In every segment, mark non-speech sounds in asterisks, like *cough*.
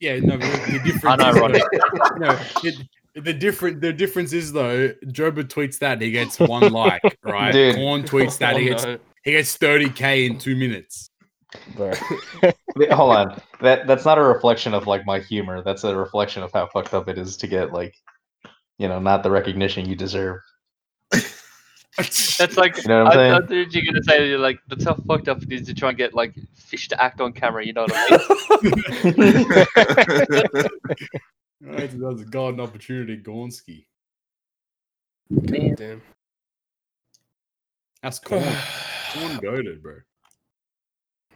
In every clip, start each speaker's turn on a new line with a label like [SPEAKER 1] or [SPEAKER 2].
[SPEAKER 1] yeah, no, but the difference.
[SPEAKER 2] *laughs*
[SPEAKER 1] *laughs*
[SPEAKER 2] Unironic.
[SPEAKER 1] no, it, the different the difference is though, Joba tweets that he gets one
[SPEAKER 2] *laughs*
[SPEAKER 1] like, right?
[SPEAKER 2] Dude.
[SPEAKER 1] Corn tweets that he gets
[SPEAKER 3] no.
[SPEAKER 1] he gets thirty k in two minutes.
[SPEAKER 4] bro.
[SPEAKER 2] Wait, Hold on. That that's not a reflection of like my humor. That's a reflection of how fucked up it is to get like, you know, not the recognition you deserve.
[SPEAKER 1] *laughs*
[SPEAKER 3] That's like
[SPEAKER 2] You know what I'm
[SPEAKER 3] I, I
[SPEAKER 2] saying?
[SPEAKER 3] thought you're gonna say that you're like that's how fucked up it is to try and get like fish to act on camera. You know what I mean?
[SPEAKER 1] That was a golden opportunity, Gornsky.
[SPEAKER 3] Damn.
[SPEAKER 1] That's corn. corn goaded, bro.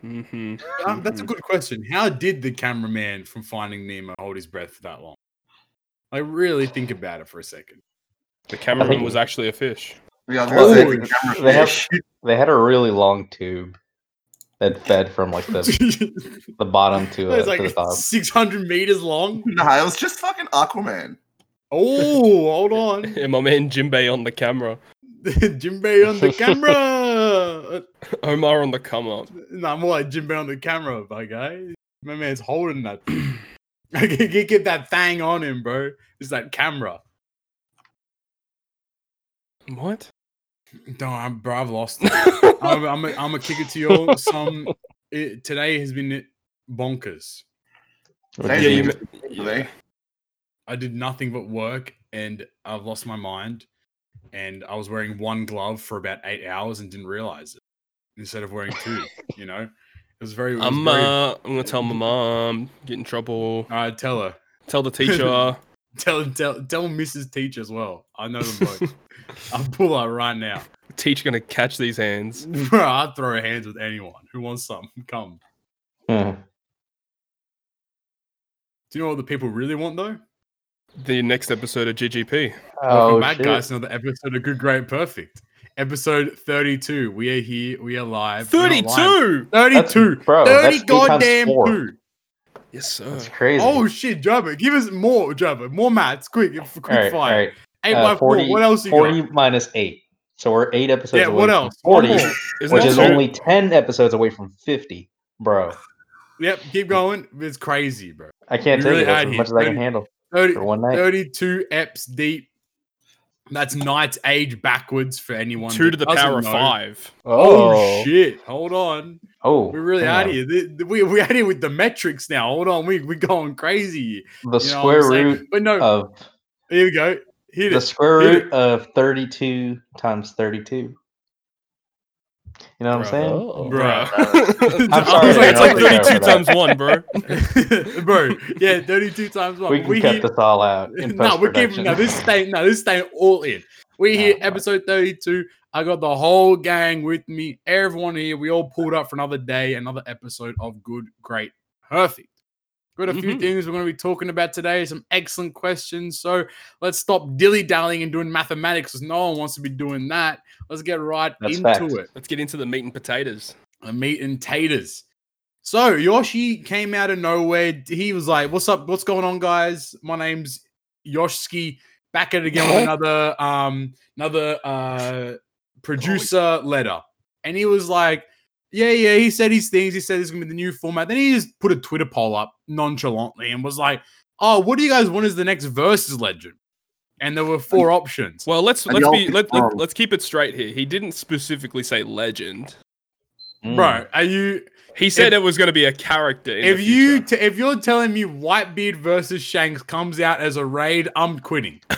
[SPEAKER 3] Mm-hmm.
[SPEAKER 1] Um, that's a good question. How did the cameraman from Finding Nemo hold his breath for that long? I really think about it for a second.
[SPEAKER 5] The cameraman was actually a fish. *laughs*
[SPEAKER 6] Yeah, I was gonna say,
[SPEAKER 1] Oh,
[SPEAKER 6] the camera
[SPEAKER 1] *laughs*
[SPEAKER 2] they have-
[SPEAKER 6] fish.
[SPEAKER 2] They had a really long tube that fed from like the,
[SPEAKER 1] it
[SPEAKER 2] the bottom
[SPEAKER 1] *laughs*
[SPEAKER 2] to, uh,
[SPEAKER 1] was
[SPEAKER 2] to the
[SPEAKER 1] like
[SPEAKER 2] top.
[SPEAKER 1] 600 meters long.
[SPEAKER 6] Nah, it was just fucking Aquaman.
[SPEAKER 1] Oh, hold on. *laughs*
[SPEAKER 5] And my man Jimbei on the camera.
[SPEAKER 1] Jimbei on the
[SPEAKER 2] *laughs*
[SPEAKER 1] camera.
[SPEAKER 5] Omar on the come up.
[SPEAKER 1] No, I'm more like Jimbei on the camera, my guy. My man's holding that. *clears throat* thing. Get get that thing on him, bro. It's that camera.
[SPEAKER 2] *laughs*
[SPEAKER 5] What?
[SPEAKER 1] No, I'm, bro, I've lost. it. I'm, I'm, a, I'm a kick it to you. Some it, today has been bonkers.
[SPEAKER 2] What
[SPEAKER 6] They
[SPEAKER 2] do
[SPEAKER 5] you
[SPEAKER 2] mean?
[SPEAKER 6] didn't do they?
[SPEAKER 1] I did nothing but work, and I've lost my mind. And I was wearing one glove for about eight hours and didn't realize it. Instead of wearing
[SPEAKER 2] *laughs*
[SPEAKER 1] two, you know, it was very. It was
[SPEAKER 5] I'm
[SPEAKER 1] very-
[SPEAKER 5] uh, I'm gonna tell my mom. Get in trouble.
[SPEAKER 1] uh, tell her, *laughs*
[SPEAKER 5] Tell the teacher.
[SPEAKER 1] tell, tell, tell Mrs. Teacher as well. I know them
[SPEAKER 5] *laughs*
[SPEAKER 1] both. I'll pull her right now. *laughs*
[SPEAKER 5] teacher gonna catch these hands.
[SPEAKER 1] Bro, I'd throw hands with anyone who wants some. Come.
[SPEAKER 2] Hmm.
[SPEAKER 1] Do you know what the people really want though?
[SPEAKER 5] The next episode of GGP.
[SPEAKER 1] Welcome
[SPEAKER 2] *laughs* Oh,
[SPEAKER 1] back,
[SPEAKER 2] shit.
[SPEAKER 1] guys. Another episode of Good, Great, Perfect. Episode 32. We are here. We are live. We're not live.
[SPEAKER 5] Thirty-two.
[SPEAKER 1] 32.
[SPEAKER 2] bro,
[SPEAKER 1] 30
[SPEAKER 2] that's two times
[SPEAKER 1] goddamn
[SPEAKER 2] four.
[SPEAKER 1] two.
[SPEAKER 5] Yes, sir.
[SPEAKER 2] That's crazy.
[SPEAKER 1] Oh, shit, Jabba. Give us more, Jabba. More maths. Quick. Quick
[SPEAKER 2] all right, all
[SPEAKER 1] fire.
[SPEAKER 2] right.
[SPEAKER 1] 8
[SPEAKER 2] Uh,
[SPEAKER 1] by
[SPEAKER 2] 40
[SPEAKER 1] 4. What else you
[SPEAKER 2] 40
[SPEAKER 1] got?
[SPEAKER 2] minus 8. So we're 8 episodes
[SPEAKER 1] Yeah,
[SPEAKER 2] away
[SPEAKER 1] what
[SPEAKER 2] from
[SPEAKER 1] else? Oh, One
[SPEAKER 2] 40,
[SPEAKER 1] more.
[SPEAKER 5] Isn't
[SPEAKER 2] which
[SPEAKER 5] that
[SPEAKER 2] is
[SPEAKER 5] two?
[SPEAKER 2] only 10 episodes away from 50. Bro,
[SPEAKER 1] Yep. Keep going. It's crazy, bro.
[SPEAKER 2] I can't
[SPEAKER 1] We
[SPEAKER 2] tell
[SPEAKER 1] really
[SPEAKER 2] you that's
[SPEAKER 1] had
[SPEAKER 2] as
[SPEAKER 1] here.
[SPEAKER 2] much as I can
[SPEAKER 1] Thirty-
[SPEAKER 2] handle
[SPEAKER 1] 30,
[SPEAKER 2] for one night.
[SPEAKER 1] 32 eps deep. That's Knight's age backwards for anyone.
[SPEAKER 5] two to
[SPEAKER 1] that
[SPEAKER 5] the power
[SPEAKER 1] doesn't
[SPEAKER 5] of
[SPEAKER 1] know.
[SPEAKER 5] five?
[SPEAKER 1] Oh, shit. Hold on.
[SPEAKER 2] Oh,
[SPEAKER 1] We're really
[SPEAKER 2] hang
[SPEAKER 1] out
[SPEAKER 2] on.
[SPEAKER 1] here. Th- th- We, we're out here with the metrics now. Hold on. We, we're going crazy.
[SPEAKER 2] The
[SPEAKER 1] You know what I'm
[SPEAKER 2] square
[SPEAKER 1] saying? *laughs*
[SPEAKER 2] root
[SPEAKER 1] But no,
[SPEAKER 2] of
[SPEAKER 1] here we go. Hit
[SPEAKER 2] the
[SPEAKER 1] it.
[SPEAKER 2] square
[SPEAKER 1] Hit it.
[SPEAKER 2] root of 32 times 32. You know what I'm
[SPEAKER 1] Bruh. Oh.
[SPEAKER 2] saying?
[SPEAKER 1] Bruh. *laughs*
[SPEAKER 5] I'm
[SPEAKER 2] sorry,
[SPEAKER 5] sorry, it's
[SPEAKER 2] I
[SPEAKER 5] like
[SPEAKER 2] don't think I
[SPEAKER 5] thirty-two
[SPEAKER 2] remember
[SPEAKER 5] times
[SPEAKER 2] *laughs*
[SPEAKER 5] one, bro.
[SPEAKER 1] bro, *laughs* yeah, 32 times one.
[SPEAKER 2] We can cut
[SPEAKER 1] hit- *laughs*
[SPEAKER 2] this all out in
[SPEAKER 1] no,
[SPEAKER 2] post
[SPEAKER 1] we're keeping no, this staying no, this staying all in. We
[SPEAKER 2] Nah,
[SPEAKER 1] here,
[SPEAKER 2] bro.
[SPEAKER 1] episode 32. I got the whole gang with me. Everyone here. We all pulled up for another day, another episode of Good, Great, Perfect. Got a few
[SPEAKER 2] Mm-hmm.
[SPEAKER 5] Mhm.
[SPEAKER 1] things we're going to be talking about today, some excellent questions. So let's stop dilly dallying and doing mathematics because no one wants to be doing that. Let's get right
[SPEAKER 2] That's
[SPEAKER 1] into
[SPEAKER 2] facts.
[SPEAKER 1] it
[SPEAKER 5] Let's get into the meat and potatoes.
[SPEAKER 1] a meat and taters. So Yoshi came out of nowhere. He was like, "What's up? What's going on, guys? My name's Yoshski. Back at it again with another um another uh producer letter." And he was like, "Yeah, yeah." He said his things. He said it's gonna be the new format. Then he just put a Twitter poll up nonchalantly and was like, "Oh, what do you guys want as the next versus legend?" And there were four options.
[SPEAKER 5] Well, let's
[SPEAKER 6] And
[SPEAKER 5] let's
[SPEAKER 6] y'all
[SPEAKER 5] be let, let,
[SPEAKER 6] confirmed.
[SPEAKER 5] let's keep it straight here. He didn't specifically say legend.
[SPEAKER 2] Mm.
[SPEAKER 1] Bro, are you
[SPEAKER 5] He said
[SPEAKER 1] If-
[SPEAKER 5] it was going to be a character. In
[SPEAKER 1] if
[SPEAKER 5] the
[SPEAKER 1] you
[SPEAKER 5] future.
[SPEAKER 1] t- if you're telling me Whitebeard versus Shanks comes out as a raid, I'm quitting.
[SPEAKER 5] *laughs*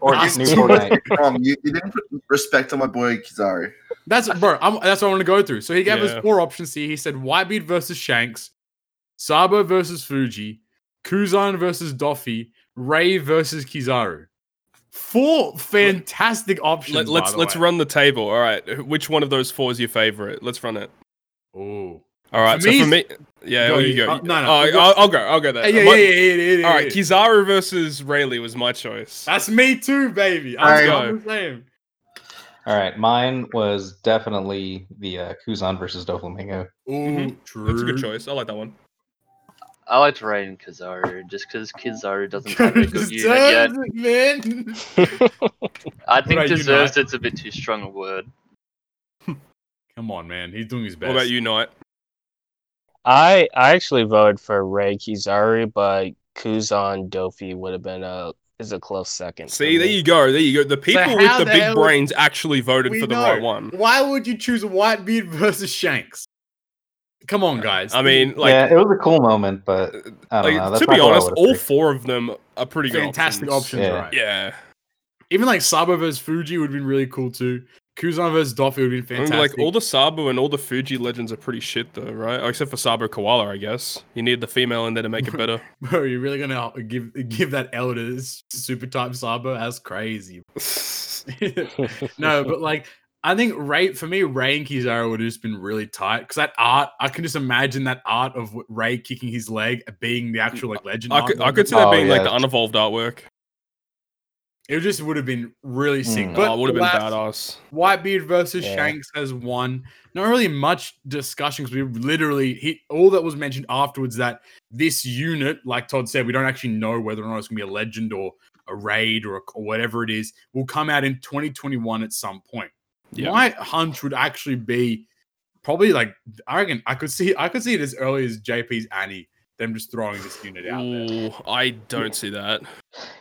[SPEAKER 2] Or
[SPEAKER 1] That's
[SPEAKER 2] new
[SPEAKER 1] too
[SPEAKER 2] Fortnite.
[SPEAKER 6] Um, you, you didn't put respect on my boy Kizaru.
[SPEAKER 1] That's bro. I'm, that's what I want to go through. So he gave
[SPEAKER 5] Yeah.
[SPEAKER 1] us four options here. He said Whitebeard versus Shanks, Sabo versus Fuji, Kuzan versus Doffy, Ray versus Kizaru. Four fantastic options.
[SPEAKER 5] Let, let's let's run the table. All right, which one of those four is your favorite? Let's run it.
[SPEAKER 1] Oh,
[SPEAKER 5] All right,
[SPEAKER 1] me,
[SPEAKER 5] so for me, yeah,
[SPEAKER 1] Go
[SPEAKER 5] oh,
[SPEAKER 1] you.
[SPEAKER 5] you go.
[SPEAKER 1] Uh, no, no,
[SPEAKER 5] Oh,
[SPEAKER 1] you go.
[SPEAKER 5] I'll, I'll go. I'll go there.
[SPEAKER 1] yeah, yeah, yeah,
[SPEAKER 5] My-
[SPEAKER 1] yeah, yeah, yeah, yeah.
[SPEAKER 5] All right, Kizaru versus Rayleigh was my choice.
[SPEAKER 1] that's me too, baby.
[SPEAKER 6] All
[SPEAKER 1] I'm,
[SPEAKER 5] right.
[SPEAKER 1] I'm the same.
[SPEAKER 2] All right, mine was definitely the uh, Kuzan versus Doflamingo.
[SPEAKER 1] Oh,
[SPEAKER 5] Mhm.
[SPEAKER 1] true.
[SPEAKER 5] That's a
[SPEAKER 1] *laughs*
[SPEAKER 5] good choice. I like that one.
[SPEAKER 3] *laughs* I liked Raiden Kizaru just because Kizaru doesn't have a
[SPEAKER 1] *laughs*
[SPEAKER 3] good
[SPEAKER 1] Just
[SPEAKER 3] unit yet.
[SPEAKER 1] does it, *laughs* man.
[SPEAKER 3] I
[SPEAKER 1] What about
[SPEAKER 3] think
[SPEAKER 1] you,
[SPEAKER 3] deserves it's a bit too strong a word.
[SPEAKER 1] Come on, man. He's doing his best.
[SPEAKER 5] What about you, Knight?
[SPEAKER 4] I I actually voted for Ray Kizaru, but Kuzan Dofi would have been a is a close second. for
[SPEAKER 5] See, there
[SPEAKER 4] me.
[SPEAKER 5] you go. There you go. The people
[SPEAKER 1] how
[SPEAKER 5] with the
[SPEAKER 1] the
[SPEAKER 5] big
[SPEAKER 1] hell-
[SPEAKER 5] brains actually voted
[SPEAKER 1] we
[SPEAKER 5] for the
[SPEAKER 1] know.
[SPEAKER 5] right one.
[SPEAKER 1] Why would you choose Whitebeard versus Shanks? Come on, guys.
[SPEAKER 5] I mean, like,
[SPEAKER 2] yeah, it was a cool moment,
[SPEAKER 1] Uh,
[SPEAKER 2] but I don't
[SPEAKER 5] like,
[SPEAKER 2] know. That's
[SPEAKER 5] to
[SPEAKER 2] not
[SPEAKER 5] be
[SPEAKER 2] what I
[SPEAKER 5] honest,
[SPEAKER 2] would've
[SPEAKER 5] all
[SPEAKER 2] picked.
[SPEAKER 5] four of them are pretty good.
[SPEAKER 1] fantastic options,
[SPEAKER 2] Yeah.
[SPEAKER 1] right?
[SPEAKER 5] Yeah.
[SPEAKER 1] Even like Sabo versus Fuji would have been really cool too. Kuzan versus Doffy would have been
[SPEAKER 5] I mean,
[SPEAKER 1] fantastic. *laughs*
[SPEAKER 5] like all the Sabo and all the Fuji legends are pretty shit though, right? Oh, Except for Sabo Koala, I guess. You need the female in there to make it
[SPEAKER 1] *laughs*
[SPEAKER 5] better.
[SPEAKER 1] Bro, you're really gonna give give that L to this super type Sabo? That's crazy. *laughs* no, but like I think Ray for me, Ray and Kizaru would have just been really tight because that art I can just imagine that art of w- Ray kicking his leg being the actual like legend.
[SPEAKER 5] I
[SPEAKER 1] art
[SPEAKER 5] could, I
[SPEAKER 1] of
[SPEAKER 5] could
[SPEAKER 1] it.
[SPEAKER 5] see that
[SPEAKER 2] Oh,
[SPEAKER 5] being like
[SPEAKER 2] yeah.
[SPEAKER 5] the unevolved artwork.
[SPEAKER 1] it just would have been really sick.
[SPEAKER 2] Mm.
[SPEAKER 5] But oh,
[SPEAKER 1] but
[SPEAKER 5] it would have been
[SPEAKER 1] alas,
[SPEAKER 5] badass.
[SPEAKER 1] Whitebeard versus
[SPEAKER 2] Yeah.
[SPEAKER 1] Shanks has won. Not really much discussion because we literally hit all that was mentioned afterwards that this unit, like Todd said, we don't actually know whether or not it's going to be a legend or a raid or, a- or whatever it is, will come out in 2021 at some point.
[SPEAKER 5] Yeah.
[SPEAKER 1] My hunch would actually be probably like I reckon I could see I could see it as early as JP's Annie, them just throwing this unit out there.
[SPEAKER 5] Ooh, I don't see that.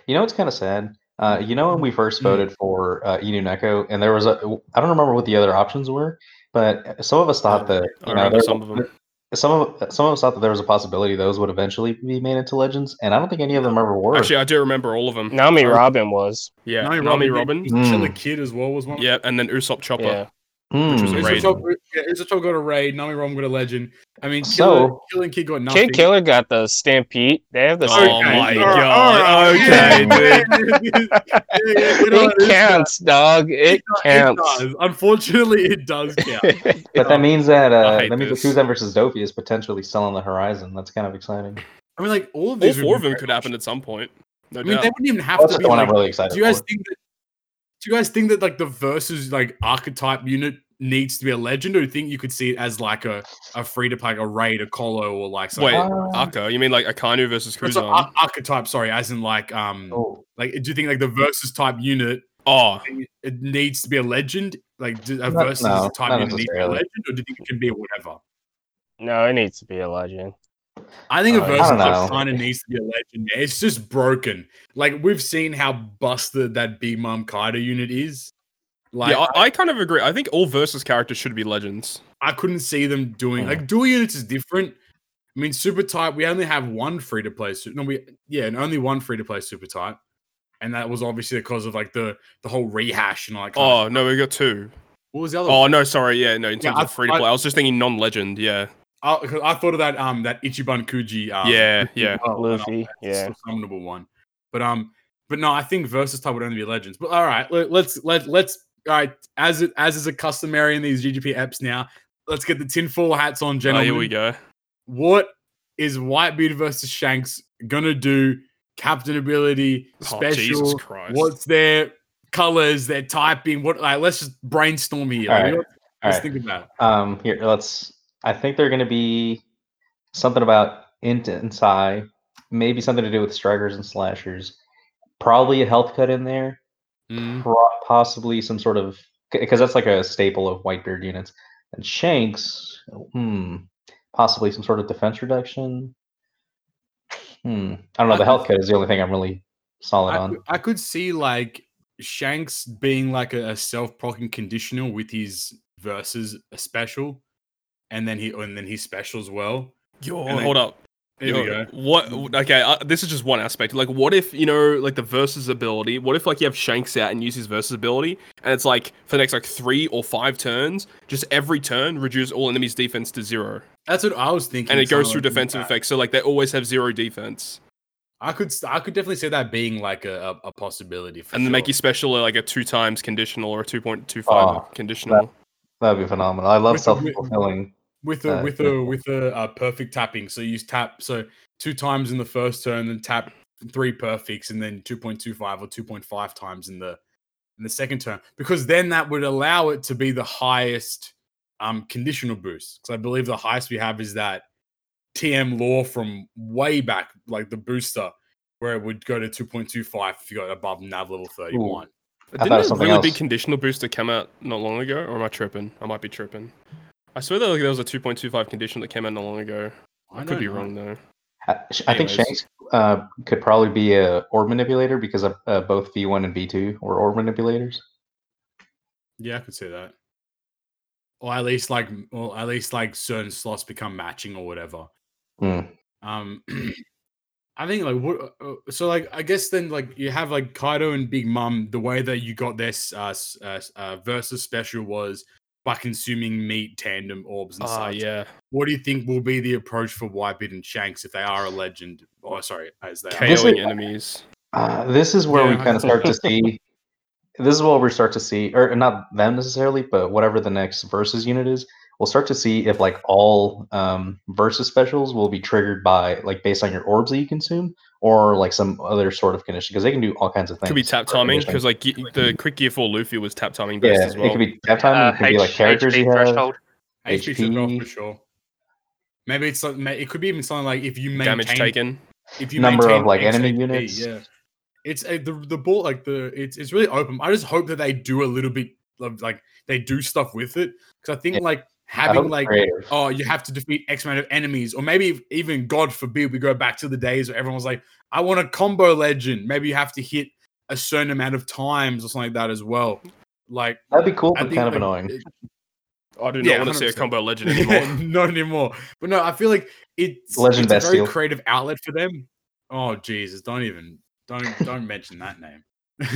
[SPEAKER 2] You know what's kind of sad? Uh, you know when we first
[SPEAKER 1] Mm.
[SPEAKER 2] voted for uh, Inu Neko, and there was a I don't remember what the other options were, but some of
[SPEAKER 1] Uh,
[SPEAKER 2] us thought that
[SPEAKER 5] I
[SPEAKER 2] you know
[SPEAKER 5] remember
[SPEAKER 2] there-
[SPEAKER 5] some of them.
[SPEAKER 2] some of uh, some of us thought that there was a possibility those would eventually be made into legends, and I don't think any of them ever were.
[SPEAKER 5] Actually, I do remember all of them.
[SPEAKER 4] Naomi
[SPEAKER 5] I-
[SPEAKER 4] Robin was.
[SPEAKER 5] Yeah,
[SPEAKER 1] Nami
[SPEAKER 5] Nami, Robin.
[SPEAKER 1] Robin, did- Killer
[SPEAKER 2] Mm.
[SPEAKER 1] Kid as well was one. of
[SPEAKER 5] Yeah, and then Usopp Chopper.
[SPEAKER 4] Yeah.
[SPEAKER 2] Hmm.
[SPEAKER 5] which was
[SPEAKER 1] It's
[SPEAKER 5] Raid.
[SPEAKER 1] a top- yeah, it's a top got a raid. Nami Rom got a legend. I mean, Killer,
[SPEAKER 2] So-
[SPEAKER 1] Killing Kid got nothing.
[SPEAKER 4] Kid Killer got the Stampede. They have the
[SPEAKER 5] Oh my God.
[SPEAKER 4] Okay,
[SPEAKER 1] *laughs* dude.
[SPEAKER 4] It counts, dog. It counts.
[SPEAKER 1] Unfortunately, it does count.
[SPEAKER 2] But that means that uh,
[SPEAKER 5] hate
[SPEAKER 2] that means
[SPEAKER 5] this.
[SPEAKER 2] that Kuzan versus Dofi is potentially still on the horizon. That's kind of exciting.
[SPEAKER 1] I mean, like all of
[SPEAKER 5] All
[SPEAKER 1] these. would
[SPEAKER 5] four of
[SPEAKER 1] be
[SPEAKER 5] them
[SPEAKER 1] great
[SPEAKER 5] could happen at some point.
[SPEAKER 1] options. I
[SPEAKER 5] No
[SPEAKER 1] mean,
[SPEAKER 5] doubt.
[SPEAKER 1] they wouldn't even have
[SPEAKER 2] That's
[SPEAKER 1] to
[SPEAKER 2] the
[SPEAKER 1] be.
[SPEAKER 2] one
[SPEAKER 1] Like,
[SPEAKER 2] I'm really excited
[SPEAKER 1] do you guys
[SPEAKER 2] for.
[SPEAKER 1] think that? Do you guys think that like the versus like archetype unit needs to be a legend, or do you think you could see it as like a a free to play, like a raid, a colo, or like something?
[SPEAKER 5] Wait,
[SPEAKER 1] like
[SPEAKER 2] Uh,
[SPEAKER 5] Aka, you mean like Akanu versus
[SPEAKER 1] that?
[SPEAKER 5] Kuzan?
[SPEAKER 1] So, ar- archetype, sorry, as in like um,
[SPEAKER 2] Oh,
[SPEAKER 1] like do you think like the versus type unit
[SPEAKER 5] oh,
[SPEAKER 1] thing, it needs to be a legend? Like do- a
[SPEAKER 2] Not-
[SPEAKER 1] versus
[SPEAKER 2] no,
[SPEAKER 1] type
[SPEAKER 2] not
[SPEAKER 1] unit needs to be a
[SPEAKER 2] necessarily.
[SPEAKER 1] legend, or do you think it can be whatever?
[SPEAKER 4] *laughs* no, it needs to be a legend.
[SPEAKER 1] I think a
[SPEAKER 4] Uh, I
[SPEAKER 1] versus
[SPEAKER 2] don't
[SPEAKER 1] type
[SPEAKER 2] know.
[SPEAKER 1] kind of needs to be a legend. yeah. It's just broken. Like we've seen how busted that Big Mom Kaido unit is. Like
[SPEAKER 5] yeah, I, I kind of agree. I think all versus characters should be legends.
[SPEAKER 1] I couldn't see them
[SPEAKER 2] Hmm.
[SPEAKER 1] doing like dual units is different. I mean, super type. We only have one free to play. su- No, we yeah, and only one free to play super type, and that was obviously because of like the the whole rehash and all that. Kind of,
[SPEAKER 5] Oh no, we got two.
[SPEAKER 1] what was the other?
[SPEAKER 5] Oh no, sorry, yeah, no. In
[SPEAKER 1] Yeah,
[SPEAKER 5] terms
[SPEAKER 1] I-
[SPEAKER 5] of free to play, I was just thinking non-legend. Yeah,
[SPEAKER 1] I, 'cause I thought of that um that Ichiban Kuji um,
[SPEAKER 5] yeah, Oh, yeah.
[SPEAKER 4] Luffy, yeah.
[SPEAKER 1] *laughs* summonable one, but um, but no, I think versus type would only be legends. But all right, let, let's let let's all right as it as is a customary in these GGP apps now. Let's get the tinfoil hats on,
[SPEAKER 5] Oh,
[SPEAKER 1] gentlemen.
[SPEAKER 5] here we go.
[SPEAKER 1] What is Whitebeard versus Shanks gonna do? Captain ability
[SPEAKER 5] Oh,
[SPEAKER 1] special.
[SPEAKER 5] Jesus Christ.
[SPEAKER 1] What's their colors? Their typing? What? Like, let's just brainstorm here.
[SPEAKER 2] All
[SPEAKER 1] Like,
[SPEAKER 2] right,
[SPEAKER 1] let's
[SPEAKER 2] all
[SPEAKER 1] let's
[SPEAKER 2] right.
[SPEAKER 1] think about. It.
[SPEAKER 2] Um, here, let's. I think they're going to be something about int and psi, maybe something to do with strikers and slashers. Probably a health cut in there.
[SPEAKER 1] Mm.
[SPEAKER 2] Pro- possibly some sort of because that's like a staple of Whitebeard units. And Shanks, hmm, possibly some sort of defense reduction. Hmm, I don't know.
[SPEAKER 1] I
[SPEAKER 2] The health
[SPEAKER 1] think-
[SPEAKER 2] cut is the only thing I'm really solid
[SPEAKER 1] I,
[SPEAKER 2] on.
[SPEAKER 1] cou- I could see like Shanks being like a, a self-procking conditional with his versus a special, and then he and then his special as well.
[SPEAKER 5] Yo,
[SPEAKER 1] And they-
[SPEAKER 5] hold up.
[SPEAKER 1] There
[SPEAKER 5] Yo,
[SPEAKER 1] we go.
[SPEAKER 5] What? Okay, uh, this is just one aspect. Like, what if you know, like the versus ability? What if like you have Shanks out and use his versus ability, and it's like for the next like three or five turns, just every turn reduce all enemies' defense to zero,
[SPEAKER 1] That's what I was thinking.
[SPEAKER 5] and it
[SPEAKER 1] something
[SPEAKER 5] goes through
[SPEAKER 1] like that.
[SPEAKER 5] defensive effects. So like they always have zero defense,
[SPEAKER 1] I could s- I could definitely see that being like a, a, a possibility. For
[SPEAKER 5] and then make
[SPEAKER 1] sure.
[SPEAKER 5] you special like a two times conditional or a two point two
[SPEAKER 2] Oh,
[SPEAKER 5] five conditional.
[SPEAKER 2] That'd be phenomenal. I love
[SPEAKER 1] With the-
[SPEAKER 2] self fulfilling.
[SPEAKER 1] with a
[SPEAKER 2] Uh,
[SPEAKER 1] with
[SPEAKER 2] yeah.
[SPEAKER 1] a with a uh, perfect tapping. So you tap so two times in the first turn, then tap three perfects, and then two point two five or two point five times in the in the second turn, because then that would allow it to be the highest um conditional boost. Because I believe the highest we have is that TM law from way back, like the booster, where it would go to two point two five if you got above nav level thirty one.
[SPEAKER 2] I
[SPEAKER 5] Didn't
[SPEAKER 2] thought it
[SPEAKER 5] a
[SPEAKER 2] was something
[SPEAKER 5] really big
[SPEAKER 2] else.
[SPEAKER 5] conditional booster come out not long ago, or am I tripping? I might be tripping. I swear that like, there was a 2.25 condition that came out not long ago. I could
[SPEAKER 1] don't
[SPEAKER 5] be
[SPEAKER 1] know.
[SPEAKER 5] wrong though.
[SPEAKER 2] I, I think
[SPEAKER 5] Anyways.
[SPEAKER 2] Shanks uh, could probably be a orb manipulator because uh, uh, both V1 and V2 were orb manipulators.
[SPEAKER 1] Yeah, I could see that. Or at least like, or at least like certain slots become matching or whatever.
[SPEAKER 2] Hmm.
[SPEAKER 1] Um, *clears throat* I think like what, uh, so like I guess then like you have like Kaido and Big Mom. The way that you got this uh, s- uh, s- uh versus special was by consuming meat tandem orbs and
[SPEAKER 5] Ah,
[SPEAKER 1] such.
[SPEAKER 5] yeah.
[SPEAKER 1] What do you think will be the approach for Whitebeard and Shanks if they are a legend? Oh, sorry, as they are.
[SPEAKER 2] This is-
[SPEAKER 5] KOing E enemies.
[SPEAKER 2] Uh, this is where we
[SPEAKER 1] Yeah, I
[SPEAKER 2] kind of
[SPEAKER 1] see.
[SPEAKER 2] start to see. This is where we start to see, or not them necessarily, but whatever the next versus unit is, we'll start to see if like all um, versus specials will be triggered by like based on your orbs that you consume, or like some other sort of condition because they can do all kinds of things.
[SPEAKER 5] Could be tap
[SPEAKER 2] for
[SPEAKER 5] timing
[SPEAKER 2] conditioning.
[SPEAKER 5] because like ge- the quick gear four Luffy was tap timing based
[SPEAKER 2] yeah,
[SPEAKER 5] as well.
[SPEAKER 2] it could be tap timing. it could be like characters you have.
[SPEAKER 3] Uh, threshold.
[SPEAKER 1] HP should go for
[SPEAKER 2] HP.
[SPEAKER 1] sure. Maybe it's like ma- it could be even something like if you maintain
[SPEAKER 5] Damage taken.
[SPEAKER 1] if you
[SPEAKER 2] Number
[SPEAKER 1] maintain
[SPEAKER 2] of, like, enemy
[SPEAKER 1] XAP,
[SPEAKER 2] units.
[SPEAKER 1] Yeah, it's a, the the ball like the it's it's really open. I just hope that they do a little bit of like they do stuff with it because I think
[SPEAKER 2] Yeah.
[SPEAKER 1] like
[SPEAKER 2] I
[SPEAKER 1] having
[SPEAKER 2] hope
[SPEAKER 1] like
[SPEAKER 2] creative.
[SPEAKER 1] oh you have to defeat X amount of enemies or maybe if- even God forbid we go back to the days where everyone was like I want a combo legend. Maybe you have to hit a certain amount of times or something like that as well. Like
[SPEAKER 2] that'd be cool,
[SPEAKER 1] I
[SPEAKER 2] but
[SPEAKER 1] think
[SPEAKER 2] kind of
[SPEAKER 1] like,
[SPEAKER 2] annoying.
[SPEAKER 1] it-
[SPEAKER 5] I do not
[SPEAKER 1] Yeah,
[SPEAKER 5] want to see a
[SPEAKER 1] 100%.
[SPEAKER 5] combo legend
[SPEAKER 1] *laughs* yeah,
[SPEAKER 5] anymore.
[SPEAKER 1] not anymore. But no, I feel like it's,
[SPEAKER 2] Legend
[SPEAKER 1] it's a
[SPEAKER 2] Best
[SPEAKER 1] very
[SPEAKER 2] Steel.
[SPEAKER 1] creative outlet for them. Oh Jesus, don't even don't don't mention that name.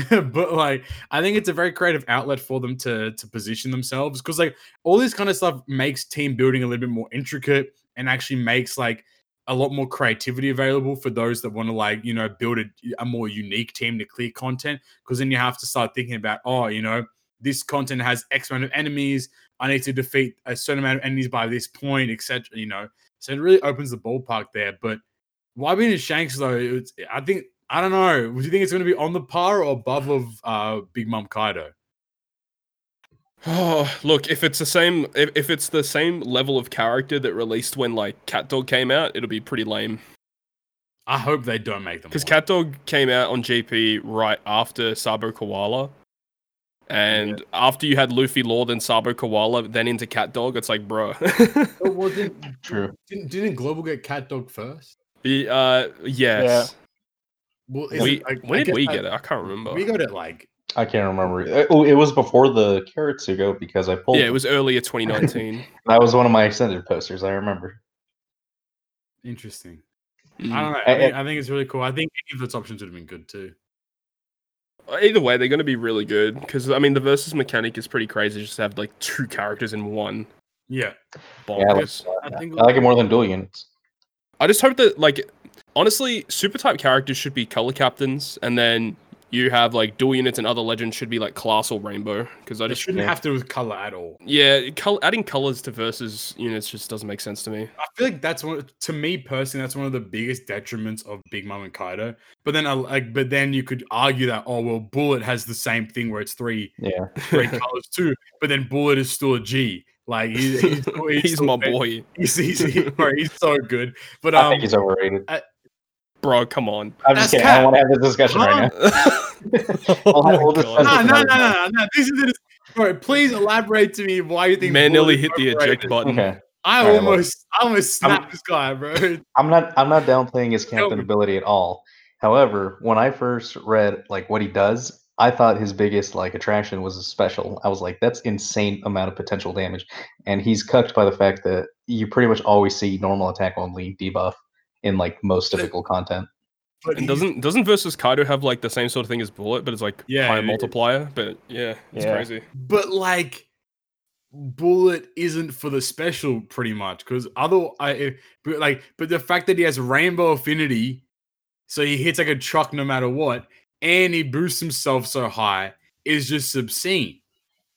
[SPEAKER 1] *laughs* but like I think it's a very creative outlet for them to to position themselves because like all this kind of stuff makes team building a little bit more intricate and actually makes like a lot more creativity available for those that want to like you know build a, a more unique team to clear content because then you have to start thinking about oh you know this content has x amount of enemies i need to defeat a certain amount of enemies by this point etc you know so it really opens the ballpark there but why being in shanks though it's, i think i don't know do you think it's going to be on the par or above of uh big mom kaido
[SPEAKER 5] Oh, look, if it's the same, if, if it's the same level of character that released when like Cat Dog came out, it'll be pretty lame.
[SPEAKER 1] i hope they don't make them
[SPEAKER 5] Because
[SPEAKER 1] one.
[SPEAKER 5] Cat Dog came out on GP right after Sabo Koala. And after you had Luffy Lord and Sabo Koala, then into Cat Dog, it's like, bro.
[SPEAKER 1] Oh,
[SPEAKER 2] *laughs*
[SPEAKER 1] well, didn't,
[SPEAKER 2] True.
[SPEAKER 1] didn't, didn't global get cat dog first
[SPEAKER 5] *laughs* The, uh, yes.
[SPEAKER 1] well
[SPEAKER 5] We, when did we get it? I can't remember.
[SPEAKER 1] we got it like
[SPEAKER 2] I can't remember. Uh, Oh, it was before the Karatsugo because I pulled.
[SPEAKER 5] yeah, it was earlier 2019.
[SPEAKER 2] that was one of my extended posters. I remember.
[SPEAKER 1] interesting I
[SPEAKER 5] Mm.
[SPEAKER 1] don't know. I
[SPEAKER 2] Uh,
[SPEAKER 1] think, I think it's really cool. I think any of its options would have been good too.
[SPEAKER 5] Either way, they're going to be really good. Because, I mean, the versus mechanic is pretty crazy. Just to have like two characters in one.
[SPEAKER 1] Yeah,
[SPEAKER 2] Yeah, like,
[SPEAKER 5] Bonkers.
[SPEAKER 1] I think
[SPEAKER 2] I like it more than dual units.
[SPEAKER 5] I just hope that like honestly, super type characters should be color captains, and then you have like dual units and other legends should be like class or rainbow. Because I
[SPEAKER 1] it
[SPEAKER 5] just
[SPEAKER 1] shouldn't
[SPEAKER 2] yeah.
[SPEAKER 1] have to do with color at all.
[SPEAKER 5] yeah, col- adding colors to versus units just doesn't make sense to me.
[SPEAKER 1] I feel like that's one to me personally. That's one of the biggest detriments of Big Mom and Kaido. But then, I like, but then you could argue that oh well, Bullet has the same thing where it's three *laughs* three colors too. But then Bullet is still a G. Like he-
[SPEAKER 5] *laughs*
[SPEAKER 1] he's, still- he's,
[SPEAKER 5] He's
[SPEAKER 1] still
[SPEAKER 5] my
[SPEAKER 1] great.
[SPEAKER 5] boy,
[SPEAKER 1] He's, he's,
[SPEAKER 5] *laughs*
[SPEAKER 1] he- bro, he's so good. But
[SPEAKER 2] I
[SPEAKER 1] um,
[SPEAKER 2] think he's overrated.
[SPEAKER 5] bro. Come on.
[SPEAKER 2] I'm just
[SPEAKER 1] that's
[SPEAKER 2] kidding. I
[SPEAKER 1] Cap.
[SPEAKER 2] don't want to have this discussion right
[SPEAKER 1] *laughs*
[SPEAKER 2] now. we'll have, we'll discuss
[SPEAKER 1] Oh no, no, no,
[SPEAKER 2] this another time.
[SPEAKER 1] no, no. This is it. Bro, please elaborate to me why you think Bullet
[SPEAKER 5] Man nearly
[SPEAKER 1] is
[SPEAKER 5] hit the
[SPEAKER 1] overrated.
[SPEAKER 5] eject button.
[SPEAKER 2] Okay,
[SPEAKER 1] I
[SPEAKER 2] Alright, well-
[SPEAKER 1] almost, I almost
[SPEAKER 2] I'm-
[SPEAKER 1] snapped this guy, bro. *laughs*
[SPEAKER 2] I'm not. I'm not downplaying his
[SPEAKER 1] Tell
[SPEAKER 2] captain
[SPEAKER 1] me.
[SPEAKER 2] ability at all. However, when I first read like what he does, I thought his biggest like attraction was his special. I was like, that's insane amount of potential damage, and he's cucked by the fact that you pretty much always see normal attack only debuff in like most typical content.
[SPEAKER 1] But
[SPEAKER 5] And
[SPEAKER 1] he's-
[SPEAKER 5] doesn't doesn't versus Kaido have like the same sort of thing as Bullet, but it's like
[SPEAKER 1] Yeah,
[SPEAKER 5] higher
[SPEAKER 1] it is.
[SPEAKER 5] multiplier. But yeah, it's
[SPEAKER 4] Yeah.
[SPEAKER 5] crazy.
[SPEAKER 1] but like bullet isn't for the special pretty much because other I if- but like but the fact that he has rainbow affinity so he hits like a truck no matter what and he boosts himself so high is just obscene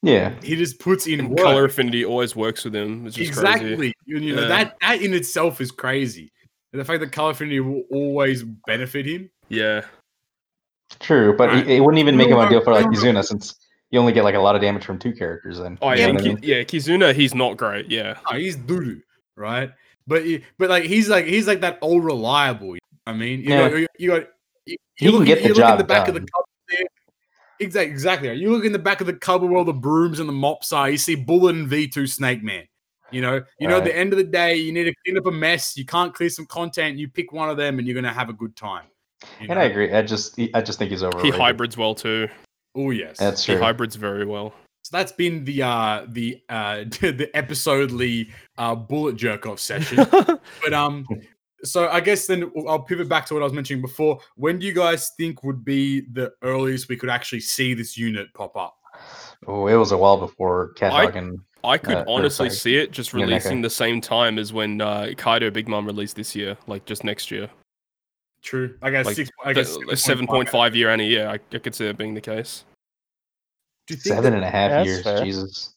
[SPEAKER 2] Yeah,
[SPEAKER 1] he just puts in
[SPEAKER 5] And
[SPEAKER 1] work.
[SPEAKER 5] color affinity always works with him. It's just
[SPEAKER 1] exactly
[SPEAKER 5] crazy.
[SPEAKER 1] you you know
[SPEAKER 5] Yeah.
[SPEAKER 1] that that in itself is crazy and the fact that color affinity will always benefit him
[SPEAKER 5] Yeah.
[SPEAKER 2] true, but
[SPEAKER 1] Alright.
[SPEAKER 2] it, it wouldn't even make him
[SPEAKER 1] No, no,
[SPEAKER 2] ideal for like
[SPEAKER 1] no, no.
[SPEAKER 2] Izuna since you only get like a lot of damage from two characters. Then
[SPEAKER 5] Oh
[SPEAKER 2] You
[SPEAKER 5] yeah.
[SPEAKER 2] know
[SPEAKER 5] and
[SPEAKER 2] what I
[SPEAKER 5] Ki-
[SPEAKER 2] mean?
[SPEAKER 5] yeah. Kizuna, he's not great. Yeah.
[SPEAKER 1] No, he's doo right? But he- but like he's like he's like that old reliable. You know what I mean, you
[SPEAKER 2] Yeah.
[SPEAKER 1] got you got you,
[SPEAKER 2] He
[SPEAKER 1] you
[SPEAKER 2] can
[SPEAKER 1] look,
[SPEAKER 2] get
[SPEAKER 1] at-
[SPEAKER 2] the
[SPEAKER 1] you look at
[SPEAKER 2] job
[SPEAKER 1] the back of the
[SPEAKER 2] done.
[SPEAKER 1] cupboard there. Exactly, exactly. right. You look in the back of the cupboard where all the brooms and the mops are. You see Bullet and V two Snake Man. You know, you know, at the
[SPEAKER 2] Right.
[SPEAKER 1] end of the day, you need to clean up a mess. You can't clear some content. You pick one of them, and you're gonna have a good time. you
[SPEAKER 2] And
[SPEAKER 1] know?
[SPEAKER 2] I agree. I just he- I just think he's
[SPEAKER 5] He
[SPEAKER 2] overrated.
[SPEAKER 5] hybrids well too.
[SPEAKER 1] Oh yes,
[SPEAKER 2] That's
[SPEAKER 5] He
[SPEAKER 2] true.
[SPEAKER 5] hybrids very well.
[SPEAKER 1] so that's been the uh the uh *laughs* the episodely uh bullet jerk off session. But um, so I guess then I'll pivot back to what I was mentioning before. When do you guys think would be the earliest we could actually see this unit pop up?
[SPEAKER 2] oh, it was a while before Cat
[SPEAKER 5] I-
[SPEAKER 2] Hogan.
[SPEAKER 5] I could
[SPEAKER 2] Uh,
[SPEAKER 5] honestly
[SPEAKER 2] sorry.
[SPEAKER 5] see it just
[SPEAKER 2] Yeah, Neko.
[SPEAKER 5] releasing the same time as when uh, Kaido Big Mom released this year, like just next year.
[SPEAKER 1] True. I guess
[SPEAKER 5] Like,
[SPEAKER 1] six. I guess
[SPEAKER 5] a seven point five year any year, I, I could see it being the case.
[SPEAKER 1] Do you think
[SPEAKER 2] Seven
[SPEAKER 1] that,
[SPEAKER 2] and a half
[SPEAKER 4] That's
[SPEAKER 2] years.
[SPEAKER 4] fair.
[SPEAKER 2] Jesus.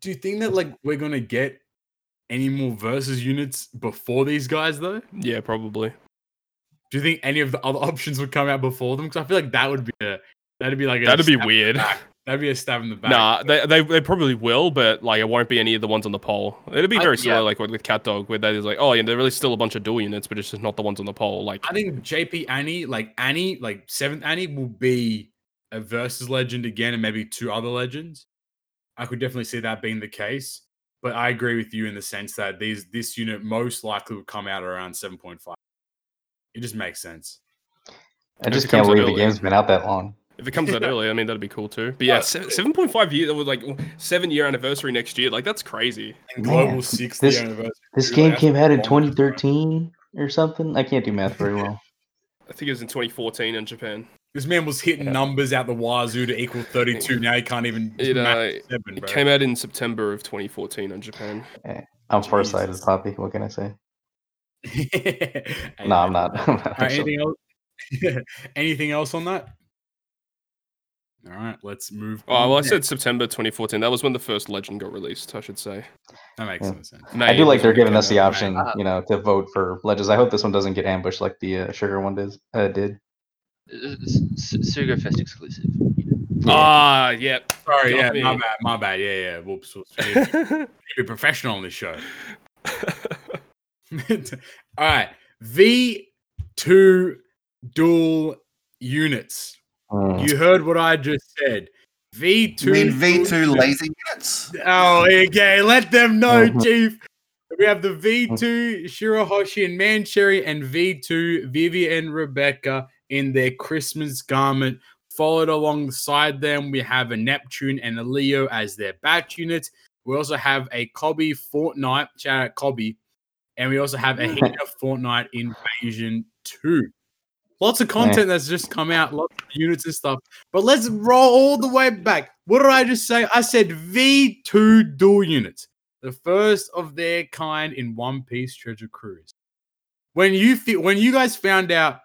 [SPEAKER 1] Do you think that like we're gonna get any more versus units before these guys though?
[SPEAKER 5] Yeah, probably.
[SPEAKER 1] Do you think any of the other *laughs* options would come out before them? Because I feel like that would be a that'd be like a
[SPEAKER 5] That'd be
[SPEAKER 1] stab in the
[SPEAKER 5] weird.
[SPEAKER 1] back. That'd be a stab in the back.
[SPEAKER 5] Nah, they, they, they probably will, but like it won't be any of the ones on the poll. It'll be
[SPEAKER 3] I-
[SPEAKER 5] very similar,
[SPEAKER 3] yeah.
[SPEAKER 5] like with, with Cat Dog, where that is like, oh yeah, there really still a bunch of dual units, but it's just not the ones on the poll. Like
[SPEAKER 1] I think JP Annie, like Annie, like seventh Annie, will be a versus legend again, and maybe two other legends. I could definitely see that being the case. But I agree with you in the sense that these this unit most likely would come out around seven point five. It just makes sense.
[SPEAKER 2] I
[SPEAKER 5] If
[SPEAKER 2] just
[SPEAKER 5] it
[SPEAKER 2] can't
[SPEAKER 5] comes out
[SPEAKER 2] believe the
[SPEAKER 5] early.
[SPEAKER 2] game's been out that long.
[SPEAKER 5] if it comes out
[SPEAKER 1] *laughs* Yeah.
[SPEAKER 5] early, I mean that'd be cool too. But yeah,
[SPEAKER 1] Yeah.
[SPEAKER 5] se- seven point five year, that was like seven year anniversary next year. Like that's crazy.
[SPEAKER 1] And
[SPEAKER 2] Man,
[SPEAKER 1] global sixth
[SPEAKER 2] this-
[SPEAKER 1] anniversary.
[SPEAKER 2] This
[SPEAKER 1] too,
[SPEAKER 2] game
[SPEAKER 1] like,
[SPEAKER 2] came out in
[SPEAKER 1] that's a long time.
[SPEAKER 2] 2013 or something. I can't do math very
[SPEAKER 1] *laughs*
[SPEAKER 2] well.
[SPEAKER 5] I think it was in 2014 in Japan.
[SPEAKER 1] This man was hitting
[SPEAKER 4] Yeah.
[SPEAKER 1] numbers out the wazoo to equal thirty two. Now he can't even
[SPEAKER 5] It,
[SPEAKER 1] match
[SPEAKER 5] uh,
[SPEAKER 1] seven,
[SPEAKER 5] It
[SPEAKER 1] bro.
[SPEAKER 5] came out in September of 2014 in Japan. Oh,
[SPEAKER 2] I'm farsighted,
[SPEAKER 1] Jesus.
[SPEAKER 2] Poppy. What can I say?
[SPEAKER 1] *laughs* Hey,
[SPEAKER 2] No, I'm
[SPEAKER 1] man.
[SPEAKER 2] not. *laughs* I'm not
[SPEAKER 1] All right,
[SPEAKER 2] actually.
[SPEAKER 1] anything else? *laughs* anything else on that? All right, let's move.
[SPEAKER 2] Mm-hmm.
[SPEAKER 5] Oh well, I
[SPEAKER 1] next.
[SPEAKER 5] said September 2014. That was when the first Legend got released. I should say.
[SPEAKER 1] that makes
[SPEAKER 2] Yeah.
[SPEAKER 1] no sense.
[SPEAKER 5] May
[SPEAKER 2] I do like
[SPEAKER 5] was
[SPEAKER 2] they're
[SPEAKER 5] when it
[SPEAKER 2] giving
[SPEAKER 5] came
[SPEAKER 2] us the
[SPEAKER 5] out.
[SPEAKER 2] option,
[SPEAKER 3] Uh,
[SPEAKER 2] you know, to vote for Legends. I hope this one doesn't get ambushed like the uh, Sugar one does, uh, did.
[SPEAKER 3] Sugo Fest exclusive.
[SPEAKER 2] *laughs*
[SPEAKER 5] Ah, yeah.
[SPEAKER 1] Sorry,
[SPEAKER 5] Got
[SPEAKER 1] yeah,
[SPEAKER 5] me.
[SPEAKER 1] my bad, my bad. Yeah, yeah. Whoops, whoops. We need to
[SPEAKER 5] *laughs*
[SPEAKER 1] be professional on this show. *laughs* All right, V two dual units.
[SPEAKER 2] Mm.
[SPEAKER 1] You heard what I just said. V
[SPEAKER 6] You
[SPEAKER 1] two.
[SPEAKER 6] mean V2 lazy units?
[SPEAKER 1] Oh, okay. Let them know,
[SPEAKER 2] Mhm.
[SPEAKER 1] Chief. We have the V2 Shirahoshi and Mancherry and V2 Vivian Rebecca in their Christmas garment. Followed alongside them, we have a Neptune and a Leo as their batch units. We also have a Cobby Fortnite, shout out Cobby, and we also have a Hina Fortnite Invasion 2. Lots of content that's just come out, lots of units and stuff. But let's roll all the way back. What did I just say? I said V2 dual units, the first of their kind in One Piece Treasure Cruise. When you thi- when you guys found out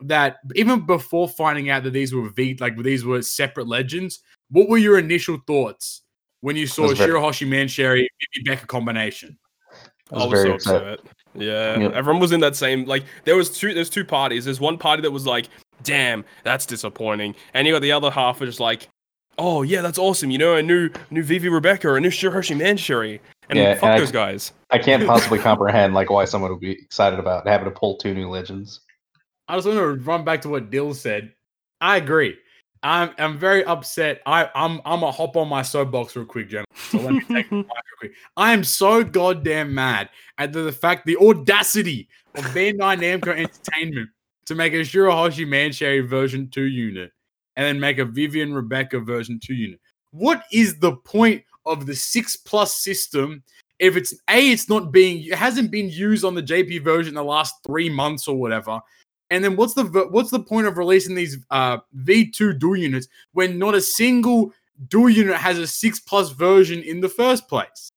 [SPEAKER 1] that even before finding out that these were V like these were separate legends, what were your initial thoughts when you saw
[SPEAKER 2] was very-
[SPEAKER 1] Shirahoshi Mancheri Vivi Becca combination?
[SPEAKER 2] I
[SPEAKER 5] I
[SPEAKER 2] was
[SPEAKER 5] was
[SPEAKER 2] very
[SPEAKER 5] so
[SPEAKER 2] upset.
[SPEAKER 5] upset. Yeah,
[SPEAKER 2] Yep.
[SPEAKER 5] everyone was in that same like. There was two. There's two parties. There's one party that was like, "Damn, that's disappointing," and you got the other half was just like, "Oh yeah, that's awesome." You know, a new new Vivi Rebecca, a new Shiroshi Manshiri, and
[SPEAKER 2] Yeah,
[SPEAKER 5] fuck
[SPEAKER 2] and I-
[SPEAKER 5] those guys.
[SPEAKER 1] *laughs*
[SPEAKER 2] I can't possibly comprehend like why someone would be excited about having to pull two new legends.
[SPEAKER 1] I just want to run back to what Dill said. I agree. I'm I'm very upset. I I'm I'm a hop on my soapbox real quick, gentlemen. So let *laughs* me take the mic real quick. I am so goddamn mad at the, the fact the audacity of Bandai Namco Entertainment to make a Shirahoshi Mancherry version two unit and then make a Vivian Rebecca version two unit. What is the point of the six plus system if it's a it's not being it hasn't been used on the JP version in the last three months or whatever? And then what's the v- what's the point of releasing these uh, V2 dual units when not a single dual unit has a six plus version in the first place?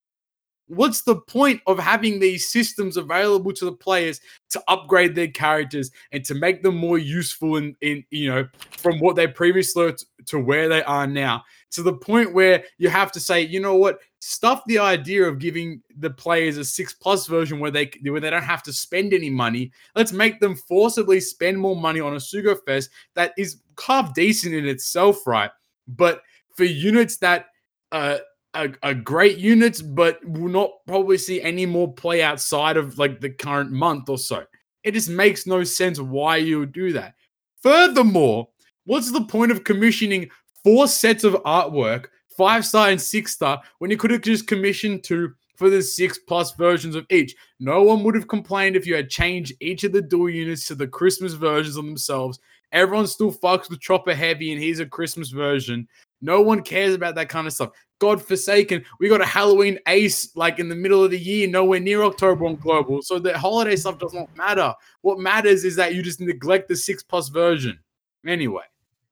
[SPEAKER 1] What's the point of having these systems available to the players to upgrade their characters and to make them more useful in, in you know from what they previously were t- to where they are now to the point where you have to say you know what stuff the idea of giving the players a six plus version where they c- where they don't have to spend any money Let's make them forcibly spend more money on a Sugo Fest that is half decent in itself, right? But for units that uh, are, are great units, but will not probably see any more play outside of like the current month or so. It just makes no sense why you would do that. Furthermore, what's the point of commissioning four sets of artwork, five star and six star, when you could have just commissioned two? for for the six plus versions of each. No one would have complained if you had changed each of the dual units to the Christmas versions on themselves. Everyone still fucks with Chopper Heavy, and he's a Christmas version. No one cares about that kind of stuff. God forsaken, we got a Halloween ace like in the middle of the year, nowhere near October on global. So the holiday stuff does not matter. What matters is that you just neglect the six plus version. Anyway,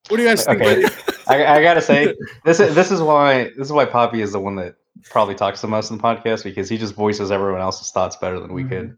[SPEAKER 1] what do you guys think?
[SPEAKER 2] Okay.
[SPEAKER 1] about it?
[SPEAKER 2] I, I gotta
[SPEAKER 5] *laughs*
[SPEAKER 2] say, this is this is why this is why Poppy is the one that probably talks the most in the podcast because he just voices everyone else's thoughts better than
[SPEAKER 5] Mm-hmm.
[SPEAKER 2] we could.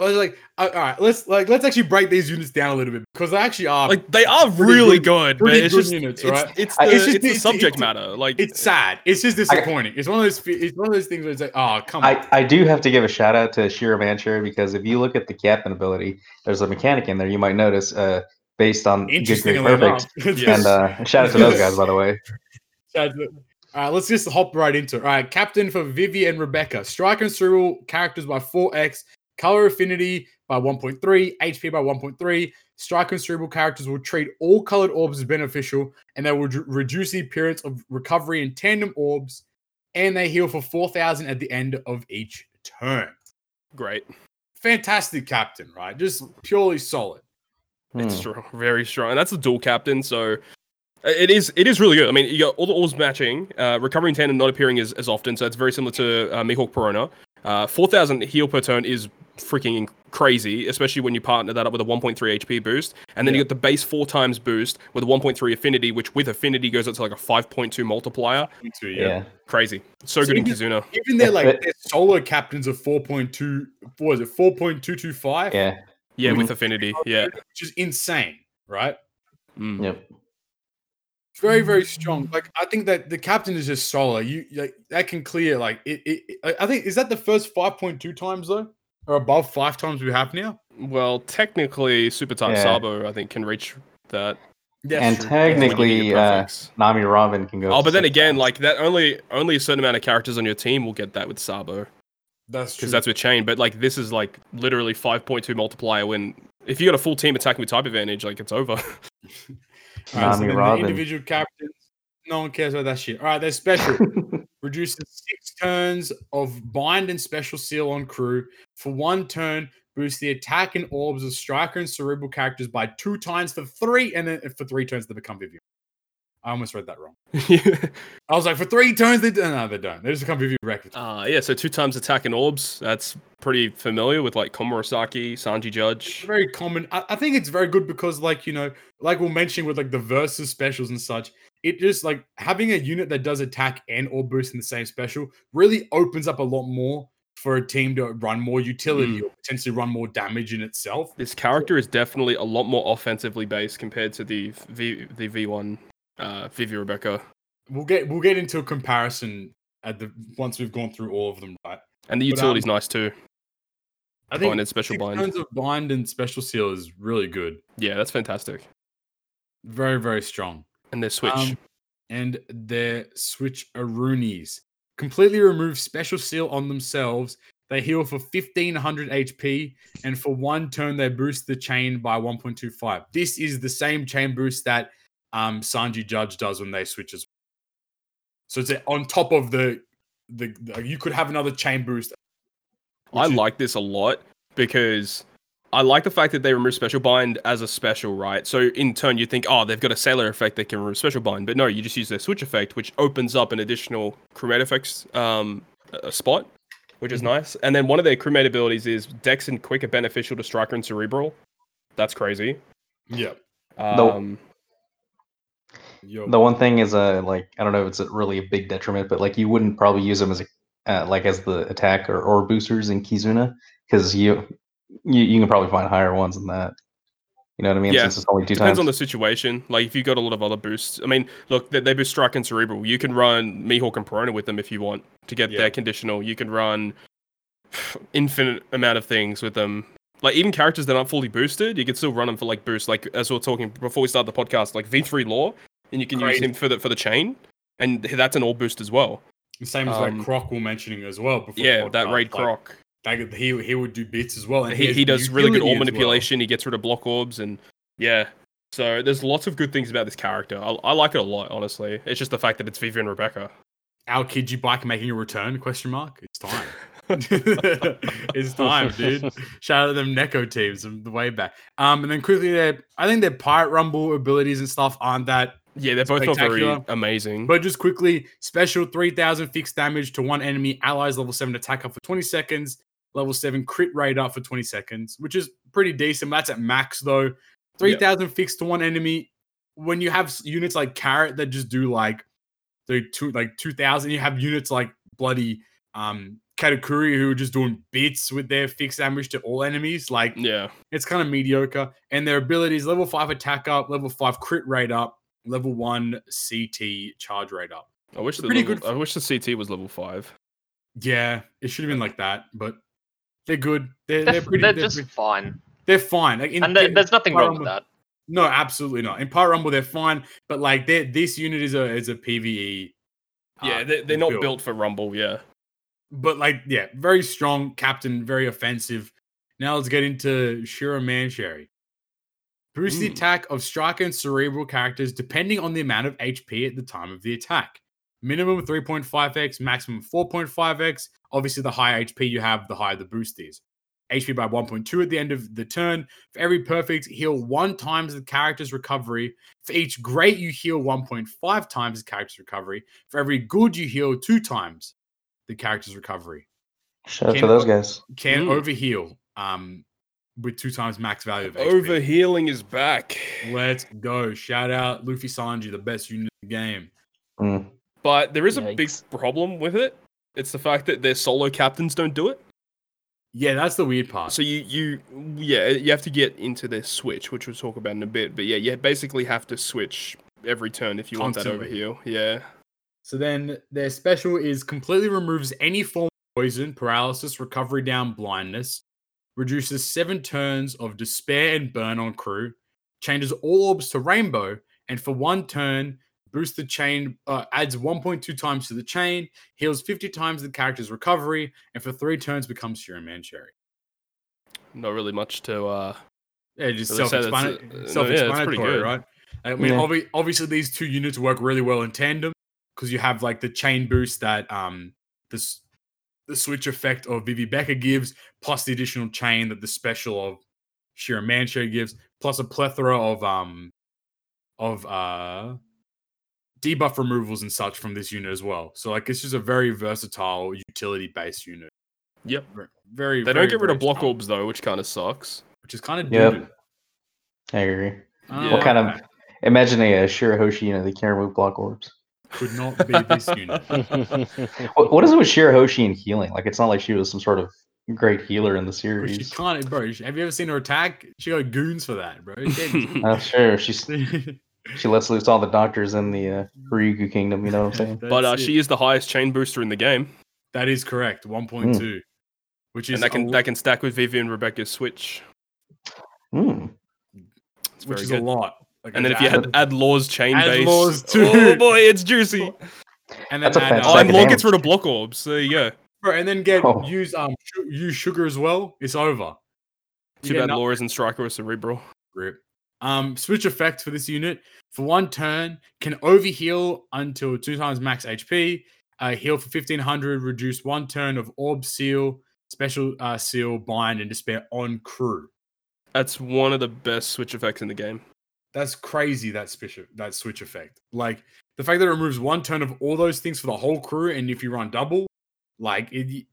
[SPEAKER 1] I was like, all right, let's like let's actually break these units down a little bit because they actually are
[SPEAKER 5] Like they are
[SPEAKER 1] Pretty
[SPEAKER 5] really
[SPEAKER 1] good-
[SPEAKER 5] good, but
[SPEAKER 1] pretty
[SPEAKER 5] it's
[SPEAKER 1] good
[SPEAKER 5] just
[SPEAKER 1] units,
[SPEAKER 5] it's,
[SPEAKER 1] right?
[SPEAKER 5] it's
[SPEAKER 2] I-
[SPEAKER 5] the,
[SPEAKER 1] it's just-
[SPEAKER 5] it's the
[SPEAKER 1] it's-
[SPEAKER 5] subject
[SPEAKER 1] it's-
[SPEAKER 5] matter. Like
[SPEAKER 1] it's sad. It's just
[SPEAKER 2] I-
[SPEAKER 1] disappointing. it's one of those fe- it's one of those things where it's like, oh come on.
[SPEAKER 2] I, I do have to give a shout out to Shira Mancher because if you look at the captain ability, there's a mechanic in there you might notice uh, based on good grade
[SPEAKER 1] Interestingly
[SPEAKER 2] perfect.
[SPEAKER 1] enough. *laughs* Yes.
[SPEAKER 2] And uh, shout out to those guys by the way.
[SPEAKER 1] All right, uh, let's just hop right into it. All right, captain for Vivi and Rebecca. Strike and Cerebral characters by 4x, color affinity by 1.3, HP by 1.3. Strike and Cerebral characters will treat all colored orbs as beneficial, and they will dr- reduce the appearance of recovery and tandem orbs, and they heal for 4,000 at the end of each turn.
[SPEAKER 5] great.
[SPEAKER 1] Fantastic captain, right? Just purely solid.
[SPEAKER 5] It's
[SPEAKER 2] Hmm.
[SPEAKER 5] strong, very strong, and that's the dual captain. So i- it is it is really good. I mean, you got all the alls matching, uh, recovering tandem not appearing as, as often, so it's very similar to uh, Mihawk Perona. Uh, Four thousand heal per turn is freaking crazy, especially when you partner that up with a one point three HP boost, and then you got the base four times boost with a one point three affinity, which with affinity goes up to like a five point two multiplier.
[SPEAKER 1] Me too,
[SPEAKER 2] Hmm, yeah.
[SPEAKER 5] Crazy, so
[SPEAKER 1] So
[SPEAKER 5] good in
[SPEAKER 1] you-
[SPEAKER 5] Kizuna.
[SPEAKER 1] Even their like
[SPEAKER 2] But-
[SPEAKER 1] their solo captains of 4.2, what is it, 4.225?
[SPEAKER 2] Yeah.
[SPEAKER 5] Yeah,
[SPEAKER 2] Mhm.
[SPEAKER 5] with affinity. Yeah,
[SPEAKER 1] which is insane, right?
[SPEAKER 5] Mm.
[SPEAKER 2] Yep.
[SPEAKER 1] It's Very, very strong. Like I think that the captain is just solid. You like that can clear. Like it, it, it- I- I think is that the first five point two times though, or above five times we have now.
[SPEAKER 5] Well, technically, Super Type
[SPEAKER 2] Yeah.
[SPEAKER 5] Sabo, I think, can reach that.
[SPEAKER 1] Yes.
[SPEAKER 2] And technically, uh, Nami Robin can go.
[SPEAKER 5] Oh,
[SPEAKER 2] to
[SPEAKER 5] but then
[SPEAKER 2] six
[SPEAKER 5] again,
[SPEAKER 2] times.
[SPEAKER 5] like that only only a certain amount of characters on your team will get that with Sabo
[SPEAKER 1] that's true.
[SPEAKER 5] because that's with chain. But like this is like literally five point two multiplier. When if you got a full team attacking with type advantage, like it's over. *laughs*
[SPEAKER 1] All right, so
[SPEAKER 2] Nami
[SPEAKER 1] then the
[SPEAKER 2] Robin.
[SPEAKER 1] individual captains. No one cares about that shit. All right, they're
[SPEAKER 2] *laughs*
[SPEAKER 1] special. reduces six turns of bind and special seal on crew for one turn boosts the attack and orbs of striker and cerebral characters by two times for three and then for three turns they become vivian i almost read that wrong i was like for three turns they don't no they don't they just become vivian wreck
[SPEAKER 5] uh, yeah, so two times attack and orbs. That's pretty familiar with like Komurasaki, Sanji
[SPEAKER 1] It's
[SPEAKER 5] Judge.
[SPEAKER 1] very common I, I think it's very good because like you know like we're mentioning with like the versus specials and such it just like having a unit that does attack and or boost in the same special really opens up a lot more for a team to run more utility
[SPEAKER 5] Mm.
[SPEAKER 1] or potentially run more damage in itself
[SPEAKER 5] This character is definitely a lot more offensively based compared to the V the V one uh, Vivi Rebecca.
[SPEAKER 1] we'll get we'll get into a comparison at the once we've gone through all of them right
[SPEAKER 5] And the
[SPEAKER 1] But, um,
[SPEAKER 5] utility's nice too.
[SPEAKER 1] i think
[SPEAKER 5] Bind and special
[SPEAKER 1] six
[SPEAKER 5] bind.
[SPEAKER 1] turns of bind and special seal is really good
[SPEAKER 5] Yeah, that's fantastic.
[SPEAKER 1] very very strong
[SPEAKER 5] And their switch.
[SPEAKER 1] Um, and their switch Arunis. Completely remove special seal on themselves. They heal for 1500 HP, and for one turn, they boost the chain by 1.25. This is the same chain boost that um, Sanji Judge does when they switch as well. So it's a- on top of the, the, the- you could have another chain boost.
[SPEAKER 5] I
[SPEAKER 1] which is-
[SPEAKER 5] like this a lot because I like the fact that they remove special bind as a special, right? So in turn, you think, oh, they've got a sailor effect that can remove special bind, but no, you just use their switch effect, which opens up an additional crewmate effects um, a- a spot, which
[SPEAKER 1] Mm-hmm.
[SPEAKER 5] is nice. And then one of their crewmate abilities is Dex and Quick are beneficial to Striker and Cerebral. That's crazy.
[SPEAKER 1] Yeah.
[SPEAKER 2] No.
[SPEAKER 5] Um,
[SPEAKER 1] Yo.
[SPEAKER 2] the one thing is uh, like I don't know if it's a really a big detriment, but like you wouldn't probably use them as a uh, like as the attack or, or boosters in Kizuna because you, you you can probably find higher ones than that. You know what I mean?
[SPEAKER 5] Yeah.
[SPEAKER 2] Since it's only two
[SPEAKER 5] Depends
[SPEAKER 2] times.
[SPEAKER 5] on the situation. Like if you got a lot of other boosts, I mean, look, they, they boost strike and cerebral. You can run Mihawk and Perona with them if you want to get
[SPEAKER 1] Yeah.
[SPEAKER 5] their conditional. You can run *sighs* infinite amount of things with them. Like even characters that aren't fully boosted, you can still run them for like boost. Like as we are talking before we start the podcast, like V three Law, and you can use
[SPEAKER 1] Crazy.
[SPEAKER 5] him for the for the chain, and that's an all boost as well.
[SPEAKER 1] Same as like
[SPEAKER 5] um,
[SPEAKER 1] Croc were mentioning as well. Before the
[SPEAKER 5] yeah, that
[SPEAKER 1] podcast, like,
[SPEAKER 5] raid Croc.
[SPEAKER 1] they could- he, he would do bits as well. And
[SPEAKER 5] he,
[SPEAKER 1] has
[SPEAKER 5] he
[SPEAKER 1] the
[SPEAKER 5] does really good
[SPEAKER 1] utility
[SPEAKER 5] orb
[SPEAKER 1] as well.
[SPEAKER 5] manipulation. He gets rid of block orbs, and yeah. So there's lots of good things about this character. I, I like it a lot, honestly. It's just the fact that it's Vivian Rebecca. *laughs*
[SPEAKER 1] our Kiji bike making a return? Question mark. It's
[SPEAKER 5] *laughs*
[SPEAKER 1] time. it's time,
[SPEAKER 4] *laughs*
[SPEAKER 1] dude. Shout out to them Neko teams from the way back. Um, and then quickly, their I think their Pirate Rumble abilities and stuff aren't that.
[SPEAKER 5] Yeah, they're both not very
[SPEAKER 1] Spectacular.
[SPEAKER 5] amazing.
[SPEAKER 1] But just quickly, special three thousand fixed damage to one enemy, allies level seven attacker for twenty seconds, level seven crit radar for twenty seconds, which is pretty decent. That's at max though. Three thousand fixed to one enemy. When you have s- units like Carrot that just do like the two like two thousand, you have units like bloody um Katakuri who are just doing bits with their fixed damage to all enemies. Like
[SPEAKER 5] yeah,
[SPEAKER 1] it's kind of mediocre. And their abilities level five attack up, level five crit rate up, level one CT charge rate up.
[SPEAKER 5] I wish the
[SPEAKER 1] pretty
[SPEAKER 5] level,
[SPEAKER 1] good
[SPEAKER 5] I wish the CT was level five.
[SPEAKER 1] Yeah, it should have been like that, but they're good. They're,
[SPEAKER 3] *laughs* They're,
[SPEAKER 1] they're
[SPEAKER 3] f-
[SPEAKER 1] pretty.
[SPEAKER 3] they're
[SPEAKER 1] They're,
[SPEAKER 3] just
[SPEAKER 1] pretty-
[SPEAKER 3] fine,
[SPEAKER 1] they're fine. Like in,
[SPEAKER 3] and there-
[SPEAKER 1] in-
[SPEAKER 3] there's nothing wrong with
[SPEAKER 1] Rumble-
[SPEAKER 3] that.
[SPEAKER 1] no, absolutely not. In Pirate Rumble, they're fine, but like they're, this unit is a is a PVE. uh,
[SPEAKER 5] yeah, they're, they're not
[SPEAKER 1] build.
[SPEAKER 5] built for Rumble. Yeah,
[SPEAKER 1] but like yeah, very strong captain, very offensive. Now let's get into Shira Manshari. Boost the
[SPEAKER 5] Mm.
[SPEAKER 1] attack of striker and cerebral characters depending on the amount of HP at the time of the attack. Minimum 3.5x, maximum 4.5x. Obviously, the higher HP you have, the higher the boost is. HP by 1.2 at the end of the turn. For every perfect, heal one times the character's recovery. For each great, you heal 1.5 times the character's recovery. For every good, you heal two times the character's recovery.
[SPEAKER 2] Shout out
[SPEAKER 1] Can-
[SPEAKER 2] to those guys.
[SPEAKER 1] Can
[SPEAKER 5] Mm.
[SPEAKER 1] overheal um, with two times max value of HP.
[SPEAKER 5] overhealing is back.
[SPEAKER 1] Let's go. Shout out Luffy Sanji, the best unit in the game.
[SPEAKER 2] Mm.
[SPEAKER 5] But there is a big
[SPEAKER 4] Yikes.
[SPEAKER 5] problem with it. It's the fact that their solo captains don't do it.
[SPEAKER 1] Yeah, that's the weird part.
[SPEAKER 5] So you you yeah, you have to get into their switch, which we'll talk about in a bit. But yeah, you basically have to switch every turn if you want that
[SPEAKER 1] Constantly.
[SPEAKER 5] overheal. Yeah.
[SPEAKER 1] So then their special is completely removes any form of poison, paralysis, recovery down, blindness, reduces seven turns of despair and burn on crew, changes all orbs to rainbow, and for one turn, boosts the chain, uh, adds 1.2 times to the chain, heals 50 times the character's recovery, and for three turns becomes Shirin Man Cherry.
[SPEAKER 5] Not really much to uh
[SPEAKER 1] Yeah, just
[SPEAKER 5] So they say that's-
[SPEAKER 1] self-explan-
[SPEAKER 5] uh, no, yeah, that's pretty
[SPEAKER 1] self-explanatory,
[SPEAKER 5] good.
[SPEAKER 1] right? I mean,
[SPEAKER 2] Yeah.
[SPEAKER 1] obvi- obviously these two units work really well in tandem because you have like the chain boost that um this the switch effect of Vivi Becker gives, plus the additional chain that the special of Shira Manshare gives, plus a plethora of um of uh debuff removals and such from this unit as well. So like it's just a very versatile utility based unit.
[SPEAKER 5] Yep.
[SPEAKER 1] Ver- Very
[SPEAKER 5] They
[SPEAKER 1] very,
[SPEAKER 5] don't get rid
[SPEAKER 1] very
[SPEAKER 5] of block
[SPEAKER 1] strong,
[SPEAKER 5] orbs though, which kinda sucks.
[SPEAKER 1] which is kind of
[SPEAKER 2] Yep.
[SPEAKER 1] doo-doo.
[SPEAKER 2] I agree.
[SPEAKER 1] I don't
[SPEAKER 5] Yeah.
[SPEAKER 1] like
[SPEAKER 2] What kind
[SPEAKER 1] that.
[SPEAKER 2] of imagine a Shirahoshi, you know, they can't remove block orbs.
[SPEAKER 1] could not be
[SPEAKER 2] *laughs*
[SPEAKER 1] this unit.
[SPEAKER 2] What, what is it with Shirahoshi and healing? Like it's not like she was some sort of great healer in the
[SPEAKER 1] Bro, She
[SPEAKER 2] series.
[SPEAKER 1] can't, bro. she- Have you ever seen her attack? She got goons for that, bro.
[SPEAKER 2] *laughs*
[SPEAKER 1] She
[SPEAKER 2] Uh,
[SPEAKER 1] *laughs*
[SPEAKER 2] sure, she's
[SPEAKER 1] can't-
[SPEAKER 2] she lets loose all the doctors in the uh, Ryugu Kingdom. You know what I'm saying?
[SPEAKER 5] but uh,
[SPEAKER 1] That's it.
[SPEAKER 5] she is the highest chain booster in the game.
[SPEAKER 1] that is correct, one
[SPEAKER 2] Hmm.
[SPEAKER 1] point two, which is
[SPEAKER 5] and that can
[SPEAKER 1] a,
[SPEAKER 5] that can stack with Vivi and Rebecca's switch.
[SPEAKER 2] Mm.
[SPEAKER 5] It's
[SPEAKER 1] which
[SPEAKER 5] very
[SPEAKER 1] is
[SPEAKER 5] good.
[SPEAKER 1] a lot. Like,
[SPEAKER 5] And then if
[SPEAKER 1] it's
[SPEAKER 5] you
[SPEAKER 1] add-
[SPEAKER 5] had add Law's chain
[SPEAKER 1] Add
[SPEAKER 5] base.
[SPEAKER 1] Laws too.
[SPEAKER 5] Oh *laughs* boy, it's juicy.
[SPEAKER 1] and
[SPEAKER 2] That's a
[SPEAKER 1] add,
[SPEAKER 2] fantastic
[SPEAKER 5] Oh,
[SPEAKER 1] um,
[SPEAKER 5] and Law
[SPEAKER 2] damage.
[SPEAKER 5] gets rid of block orbs. There you go.
[SPEAKER 1] bro, and then get
[SPEAKER 2] Oh.
[SPEAKER 1] use um su- use sugar as well. It's over. You
[SPEAKER 5] Too
[SPEAKER 1] get
[SPEAKER 5] bad
[SPEAKER 1] no-
[SPEAKER 5] Law isn't striker or cerebral.
[SPEAKER 1] Rip. Um, switch effect for this unit for one turn can overheal until two times max HP. Uh, heal for fifteen hundred. Reduce one turn of orb seal, special uh, seal, bind, and despair on crew.
[SPEAKER 5] That's one of the best switch effects in the game.
[SPEAKER 1] That's crazy. That switch. That switch effect. Like the fact that it removes one turn of all those things for the whole crew, and if you run double, like it,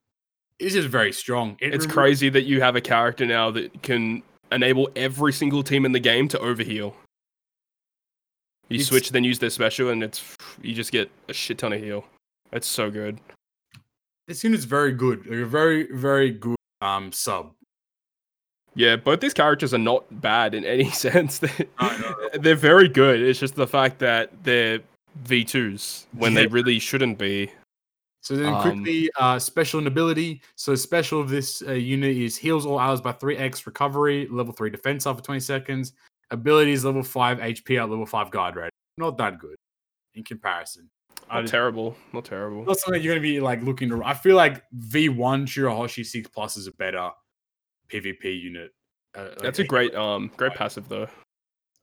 [SPEAKER 1] it's just very strong. It
[SPEAKER 5] It's
[SPEAKER 1] remo-
[SPEAKER 5] crazy that you have a character now that can enable every single team in the game to overheal. You
[SPEAKER 1] It's-
[SPEAKER 5] switch, then use their special, and it's you just get a shit ton of heal. That's so good.
[SPEAKER 1] This unit's very good. Like, a very very good um sub.
[SPEAKER 5] Yeah, both these characters are not bad in any *laughs* sense. They,
[SPEAKER 1] No, no,
[SPEAKER 5] they're very good. It's just the fact that they're V2s when they
[SPEAKER 1] Yeah.
[SPEAKER 5] really shouldn't be.
[SPEAKER 1] So then
[SPEAKER 5] Um,
[SPEAKER 1] quickly, uh, special and ability. So special of this uh, unit is heals all allies by 3x recovery, level 3 defense up for 20 seconds. Abilities level 5 HP out, level 5 guard rate. Not that good in comparison. I
[SPEAKER 5] Not
[SPEAKER 1] just-
[SPEAKER 5] terrible. Not terrible.
[SPEAKER 1] not something you're going to be like looking to. I feel like V1 Shirahoshi 6 Plus is a better PvP unit. Uh, like,
[SPEAKER 5] That's a great um great passive though.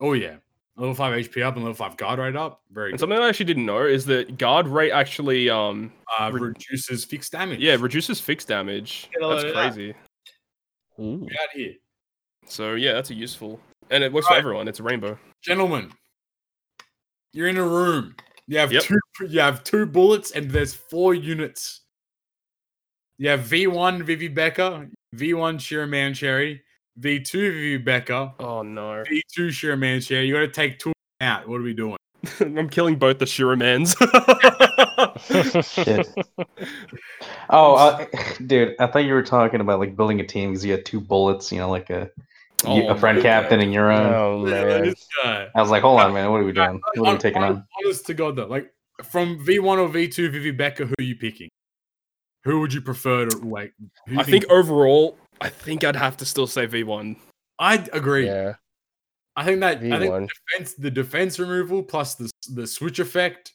[SPEAKER 1] Oh, yeah. Level five HP up and level five guard rate up. Very
[SPEAKER 5] And
[SPEAKER 1] good.
[SPEAKER 5] something I actually didn't know is that guard rate actually, um,
[SPEAKER 1] uh,
[SPEAKER 5] re-
[SPEAKER 1] reduces fixed damage.
[SPEAKER 5] yeah, reduces fixed damage.
[SPEAKER 1] Get a
[SPEAKER 5] That's
[SPEAKER 1] load of that.
[SPEAKER 5] crazy.
[SPEAKER 4] Ooh.
[SPEAKER 1] Get out here,
[SPEAKER 5] So yeah, that's a useful, and it works for
[SPEAKER 1] Alright.
[SPEAKER 5] everyone. It's a rainbow.
[SPEAKER 1] gentlemen. You're in a room. You have
[SPEAKER 5] Yep.
[SPEAKER 1] two. You have two bullets, and there's four units. You have V1 Vivi Becker, V1 Shira Mancherry, V2 Vivi Becker,
[SPEAKER 5] Oh no,
[SPEAKER 1] V2 Shira Mancherry. You got to take two out. What are we doing?
[SPEAKER 5] *laughs* I'm killing both the Shiramans. *laughs*
[SPEAKER 2] Shit. oh, uh, *laughs* dude, I thought you were talking about like building a team because you had two bullets, you know, like a you-
[SPEAKER 5] Oh,
[SPEAKER 2] a friend
[SPEAKER 5] man.
[SPEAKER 2] captain and your own.
[SPEAKER 4] oh
[SPEAKER 1] *laughs*
[SPEAKER 4] man.
[SPEAKER 1] This guy.
[SPEAKER 2] I was like, hold on, man, what are we
[SPEAKER 5] *laughs*
[SPEAKER 2] doing? What are we
[SPEAKER 1] Hon-
[SPEAKER 2] taking
[SPEAKER 1] hon-
[SPEAKER 2] on?
[SPEAKER 1] Honest to God, though, like from V1 or V2, Vivi Becker, who are you picking? Who would you prefer to like? who you
[SPEAKER 5] I think overall, I think I'd have to still say V1.
[SPEAKER 1] I'd agree.
[SPEAKER 4] Yeah.
[SPEAKER 1] I think that I think
[SPEAKER 4] V1.
[SPEAKER 1] defense, the defense removal plus the s- the switch effect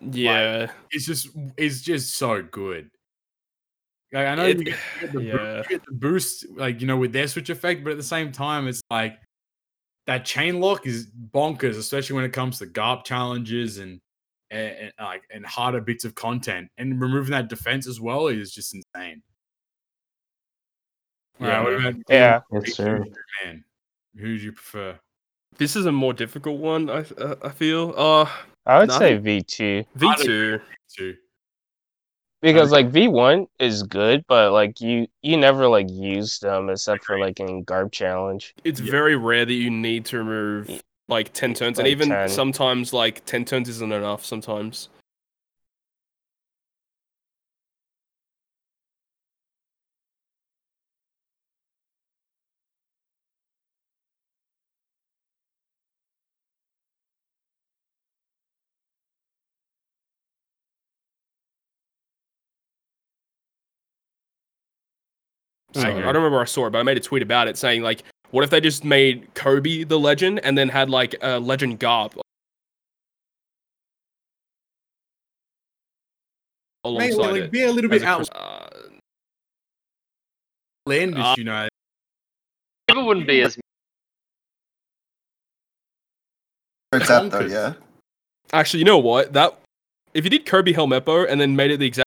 [SPEAKER 5] Yeah,
[SPEAKER 1] is just is just so good. Like, I know
[SPEAKER 5] It-
[SPEAKER 1] you, get, you, get the boo-
[SPEAKER 5] yeah.
[SPEAKER 1] you get the boost, like you know, with their switch effect, but at the same time, it's like that chain lock is bonkers, especially when it comes to GARP challenges and and, and, like and harder bits of content. And removing that defense as well is just insane. All right,
[SPEAKER 5] Yeah,
[SPEAKER 1] what
[SPEAKER 5] man.
[SPEAKER 1] about you,
[SPEAKER 4] Yeah.
[SPEAKER 2] Yes, sir.
[SPEAKER 1] man? Who do you prefer?
[SPEAKER 5] this is a more difficult one. I uh, I feel. Uh,
[SPEAKER 4] I would
[SPEAKER 5] No, I
[SPEAKER 4] say V2
[SPEAKER 5] V2.
[SPEAKER 1] To
[SPEAKER 4] because like V1 is good, but like you you never like use them except for like in Garb Challenge.
[SPEAKER 5] It's
[SPEAKER 1] Yeah.
[SPEAKER 5] very rare that you need to remove like 10 turns, and
[SPEAKER 4] Like
[SPEAKER 5] even
[SPEAKER 4] 10.
[SPEAKER 5] sometimes like 10 turns isn't enough. Sometimes. I,
[SPEAKER 1] I
[SPEAKER 5] I
[SPEAKER 1] agree.
[SPEAKER 5] don't remember where I saw it, but I made a tweet about it saying like, what if they just made Kobe the legend and then had like a legend Garp
[SPEAKER 1] Mate,
[SPEAKER 5] alongside
[SPEAKER 1] like,
[SPEAKER 5] it
[SPEAKER 1] be a little
[SPEAKER 5] as
[SPEAKER 1] bit
[SPEAKER 5] a
[SPEAKER 1] outlandish,
[SPEAKER 5] Chris- uh,
[SPEAKER 1] outlandish, you know.
[SPEAKER 3] It wouldn't be as
[SPEAKER 6] It's out though,
[SPEAKER 1] Bonkers.
[SPEAKER 6] yeah.
[SPEAKER 5] Actually, you know what? That if you did Kirby Helmeppo and then made it the exact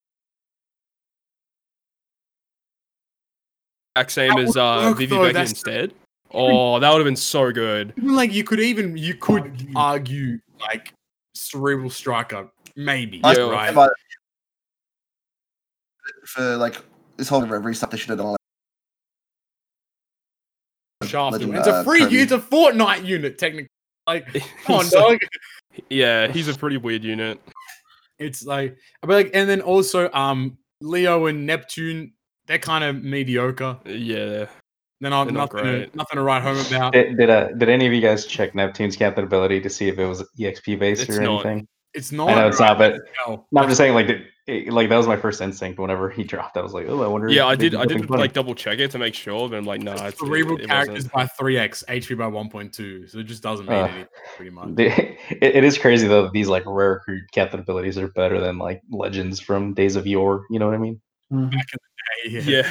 [SPEAKER 5] exact same
[SPEAKER 1] That
[SPEAKER 5] as
[SPEAKER 1] would
[SPEAKER 5] uh,
[SPEAKER 1] work,
[SPEAKER 5] Vivi
[SPEAKER 1] though,
[SPEAKER 5] Becky
[SPEAKER 1] that's the-
[SPEAKER 5] instead, oh, that would have been so good. *laughs*
[SPEAKER 1] Even like you could even you could argue, like cerebral striker maybe
[SPEAKER 6] I-
[SPEAKER 5] Yeah,
[SPEAKER 1] right.
[SPEAKER 6] If I- for like this whole reverie stuff, they should have done. Like,
[SPEAKER 1] Shaft
[SPEAKER 6] Legend,
[SPEAKER 1] it's a
[SPEAKER 6] uh,
[SPEAKER 1] free
[SPEAKER 6] Kirby.
[SPEAKER 1] unit, it's a Fortnite unit technically. Like come on,
[SPEAKER 5] He's so-
[SPEAKER 1] dog.
[SPEAKER 5] yeah, he's a pretty weird unit.
[SPEAKER 1] It's like but like and then also um Leo and Neptune they're kind of mediocre.
[SPEAKER 5] Yeah,
[SPEAKER 1] They're not,
[SPEAKER 5] They're not
[SPEAKER 1] nothing, to,
[SPEAKER 5] great.
[SPEAKER 1] nothing to write home about.
[SPEAKER 2] Did did, uh, did any of you guys check Neptune's captain ability to see if it was EXP based
[SPEAKER 5] It's
[SPEAKER 2] or
[SPEAKER 5] not.
[SPEAKER 2] anything?
[SPEAKER 1] It's not.
[SPEAKER 2] I know it's not, but
[SPEAKER 1] No.
[SPEAKER 2] no, I'm just saying, like, did, it, like that was my first instinct. Whenever he *laughs* dropped, I was like, oh, I wonder.
[SPEAKER 5] yeah. I
[SPEAKER 2] if they
[SPEAKER 5] did. I
[SPEAKER 2] something
[SPEAKER 5] did
[SPEAKER 2] funny.
[SPEAKER 5] like double check it to make sure, but I'm like, nah, it's,
[SPEAKER 1] cerebral
[SPEAKER 5] it, it wasn't.
[SPEAKER 1] characters by three x, HP by one point two. So it just doesn't mean
[SPEAKER 2] Uh,
[SPEAKER 1] anything pretty much.
[SPEAKER 2] The- *laughs* it, it is crazy though. that These like rare cr- captain abilities are better than like legends from days of yore. You know what I mean?
[SPEAKER 5] Yeah,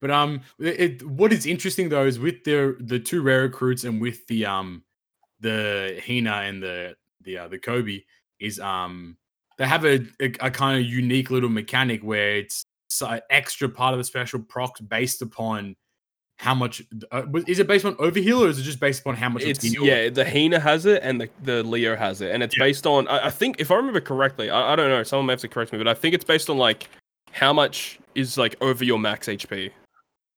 [SPEAKER 1] But um, it, it- what is interesting though is with the the two rare recruits and with the um the Hina and the the uh, the Kobe is um they have a a, a kind of unique little mechanic where it's an extra part of the special procs based upon how much uh, w- is it based on overheal or is it just based upon how much
[SPEAKER 5] it's
[SPEAKER 1] healed?
[SPEAKER 5] yeah. The Hina has it, and the, the Leo has it, and it's
[SPEAKER 1] Yeah.
[SPEAKER 5] based on. I, I think if I remember correctly, I, I don't know. Someone may have to correct me, but I think it's based on like how much is like over your max HP.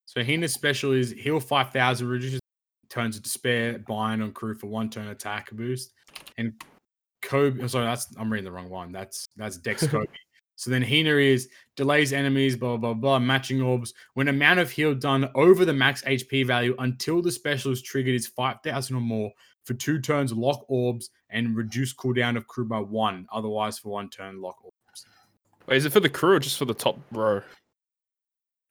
[SPEAKER 1] So Hina's special is heal 5,000, reduces turns of despair, bind on crew for one turn attack boost. And Kobe, oh, sorry, that's I'm reading the wrong one. That's that's
[SPEAKER 4] *laughs*
[SPEAKER 1] Dex Kobe. so then Hina is delays enemies, blah, blah, blah, matching orbs. When amount of heal done over the max HP value until the special is triggered is 5,000 or more. For two turns, lock orbs and reduce cooldown of crew by one. Otherwise, for one turn, lock orbs.
[SPEAKER 5] Wait, is it for the crew or just for the top row?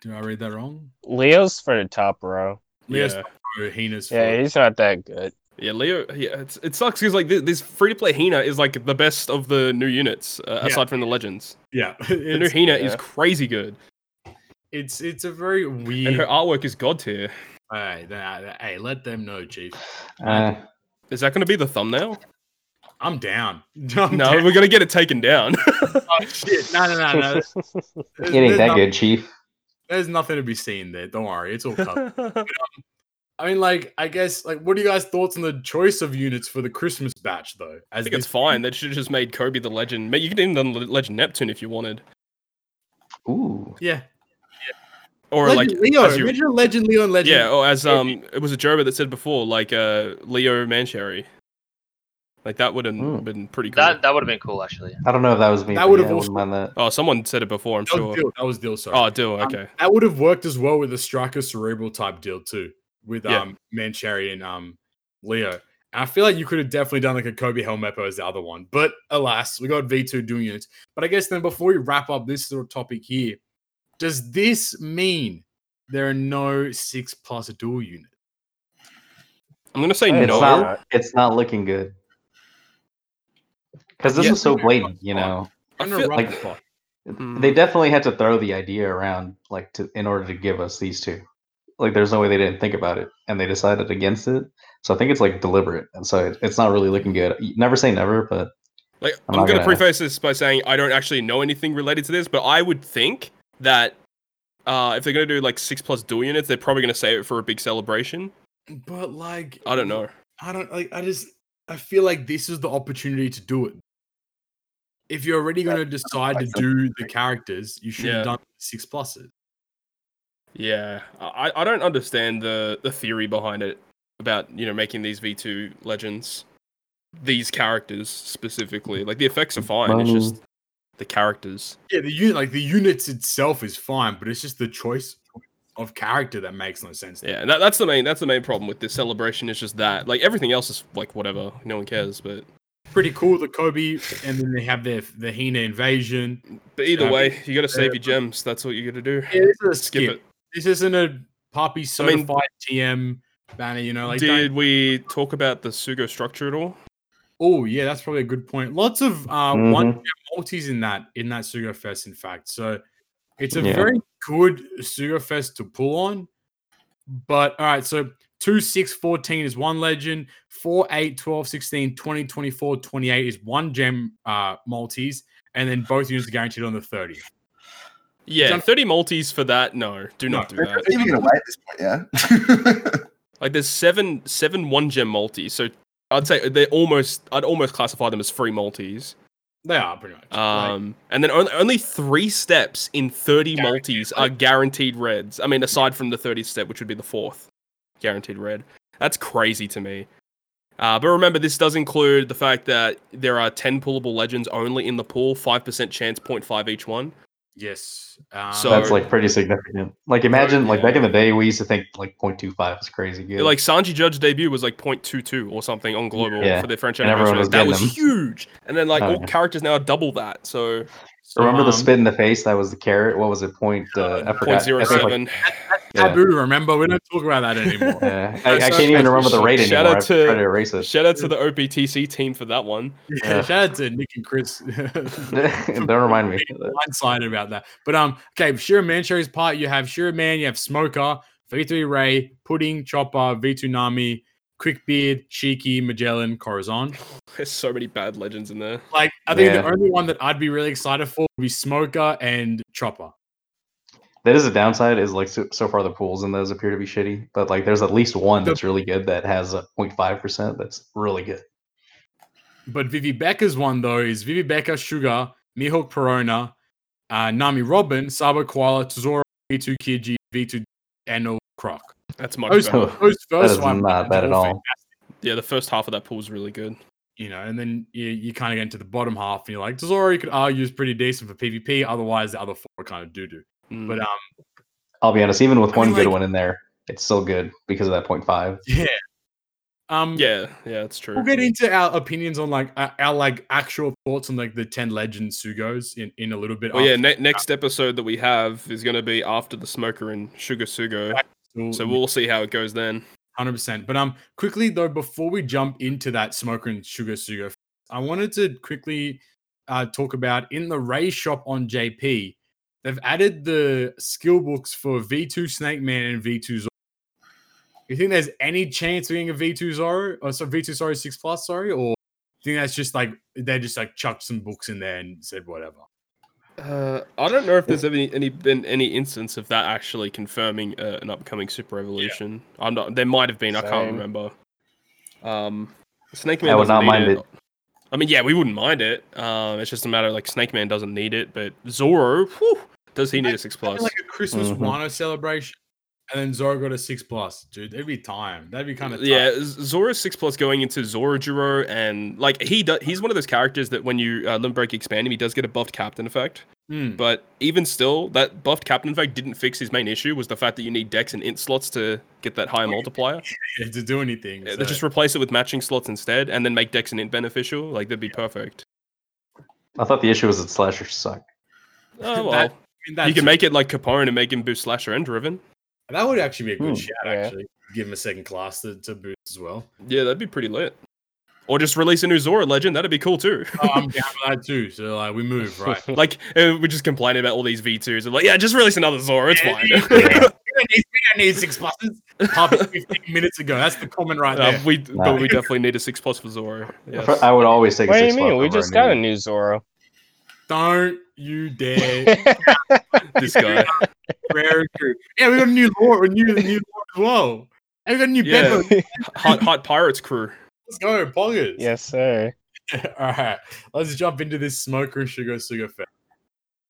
[SPEAKER 1] Did I read that wrong?
[SPEAKER 4] Leo's for the top row.
[SPEAKER 1] Yes.
[SPEAKER 5] Yeah,
[SPEAKER 1] Oh, Hina's.
[SPEAKER 4] Yeah,
[SPEAKER 1] for-
[SPEAKER 4] he's not
[SPEAKER 1] *laughs*
[SPEAKER 4] that good.
[SPEAKER 5] yeah, Leo. Yeah, it's, it sucks because like this, this free to play Hina is like the best of the new units uh,
[SPEAKER 1] Yeah.
[SPEAKER 5] aside from the legends.
[SPEAKER 1] yeah. *laughs*
[SPEAKER 5] The new
[SPEAKER 1] It's,
[SPEAKER 5] Hina is
[SPEAKER 4] yeah.
[SPEAKER 5] crazy good,
[SPEAKER 1] it's it's a very weird.
[SPEAKER 5] and her artwork is god tier.
[SPEAKER 1] Hey, th- th- hey, let them know, Chief.
[SPEAKER 2] Uh,
[SPEAKER 5] Is that going to be the thumbnail?
[SPEAKER 1] I'm down. *laughs*
[SPEAKER 5] No,
[SPEAKER 1] I'm down.
[SPEAKER 5] we're going to get it taken down.
[SPEAKER 1] Oh, shit. No, no, no, no.
[SPEAKER 5] *laughs*
[SPEAKER 4] *laughs*
[SPEAKER 1] There's,
[SPEAKER 2] It ain't
[SPEAKER 1] there's
[SPEAKER 2] that
[SPEAKER 1] noth-
[SPEAKER 2] good, Chief.
[SPEAKER 1] There's nothing to be seen there. Don't worry. It's all covered.
[SPEAKER 5] *laughs*
[SPEAKER 1] I mean, like, I guess, like, what are you guys' thoughts on the choice of units for the Christmas batch, though?
[SPEAKER 5] I
[SPEAKER 1] As
[SPEAKER 5] think it's
[SPEAKER 1] this-
[SPEAKER 5] fine. They should have just made Kobe the legend. Ma- You could even done Le- Legend Neptune if you wanted,
[SPEAKER 2] Ooh.
[SPEAKER 1] Yeah.
[SPEAKER 5] or
[SPEAKER 1] Legend
[SPEAKER 5] like
[SPEAKER 1] Leo.
[SPEAKER 5] as you-
[SPEAKER 1] Imagine a Legend Leo and Legend.
[SPEAKER 5] yeah, or as
[SPEAKER 1] Kobe.
[SPEAKER 5] um, it was a Joba that said before, like uh, Leo Mancherry. Like that would have
[SPEAKER 2] Hmm.
[SPEAKER 5] been pretty cool.
[SPEAKER 3] That that would have been cool actually.
[SPEAKER 2] I don't know if that was me.
[SPEAKER 1] That
[SPEAKER 2] but
[SPEAKER 1] would've
[SPEAKER 2] yeah, I
[SPEAKER 1] also-
[SPEAKER 2] wouldn't mind
[SPEAKER 5] *laughs*
[SPEAKER 2] that.
[SPEAKER 5] oh, someone said it before. I'm
[SPEAKER 1] That was
[SPEAKER 5] sure.
[SPEAKER 1] Dill. That was Dill, sorry.
[SPEAKER 5] Oh, do okay.
[SPEAKER 1] Um, That would have worked as well with the striker cerebral type deal too, with
[SPEAKER 5] Yeah.
[SPEAKER 1] um Manchari and um Leo. And I feel like you could have definitely done like a Kobe Helmeppo as the other one, but alas, we got V2 doing it. But I guess then before we wrap up this little topic here, does this mean there are no six plus dual units?
[SPEAKER 5] I'm gonna say
[SPEAKER 4] Hey,
[SPEAKER 2] It's
[SPEAKER 5] no.
[SPEAKER 2] not. It's not looking good. Because this
[SPEAKER 5] Yeah.
[SPEAKER 2] is so blatant, you know.
[SPEAKER 5] I
[SPEAKER 1] I'm gonna
[SPEAKER 5] feel-
[SPEAKER 1] run
[SPEAKER 2] like-
[SPEAKER 1] the clock.
[SPEAKER 5] Mm-hmm.
[SPEAKER 2] They definitely had to throw the idea around, like, to in order to give us these two. Like, there's no way they didn't think about it, and they decided against it. So I think it's like deliberate, and so it, it's not really looking good. You Never say never, but
[SPEAKER 5] Like
[SPEAKER 2] I'm
[SPEAKER 5] I'm,
[SPEAKER 2] not
[SPEAKER 5] gonna,
[SPEAKER 2] gonna-
[SPEAKER 5] preface this by saying I don't actually know anything related to this, but I would think that uh, if they're gonna do like six plus dual units, they're probably gonna save it for a big celebration.
[SPEAKER 1] But like
[SPEAKER 5] I don't know.
[SPEAKER 1] I don't like I just I feel like this is the opportunity to do it. If you're already going to decide to do the characters, you should
[SPEAKER 5] Yeah.
[SPEAKER 1] have done six pluses.
[SPEAKER 5] Yeah, I, I don't understand the the theory behind it about you know making these V two legends, these characters specifically. Like the effects are fine. It's
[SPEAKER 2] Money.
[SPEAKER 5] just the characters.
[SPEAKER 1] Yeah, the unit like the units itself is fine, but it's just the choice of character that makes no sense.
[SPEAKER 5] Yeah, that, that's the main that's the main problem with this celebration. It's just that like everything else is like whatever. No one cares. But
[SPEAKER 1] Pretty cool, the Kobe, and then they have their the Hina invasion.
[SPEAKER 5] but either
[SPEAKER 1] Yeah.
[SPEAKER 5] way, you gotta save your gems. That's what you gotta do.
[SPEAKER 1] Yeah, this is a skip.
[SPEAKER 5] Skip it.
[SPEAKER 1] This isn't a poppy
[SPEAKER 5] mean-
[SPEAKER 1] certified TM banner, you know. Like,
[SPEAKER 5] Did
[SPEAKER 1] don't-
[SPEAKER 5] we talk about the Sugo structure at all?
[SPEAKER 1] oh yeah, that's probably a good point. Lots of uh,
[SPEAKER 2] Mm-hmm.
[SPEAKER 1] one gem multis in that in that Sugo Fest, in fact. So it's a
[SPEAKER 2] Yeah.
[SPEAKER 1] very good Sugo Fest to pull on. But all right, so 2, 6, 14 is one legend, 4, 8, 12, 16, 20, 24, 28 is one gem uh multis, and then both units are guaranteed on the 30.
[SPEAKER 5] Yeah,
[SPEAKER 1] Done-
[SPEAKER 5] 30 multis for that. No, do not
[SPEAKER 1] No.
[SPEAKER 5] do that.
[SPEAKER 6] They're giving it away at this point, yeah. *laughs*
[SPEAKER 5] Like there's seven seven one gem multis, so I'd say they're almost I'd almost classify them as free multis.
[SPEAKER 1] They are pretty much. like,
[SPEAKER 5] Um and then only, only three steps in 30
[SPEAKER 1] Guaranteed
[SPEAKER 5] multis are guaranteed reds. I mean aside from the 30th step which would be the fourth guaranteed red. That's crazy to me. Uh, but remember, this does include the fact that there are 10 pullable legends only in the pool, 5% chance, 0.5 each one.
[SPEAKER 1] yes. Um,
[SPEAKER 5] So-
[SPEAKER 2] that's like pretty significant. Like, imagine, like back in the
[SPEAKER 5] yeah.
[SPEAKER 2] day, we used to think like 0.25 is crazy good.
[SPEAKER 5] Like Sanji Judge debut was like 0.22 or something on global
[SPEAKER 2] Yeah.
[SPEAKER 5] for their French
[SPEAKER 2] And everyone
[SPEAKER 5] anniversary.
[SPEAKER 2] was
[SPEAKER 5] that
[SPEAKER 2] getting
[SPEAKER 5] was
[SPEAKER 2] them.
[SPEAKER 5] huge. And then like
[SPEAKER 2] Oh,
[SPEAKER 5] all
[SPEAKER 2] yeah.
[SPEAKER 5] characters now are double that. So
[SPEAKER 2] remember the
[SPEAKER 5] um,
[SPEAKER 2] spit in the face? That was the carrot. What was it? Point. Uh, I forgot. I think, like,
[SPEAKER 5] 0.07.
[SPEAKER 2] yeah.
[SPEAKER 1] taboo, remember? We don't talk about that anymore.
[SPEAKER 2] Yeah, I, I
[SPEAKER 5] That's
[SPEAKER 2] can't
[SPEAKER 5] so
[SPEAKER 2] even remember the rate
[SPEAKER 5] Shout
[SPEAKER 2] anymore. I
[SPEAKER 5] out to-
[SPEAKER 2] tried to erase it.
[SPEAKER 5] Shout out to the OPTC team for that one.
[SPEAKER 1] yeah,
[SPEAKER 2] *laughs*
[SPEAKER 1] *laughs*
[SPEAKER 2] Yeah.
[SPEAKER 1] shout out to Nick and Chris. *laughs*
[SPEAKER 2] *laughs* Don't remind me. of that.
[SPEAKER 1] blindsided about that. But um, okay, Shira Mancherry's part, you have Shira Man, you have Smoker, V3 Ray, Pudding, Chopper, V2 Nami, Quickbeard, Shiki, Magellan, Corazon.
[SPEAKER 5] There's so many bad legends in there.
[SPEAKER 1] Like, I think
[SPEAKER 2] Yeah.
[SPEAKER 1] the only one that I'd be really excited for would be Smoker and Chopper.
[SPEAKER 2] That is a downside. Is like so, so far the pools in those appear to be shitty, but like there's at least one
[SPEAKER 1] The-
[SPEAKER 2] that's really good that has a 0.5 percent that's really good.
[SPEAKER 1] But Vivi Becker's one though is Vivi Becker, Sugar, Mihawk Perona, uh, Nami Robin, Sabo Koala, Tazora, V2 Kiji, V2 Anno
[SPEAKER 2] *laughs*
[SPEAKER 1] Croc.
[SPEAKER 5] That's much
[SPEAKER 1] Those,
[SPEAKER 5] better.
[SPEAKER 2] so-
[SPEAKER 1] those first
[SPEAKER 2] is
[SPEAKER 1] one
[SPEAKER 2] not bad at all.
[SPEAKER 5] Yeah, the first half of that pool is really good.
[SPEAKER 1] you know, and then you, you kind of get into the bottom half and you're like, Tesoro, you could argue is pretty decent for PvP. Otherwise, the other four kind of do do.
[SPEAKER 5] Mm.
[SPEAKER 1] But um,
[SPEAKER 2] I'll be honest, even with
[SPEAKER 1] I
[SPEAKER 2] one
[SPEAKER 1] mean,
[SPEAKER 2] good
[SPEAKER 1] like-
[SPEAKER 2] one in there, it's still good because of that 0.5.
[SPEAKER 1] yeah, *laughs* um,
[SPEAKER 5] yeah, yeah, it's true.
[SPEAKER 1] we'll get into our opinions on like our, our like actual thoughts on like the ten legend sugos in in a little bit.
[SPEAKER 5] Well, yeah,
[SPEAKER 1] after
[SPEAKER 5] ne- next episode that we have is going to be after the Smoker and Sugar Sugo.
[SPEAKER 1] school.
[SPEAKER 5] So we'll see how it goes then.
[SPEAKER 1] Hundred percent. But um, quickly though, before we jump into that smoker and sugar sugar, I wanted to quickly uh, talk about in the Ray shop on JP, they've added the skill books for V two Snake Man and V two. Zoro. You think there's any chance being a V2 Zoro or Oh, so V2 Zoro 6 plus, sorry, or do you think that's just like they just like chucked some books in there and said whatever?
[SPEAKER 5] Uh, I don't know if there's any, any been any instance of that actually confirming uh, an upcoming Super Evolution. I'm not. There might have been. I can't
[SPEAKER 4] Same.
[SPEAKER 5] remember. Um, Snake Man.
[SPEAKER 2] I would
[SPEAKER 5] doesn't
[SPEAKER 2] not
[SPEAKER 5] need
[SPEAKER 2] mind it.
[SPEAKER 5] I mean, yeah, we wouldn't mind it. Um, it's just a matter of, like Snake Man doesn't need it, but Zoro, whew, does he need a six
[SPEAKER 1] That'd
[SPEAKER 5] plus? Mm-hmm.
[SPEAKER 1] be like a Christmas
[SPEAKER 2] Mhm.
[SPEAKER 1] Wano celebration, and then Zoro got a six plus, dude. That'd be time. That'd be kind of
[SPEAKER 5] Yeah, Z- Zoro six plus going into Zorojuro, and like he do- he's one of those characters that when you uh, limit break expand him, he does get a buffed captain effect.
[SPEAKER 1] Hmm.
[SPEAKER 5] But even still, that buffed captain effect didn't fix his main issue was the fact that you need dex and int slots to get that higher
[SPEAKER 1] Oh, yeah.
[SPEAKER 5] multiplier.
[SPEAKER 1] to do anything.
[SPEAKER 5] Uh,
[SPEAKER 1] so-
[SPEAKER 5] They just replace it with matching slots instead, and then make dex and int beneficial. Like that'd
[SPEAKER 1] *laughs*
[SPEAKER 5] be perfect.
[SPEAKER 2] I thought the issue was that slashers suck.
[SPEAKER 5] Oh well,
[SPEAKER 1] That- I mean,
[SPEAKER 5] you
[SPEAKER 1] that's it.
[SPEAKER 5] can make it like Capone and make him boost slasher and driven.
[SPEAKER 1] that would actually be a good
[SPEAKER 2] Hmm,
[SPEAKER 1] shout.
[SPEAKER 4] yeah.
[SPEAKER 1] Actually, give him a second class to, to boost as well.
[SPEAKER 5] Yeah, that'd be pretty lit. Or just release a new Zora legend. That'd be cool *laughs* too.
[SPEAKER 1] *laughs* Oh, I'm down for that too. So like, we move right.
[SPEAKER 5] Like uh, we're just complaining about all these V2s. I'm like, yeah, just release another Zora. *laughs* It's
[SPEAKER 1] Yeah,
[SPEAKER 5] fine.
[SPEAKER 1] yeah, yeah. we, don't need, we don't need six pluses. Half 15 minutes ago. That's the comment right
[SPEAKER 5] *laughs* Uh,
[SPEAKER 1] there.
[SPEAKER 5] we but
[SPEAKER 2] Nah.
[SPEAKER 5] we definitely need a six plus for Zora.
[SPEAKER 2] *laughs*
[SPEAKER 5] Yes.
[SPEAKER 2] I would always take.
[SPEAKER 4] what
[SPEAKER 2] a
[SPEAKER 4] do you
[SPEAKER 2] six
[SPEAKER 4] mean?
[SPEAKER 2] buff
[SPEAKER 4] We
[SPEAKER 2] over
[SPEAKER 4] just
[SPEAKER 2] an
[SPEAKER 4] got a
[SPEAKER 2] eight.
[SPEAKER 1] *laughs*
[SPEAKER 4] new Zoro.
[SPEAKER 1] Don't you dare.
[SPEAKER 2] *laughs*
[SPEAKER 5] this guy.
[SPEAKER 1] Rare crew. Yeah, we got a new lore, a new new lore as well. And we got a new
[SPEAKER 5] Yeah.
[SPEAKER 1] bedroom.
[SPEAKER 5] Hot hot pirates crew.
[SPEAKER 1] Let's go, poggers.
[SPEAKER 4] *laughs*
[SPEAKER 1] *laughs*
[SPEAKER 4] yes, sir.
[SPEAKER 1] All right, let's jump into this smoker and sugar sugar fest.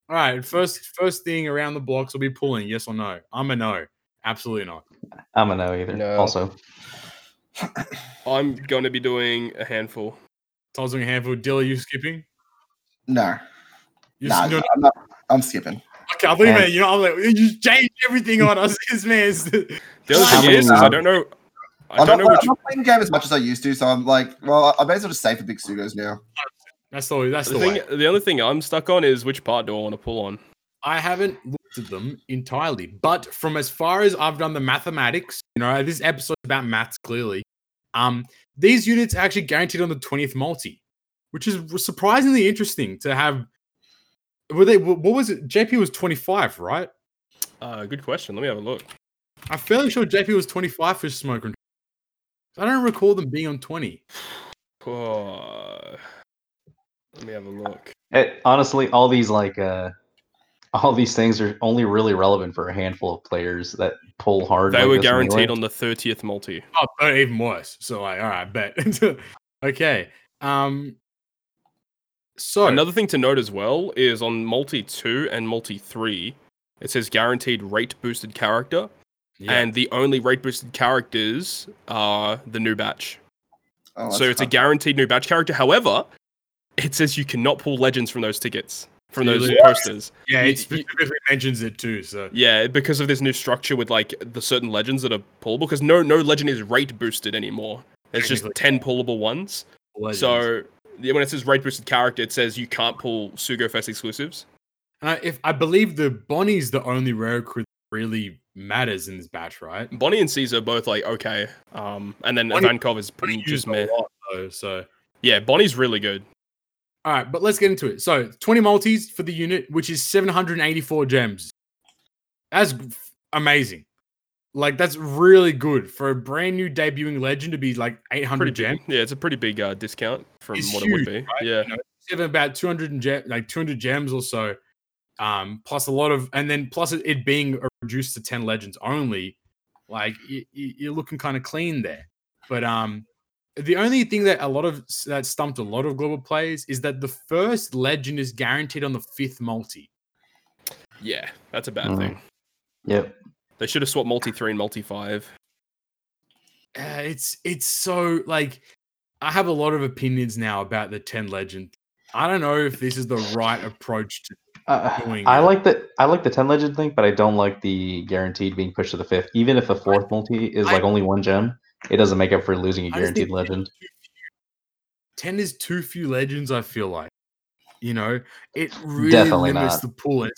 [SPEAKER 1] All right, first first thing around the blocks will be pulling. Yes or no? I'm a no. Absolutely not.
[SPEAKER 2] I'm a no either.
[SPEAKER 4] No.
[SPEAKER 2] Also,
[SPEAKER 5] I'm gonna be doing a handful.
[SPEAKER 1] Todd's doing a handful. Dill, are you skipping?
[SPEAKER 6] no,
[SPEAKER 1] You're
[SPEAKER 6] nah,
[SPEAKER 1] s- no, no,
[SPEAKER 6] I'm, not, I'm skipping.
[SPEAKER 1] okay, I believe
[SPEAKER 2] And-
[SPEAKER 1] it. You know, I'm like, you changed everything on us. *laughs* This man is-
[SPEAKER 5] The other
[SPEAKER 2] How
[SPEAKER 5] thing
[SPEAKER 2] many
[SPEAKER 5] is, is I
[SPEAKER 2] now?
[SPEAKER 5] don't know. I
[SPEAKER 6] I'm
[SPEAKER 5] don't
[SPEAKER 6] not,
[SPEAKER 5] know which.
[SPEAKER 6] I'm not playing the game as much as I used to, so I'm like, well, I may as well just save for Big Sugos now.
[SPEAKER 1] that's the that's
[SPEAKER 5] The,
[SPEAKER 1] the way.
[SPEAKER 5] thing, the only thing I'm stuck on is which part do I want to pull on?
[SPEAKER 1] I haven't looked at them entirely, but from as far as I've done the mathematics, you know, this episode's about maths clearly. Um, these units are actually guaranteed on the 20th multi, which is r- surprisingly interesting to have. Were they, wh- what was it? JP was 25, right?
[SPEAKER 5] Uh, good question. Let me have a look.
[SPEAKER 1] I'm fairly sure JP was 25 for smoke control. I don't recall them being on 20.
[SPEAKER 5] Oh, let me have a look.
[SPEAKER 2] it, Eh, honestly, all these like uh, all these things are only really relevant for a handful of players that pull hard.
[SPEAKER 5] They
[SPEAKER 2] like
[SPEAKER 5] were
[SPEAKER 2] this anyway.
[SPEAKER 5] guaranteed on the 30th multi.
[SPEAKER 1] Oh, so even worse. So, like, all right, bet. *laughs* okay. Um, so
[SPEAKER 5] Another thing to note as well is on multi two and multi three, it says guaranteed rate boosted character,
[SPEAKER 1] yeah.
[SPEAKER 5] and the only rate boosted characters are the new batch.
[SPEAKER 6] Oh,
[SPEAKER 5] so
[SPEAKER 6] that's
[SPEAKER 5] it's a
[SPEAKER 6] fun.
[SPEAKER 5] guaranteed new batch character. However, it says you cannot pull legends from those tickets, from those
[SPEAKER 1] Really?
[SPEAKER 5] posters.
[SPEAKER 1] Yeah,
[SPEAKER 5] You-
[SPEAKER 1] it specifically mentions it too. So
[SPEAKER 5] Yeah, because of this new structure with like the certain legends that are pullable. Because no, no legend is rate boosted anymore. It's just
[SPEAKER 1] Technically,
[SPEAKER 5] ten pullable ones. So yeah, when it says rate boosted character, it says you can't pull Sugo Fest exclusives.
[SPEAKER 1] uh, if I believe the Bonnie's the only rare crew that really matters in this batch, right?
[SPEAKER 5] Bonnie and Caesar are both like okay, um, and then
[SPEAKER 1] Bonnie-
[SPEAKER 5] Ivankov is pretty
[SPEAKER 1] Bonnie used
[SPEAKER 5] just meh.
[SPEAKER 1] a lot though. So
[SPEAKER 5] Yeah, Bonnie's really good.
[SPEAKER 1] all right, but let's get into it. So twenty multis for the unit, which is seven hundred eighty-four gems. That's g- f- amazing. Like that's really good for a brand new debuting legend to be like eight
[SPEAKER 5] Pretty
[SPEAKER 1] hundred gems.
[SPEAKER 5] big. Yeah, it's a pretty big uh, discount from
[SPEAKER 1] It's
[SPEAKER 5] what
[SPEAKER 1] huge,
[SPEAKER 5] it would be.
[SPEAKER 1] right?
[SPEAKER 5] Yeah.
[SPEAKER 1] You know, seven about 200 and gem, like 200 gems or so um plus a lot of and then plus it, it being reduced to 10 legends only like you, you're looking kind of clean there but um the only thing that a lot of that stumped a lot of global players is that the first legend is guaranteed on the fifth multi
[SPEAKER 5] Yeah, that's a bad
[SPEAKER 1] Mm.
[SPEAKER 2] Mhm.
[SPEAKER 5] thing.
[SPEAKER 2] Yep.
[SPEAKER 5] They should have swapped multi three and multi five.
[SPEAKER 1] uh, it's it's so like i have a lot of opinions now about the 10 legend i don't know if this is the right approach to
[SPEAKER 2] Uh,
[SPEAKER 1] Doing
[SPEAKER 2] I
[SPEAKER 1] that.
[SPEAKER 2] like the I like the ten legend thing, but I don't like the guaranteed being pushed to the fifth. Even if the fourth multi is
[SPEAKER 1] I-
[SPEAKER 2] like only one gem, it doesn't make up for losing a
[SPEAKER 1] I just
[SPEAKER 2] guaranteed
[SPEAKER 1] think
[SPEAKER 2] legend.
[SPEAKER 1] 10 is too few legends, I feel like. You know, it really
[SPEAKER 2] Definitely
[SPEAKER 1] limits
[SPEAKER 2] not.
[SPEAKER 1] the pull. It.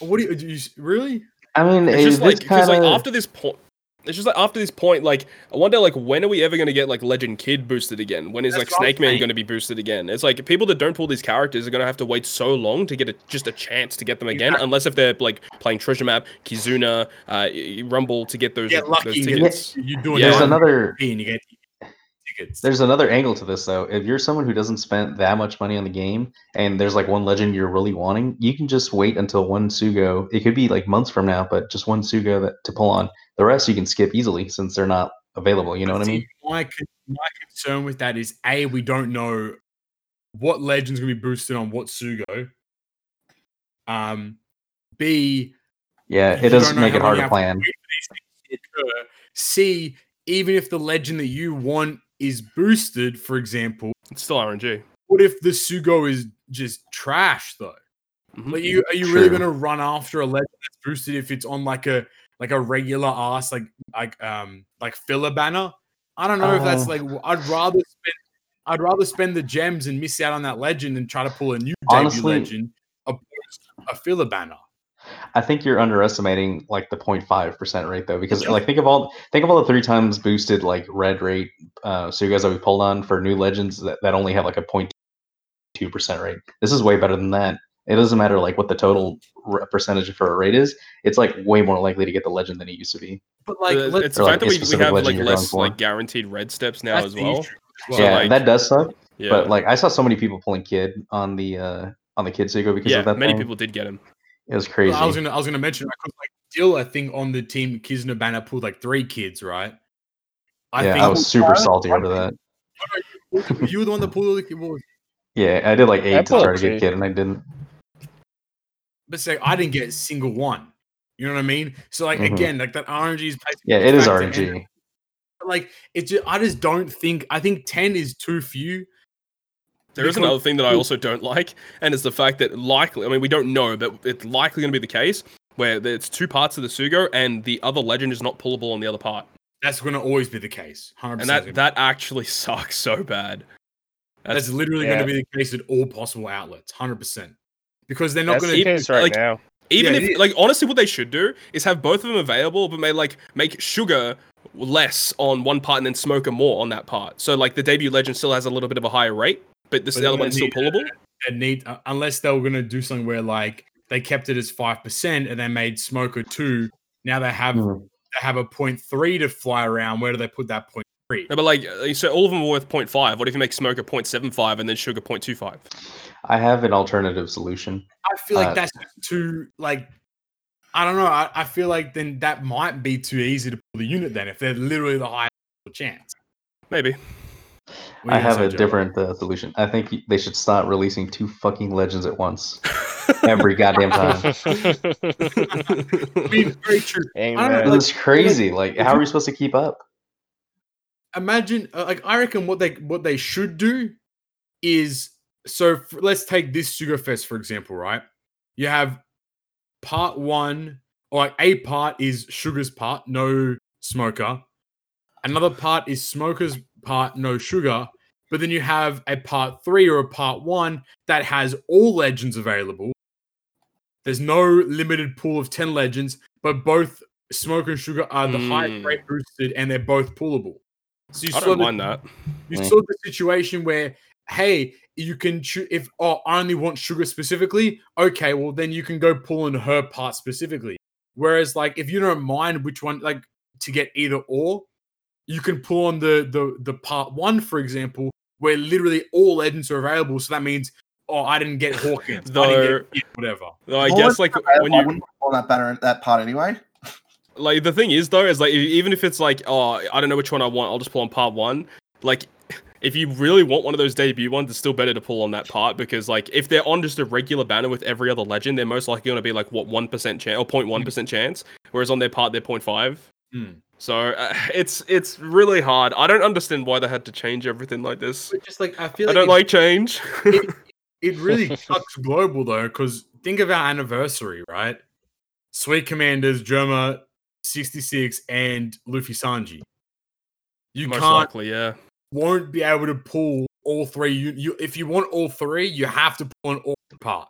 [SPEAKER 1] What do you, do you s- really?
[SPEAKER 2] I mean,
[SPEAKER 5] It's
[SPEAKER 2] it-
[SPEAKER 5] just like
[SPEAKER 2] this
[SPEAKER 5] because
[SPEAKER 2] kind of
[SPEAKER 5] like after this point, It's just like after this point, like I wonder, like when are we ever gonna get like Legend Kid boosted again? When is
[SPEAKER 1] That's
[SPEAKER 5] like
[SPEAKER 1] what I'm
[SPEAKER 5] Snake Man
[SPEAKER 1] saying.
[SPEAKER 5] gonna be boosted again? It's like people that don't pull these characters are gonna have to wait so long to get a, just a chance to get them again,
[SPEAKER 1] Exactly.
[SPEAKER 5] unless if they're like playing Treasure Map, Kizuna, uh, y- Rumble to get those,
[SPEAKER 1] Get lucky
[SPEAKER 5] those
[SPEAKER 1] and get-
[SPEAKER 5] tickets.
[SPEAKER 1] You're doing
[SPEAKER 5] Yeah.
[SPEAKER 2] There's
[SPEAKER 1] one
[SPEAKER 2] another
[SPEAKER 1] fee and you get tickets.
[SPEAKER 2] there's another angle to this though. If you're someone who doesn't spend that much money on the game, and there's like one legend you're really wanting, you can just wait until one Sugo. It could be like months from now, but just one Sugo that, to pull on. The rest you can skip easily since they're not available. You know what I
[SPEAKER 1] See,
[SPEAKER 2] mean?
[SPEAKER 1] My, con- my concern with that is A, we don't know what legend's gonna be boosted on what Sugo. Um B
[SPEAKER 2] Yeah,
[SPEAKER 1] you
[SPEAKER 2] it does
[SPEAKER 1] don't know
[SPEAKER 2] make
[SPEAKER 1] how
[SPEAKER 2] it
[SPEAKER 1] long you
[SPEAKER 2] hard to
[SPEAKER 1] have to
[SPEAKER 2] plan.
[SPEAKER 1] wait for these things to occur. uh, C, even if the legend that you want is boosted, for example,
[SPEAKER 5] It's still RNG.
[SPEAKER 1] what if the Sugo is just trash though?
[SPEAKER 5] Mhm.
[SPEAKER 1] Like you are you really
[SPEAKER 2] True.
[SPEAKER 1] gonna run after a legend that's boosted if it's on like a like a regular ass like like um like filler banner? I don't know if that's
[SPEAKER 2] Uh.
[SPEAKER 1] like w- I'd rather spend I'd rather spend the gems and miss out on that legend and try to pull a new
[SPEAKER 2] Honestly-
[SPEAKER 1] debut legend opposed to a filler banner.
[SPEAKER 2] I think you're underestimating like the 0.5 percent rate though, because like think of all think of all the three times boosted like red rate. Uh, so you guys that we pulled on for new legends that, that only have like a 0.2 percent rate. This is way better than that. It doesn't matter like what the total re- percentage for a rate is. It's like way more likely to get the legend than it used to be.
[SPEAKER 1] But like
[SPEAKER 5] Uh,
[SPEAKER 1] let's
[SPEAKER 5] it's
[SPEAKER 2] or,
[SPEAKER 5] the
[SPEAKER 2] like,
[SPEAKER 5] fact
[SPEAKER 2] a
[SPEAKER 5] that we, we
[SPEAKER 2] specific
[SPEAKER 5] have
[SPEAKER 2] legend
[SPEAKER 5] like
[SPEAKER 2] you're going
[SPEAKER 5] less
[SPEAKER 2] for.
[SPEAKER 5] like guaranteed red steps now
[SPEAKER 1] that's
[SPEAKER 5] as
[SPEAKER 1] the
[SPEAKER 5] well.
[SPEAKER 1] issue as
[SPEAKER 5] Well,
[SPEAKER 2] yeah,
[SPEAKER 5] like-
[SPEAKER 2] that does suck.
[SPEAKER 5] Yeah,
[SPEAKER 2] But like I saw so many people pulling kid on the uh on the kid Sugo because
[SPEAKER 5] yeah,
[SPEAKER 2] of that.
[SPEAKER 5] many
[SPEAKER 2] thing.
[SPEAKER 5] people did get him.
[SPEAKER 2] It was
[SPEAKER 1] Well,
[SPEAKER 2] crazy.
[SPEAKER 1] I was gonna I was gonna mention because like still I think on the team Kizna banner pulled like three kids, right?
[SPEAKER 2] yeah, I was super salty over that.
[SPEAKER 1] *laughs* you were the one that pulled all the kids. Well,
[SPEAKER 2] Yeah, I did like eight to
[SPEAKER 4] pulled
[SPEAKER 2] try to
[SPEAKER 4] Jake.
[SPEAKER 2] get kid, and I didn't.
[SPEAKER 1] but say I didn't get a single one. You know what I mean? So like
[SPEAKER 2] Mhm.
[SPEAKER 1] again, like that RNG is basically
[SPEAKER 2] Yeah, it is
[SPEAKER 1] factor in.
[SPEAKER 2] RNG.
[SPEAKER 1] But, like it's just, I just don't think I think ten is too few.
[SPEAKER 5] There is
[SPEAKER 1] Because-
[SPEAKER 5] another thing that I also don't like, and it's the fact that likely, I mean, we don't know, but it's likely going to be the case where th- it's two parts of the Sugo, and the other legend is not pullable on the other part,
[SPEAKER 1] That's going to always be the case. Hundred
[SPEAKER 5] and
[SPEAKER 1] percent.
[SPEAKER 5] that that actually *laughs* sucks so bad.
[SPEAKER 1] that's,
[SPEAKER 5] That's
[SPEAKER 1] literally
[SPEAKER 4] yeah.
[SPEAKER 1] going to be the case at all possible outlets. Hundred percent. Because they're not
[SPEAKER 4] That's e
[SPEAKER 1] going to.
[SPEAKER 4] the case right
[SPEAKER 1] *laughs*
[SPEAKER 5] like-
[SPEAKER 4] now.
[SPEAKER 5] even
[SPEAKER 1] yeah, it
[SPEAKER 5] if
[SPEAKER 1] is.
[SPEAKER 5] like honestly, what they should do is have both of them available, but may like make sugar less on one part and then smoker more on that part. So like the debut legend still has a little bit of a higher rate, but this
[SPEAKER 1] But
[SPEAKER 5] the other
[SPEAKER 1] they're
[SPEAKER 5] one's still
[SPEAKER 1] gonna
[SPEAKER 5] pullable.
[SPEAKER 1] need uh, unless they were going to do something where like they kept it as five percent and they made smoker two. Now they have
[SPEAKER 2] Mhm.
[SPEAKER 1] they have a point three to fly around. Where do they put that point three?
[SPEAKER 5] No, but like uh, so all of them are worth 0.5. What if you make smoker 0.75 and then sugar 0.25?
[SPEAKER 2] I have an alternative solution.
[SPEAKER 1] I feel like
[SPEAKER 2] Uh,
[SPEAKER 1] that's just too like I don't know. I, I feel like then that might be too easy to pull the unit then if they're literally the highest chance.
[SPEAKER 5] Maybe.
[SPEAKER 1] What do
[SPEAKER 2] I
[SPEAKER 1] you gonna
[SPEAKER 2] have
[SPEAKER 1] say,
[SPEAKER 2] a
[SPEAKER 1] Joe?
[SPEAKER 2] different uh, solution. I think y- they should stop releasing two fucking legends at once every
[SPEAKER 1] *laughs*
[SPEAKER 2] goddamn time.
[SPEAKER 1] I mean, very true.
[SPEAKER 4] Amen.
[SPEAKER 1] Like,
[SPEAKER 2] It's crazy. Like, how are we supposed to keep up?
[SPEAKER 1] Imagine uh, like I reckon what they what they should do is so f- let's take this Sugar Fest for example, right? You have part one or like a part is Sugar's part, no smoker. Another part is Smoker's part, no sugar. But then you have a part three or a part one that has all legends available. There's no limited pool of 10 legends, but both smoker and sugar are the highest
[SPEAKER 5] Mm.
[SPEAKER 1] rate boosted and they're both pullable. So you
[SPEAKER 5] I
[SPEAKER 1] sort
[SPEAKER 5] don't
[SPEAKER 1] of
[SPEAKER 5] mind that.
[SPEAKER 1] you
[SPEAKER 2] Mm.
[SPEAKER 1] saw the situation where, hey, you can choose if oh, I only want sugar specifically. Okay, well then you can go pull in her part specifically. Whereas like if you don't mind which one like to get either or, you can pull on the the the part one for example, where literally all legends are available. So that means oh I didn't get Hawkins, I
[SPEAKER 5] *laughs* Though,
[SPEAKER 1] didn't get whatever.
[SPEAKER 5] though I
[SPEAKER 6] Well,
[SPEAKER 5] guess
[SPEAKER 6] it's
[SPEAKER 5] like
[SPEAKER 6] I,
[SPEAKER 5] when
[SPEAKER 6] I
[SPEAKER 5] you
[SPEAKER 6] wouldn't call that banner that part anyway.
[SPEAKER 5] like the thing is though is like e-, even if it's like oh I don't know which one I want, I'll just pull on part one. Like if you really want one of those debut ones, it's still better to pull on that part because like if they're on just a regular banner with every other legend, they're most likely going to be like what one percent chance or 0.1 percent chance, whereas on their part they're 0.5.
[SPEAKER 1] Hmm.
[SPEAKER 5] So uh, it's it's really hard. I don't understand why they had to change everything like this.
[SPEAKER 1] But just like I feel
[SPEAKER 5] I
[SPEAKER 1] like
[SPEAKER 5] don't
[SPEAKER 1] it-
[SPEAKER 5] like change. *laughs*
[SPEAKER 1] it really sucks global though, because think of our anniversary, right? Sweet Commanders, Germa 66, and Luffy Sanji. You
[SPEAKER 5] most
[SPEAKER 1] can't,
[SPEAKER 5] likely, yeah.
[SPEAKER 1] won't be able to pull all three. You, you, if you want all three, you have to pull on all part.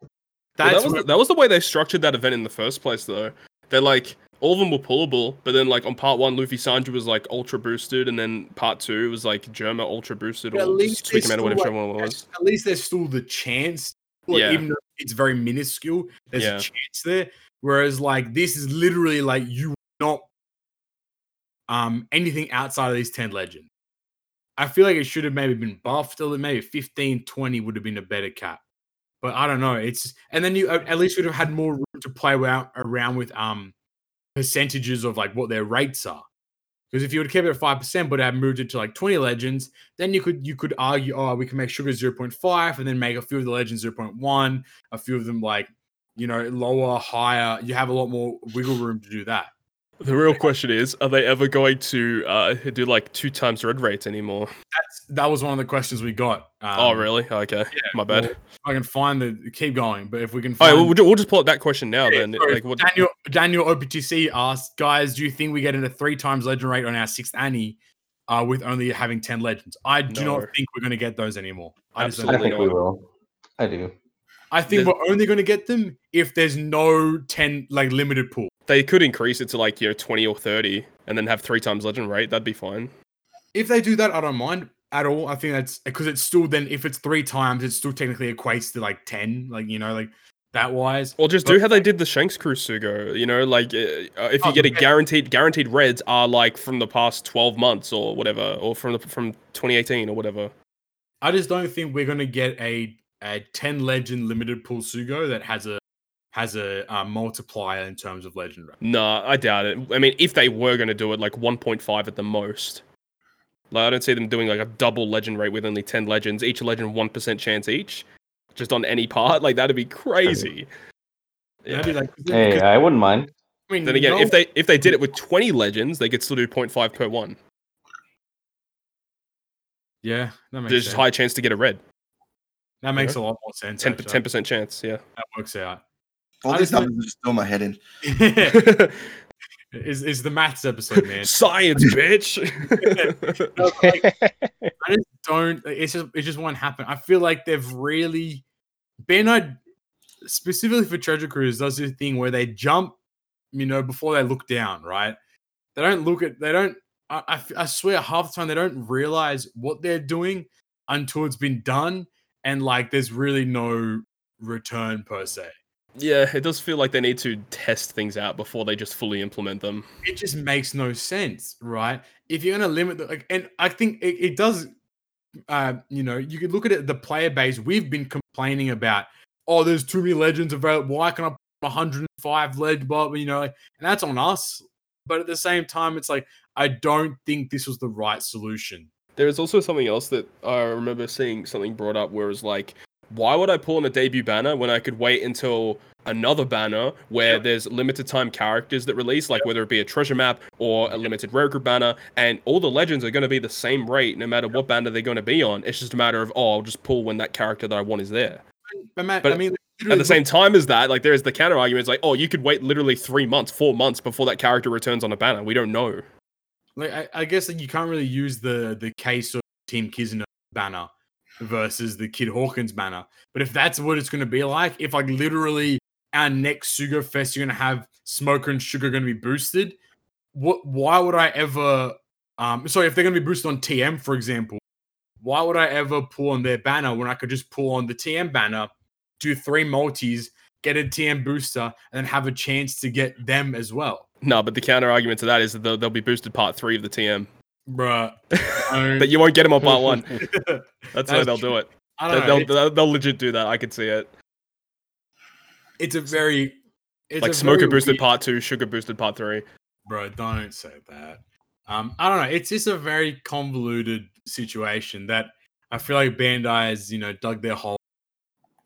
[SPEAKER 5] Well,
[SPEAKER 1] That's
[SPEAKER 5] that was
[SPEAKER 1] where-
[SPEAKER 5] that was the way they structured that event in the first place, though. They're like, all of them were pullable, but then like on part one, Luffy Sanji was like ultra boosted, and then part two was like Germa ultra boosted,
[SPEAKER 1] But at
[SPEAKER 5] or
[SPEAKER 1] least
[SPEAKER 5] just tweak
[SPEAKER 1] they
[SPEAKER 5] him out of
[SPEAKER 1] still,
[SPEAKER 5] whatever
[SPEAKER 1] like,
[SPEAKER 5] one it was.
[SPEAKER 1] There's- At least there's still the chance, like,
[SPEAKER 5] Yeah.
[SPEAKER 1] even though it's very minuscule, there's
[SPEAKER 5] Yeah.
[SPEAKER 1] a chance there. Whereas like this is literally like you not um anything outside of these 10 legends. I feel like it should have maybe been buffed, or maybe 15, 20 would have been a better cap. But I don't know. It's and then you at at least would have had more room to play around, around with um percentages of like what their rates are. Because if you would kept it at five percent, but had moved it to like twenty legends, then you could you could argue, oh, we can make sugar zero point five, and then make a few of the legends zero point one, a few of them like you know lower, higher. You have a lot more wiggle room to do that.
[SPEAKER 5] The real question is, are they ever going to uh, do like two times red rates anymore?
[SPEAKER 1] That's that was one of the questions we got. Um,
[SPEAKER 5] oh, really? Okay, my bad.
[SPEAKER 1] well, if I can find the keep going, but if we can
[SPEAKER 5] All right,
[SPEAKER 1] find
[SPEAKER 5] well, we'll, ju- we'll just pull up that question now.
[SPEAKER 1] Yeah,
[SPEAKER 5] then,
[SPEAKER 1] sorry,
[SPEAKER 5] like, what,
[SPEAKER 1] Daniel Daniel OPTC asked, guys, do you think we get into three times legend rate on our sixth Annie? Uh, with only having 10 legends, I do
[SPEAKER 5] No.
[SPEAKER 1] not think we're going to get those anymore. I just don't
[SPEAKER 2] I
[SPEAKER 5] Absolutely
[SPEAKER 1] think-
[SPEAKER 2] think we
[SPEAKER 5] not.
[SPEAKER 2] will. I do.
[SPEAKER 1] I think
[SPEAKER 5] There's-
[SPEAKER 1] we're only going to get them if there's no 10 like limited pool.
[SPEAKER 5] they could increase it to like you know twenty or thirty, and then have three times legend rate. That'd be fine.
[SPEAKER 1] If they do that, I don't mind at all. I think that's because it's still then if it's three times, it still technically equates to like 10, like you know, like that wise.
[SPEAKER 5] Or just
[SPEAKER 1] But-
[SPEAKER 5] do how they did the Shanks crew Sugo. You know, like uh, uh, if you
[SPEAKER 1] Oh,
[SPEAKER 5] get a
[SPEAKER 1] yeah.
[SPEAKER 5] guaranteed, guaranteed reds are like from the past twelve months or whatever, or from the, from twenty eighteen or whatever.
[SPEAKER 1] I just don't think we're going to get a a 10 legend limited pool Sugo that has a has a uh, multiplier in terms of legend rep.
[SPEAKER 5] Nah, I doubt it. I mean, if they were going to do it, like one point five at the most. Like I don't see them doing like a double legend rate with only ten legends, each legend one percent chance each, just on any part. *laughs* Like that'd be crazy.
[SPEAKER 1] That'd be like,
[SPEAKER 2] Hey,
[SPEAKER 1] because,
[SPEAKER 2] I wouldn't mind.
[SPEAKER 1] I mean,
[SPEAKER 5] Then again,
[SPEAKER 1] no-
[SPEAKER 5] if they if they did it with twenty legends, they could still do 0.5 per one.
[SPEAKER 1] yeah, that makes
[SPEAKER 5] There's
[SPEAKER 1] sense.
[SPEAKER 5] just high chance to get a red.
[SPEAKER 1] that makes a
[SPEAKER 5] yeah.
[SPEAKER 1] lot more sense.
[SPEAKER 5] 10
[SPEAKER 1] actually.
[SPEAKER 5] percent chance. Yeah.
[SPEAKER 1] that works
[SPEAKER 5] *laughs*
[SPEAKER 1] out. *laughs*
[SPEAKER 6] All
[SPEAKER 1] I just
[SPEAKER 6] these
[SPEAKER 1] don't-
[SPEAKER 6] numbers are just still my head in.
[SPEAKER 1] is is the maths episode, man?
[SPEAKER 5] Science, bitch.
[SPEAKER 4] *laughs*
[SPEAKER 1] I just don't. It's just it just won't happen. I feel like they've really been a specifically for Treasure Cruise does this thing where they jump, you know, before they look down. Right? They don't look at. They don't. I, I f- I swear, half the time they don't realize what they're doing until it's been done, and like there's really no return per se.
[SPEAKER 5] *laughs* yeah, it does feel like they need to test things out before they just fully implement them.
[SPEAKER 1] it just makes no sense, right? If you're going to limit the like, and I think it, it does, uh, you know, you could look at it, the player base. We've been complaining about, oh, there's too many legends available. Why can't I put 105 leg? But you know, and that's on us. But at the same time, it's like I don't think this was the right solution.
[SPEAKER 5] There is also something else that I remember seeing something brought up where it's like, why would I pull in a debut banner when I could wait until another banner where there's limited time characters that release, like whether it be a treasure map or a limited rare group banner, and all the legends are going to be the same rate no matter what banner they're going to be on. It's just a matter of, oh, I'll just pull when that character that I want is there.
[SPEAKER 1] But, Matt, I
[SPEAKER 5] But
[SPEAKER 1] mean,
[SPEAKER 5] At
[SPEAKER 1] literally
[SPEAKER 5] the
[SPEAKER 1] look-
[SPEAKER 5] same time as that, like there is the counter argument, it's like, oh, you could wait literally three months, four months before that character returns on a banner. We don't know.
[SPEAKER 1] like I, I guess like, you can't really use the the case of Team Kizuna banner versus the Kid Hawkins banner. But if that's what it's going to be like, if like literally our next Sugar Fest, you're going to have Smoker and Sugar going to be boosted. What? Why would I ever? Um, sorry, if they're going to be boosted on TM, for example, why would I ever pull on their banner when I could just pull on the TM banner, do three multis, get a TM booster, and then have a chance to get them as well,
[SPEAKER 5] No, but the counter argument to that is that they'll, they'll be boosted part three of the TM.
[SPEAKER 1] bruh? don't-
[SPEAKER 5] *laughs* but you won't get them on part *laughs* one. That's how
[SPEAKER 1] That's
[SPEAKER 5] they'll
[SPEAKER 1] true.
[SPEAKER 5] do it.
[SPEAKER 1] I don't
[SPEAKER 5] They,
[SPEAKER 1] know.
[SPEAKER 5] will they'll, they'll legit do that. I could see it.
[SPEAKER 1] It's a very it's
[SPEAKER 5] like
[SPEAKER 1] a
[SPEAKER 5] smoker
[SPEAKER 1] very
[SPEAKER 5] boosted
[SPEAKER 1] weird-
[SPEAKER 5] part two, sugar boosted part three.
[SPEAKER 1] Bro, don't say that. Um, I don't know. It's just a very convoluted situation that I feel like Bandai has, you know, dug their hole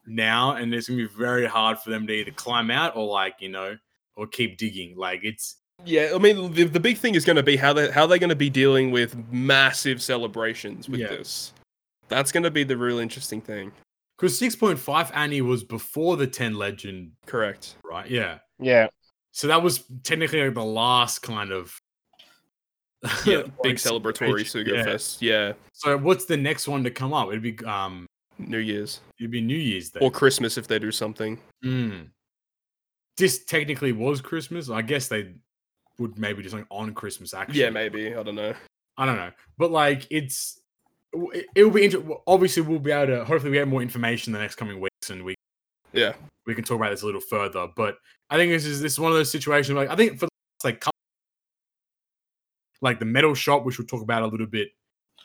[SPEAKER 1] now, and it's gonna be very hard for them to either climb out or like, you know, or keep digging. Like it's
[SPEAKER 5] Yeah, I mean the, the big thing is going to be how they how they're going to be dealing with massive celebrations with
[SPEAKER 1] Yeah.
[SPEAKER 5] this. That's going to be the real interesting thing.
[SPEAKER 1] because six point five Annie was before the ten legend,
[SPEAKER 5] Correct.
[SPEAKER 1] right? Yeah.
[SPEAKER 4] yeah.
[SPEAKER 1] So that was technically like the last kind of *laughs*
[SPEAKER 5] Yeah, big celebratory
[SPEAKER 1] celebration,
[SPEAKER 5] sugar
[SPEAKER 1] yeah.
[SPEAKER 5] fest. Yeah,
[SPEAKER 1] So what's the next one to come up? It'd be um
[SPEAKER 5] New Year's
[SPEAKER 1] it'd be New Year's Day.
[SPEAKER 5] or Christmas if they do something.
[SPEAKER 1] Mm. This technically was Christmas. I guess they would maybe do something on Christmas. Actually,
[SPEAKER 5] Yeah, maybe. I don't know.
[SPEAKER 1] I don't know, but like it's it- it'll be inter- obviously we'll be able to hopefully we get more information the next coming weeks and we
[SPEAKER 5] Yeah.
[SPEAKER 1] we can talk about this a little further. But I think this is this is one of those situations like I think for the last, like couple, like the metal shop, which we'll talk about a little bit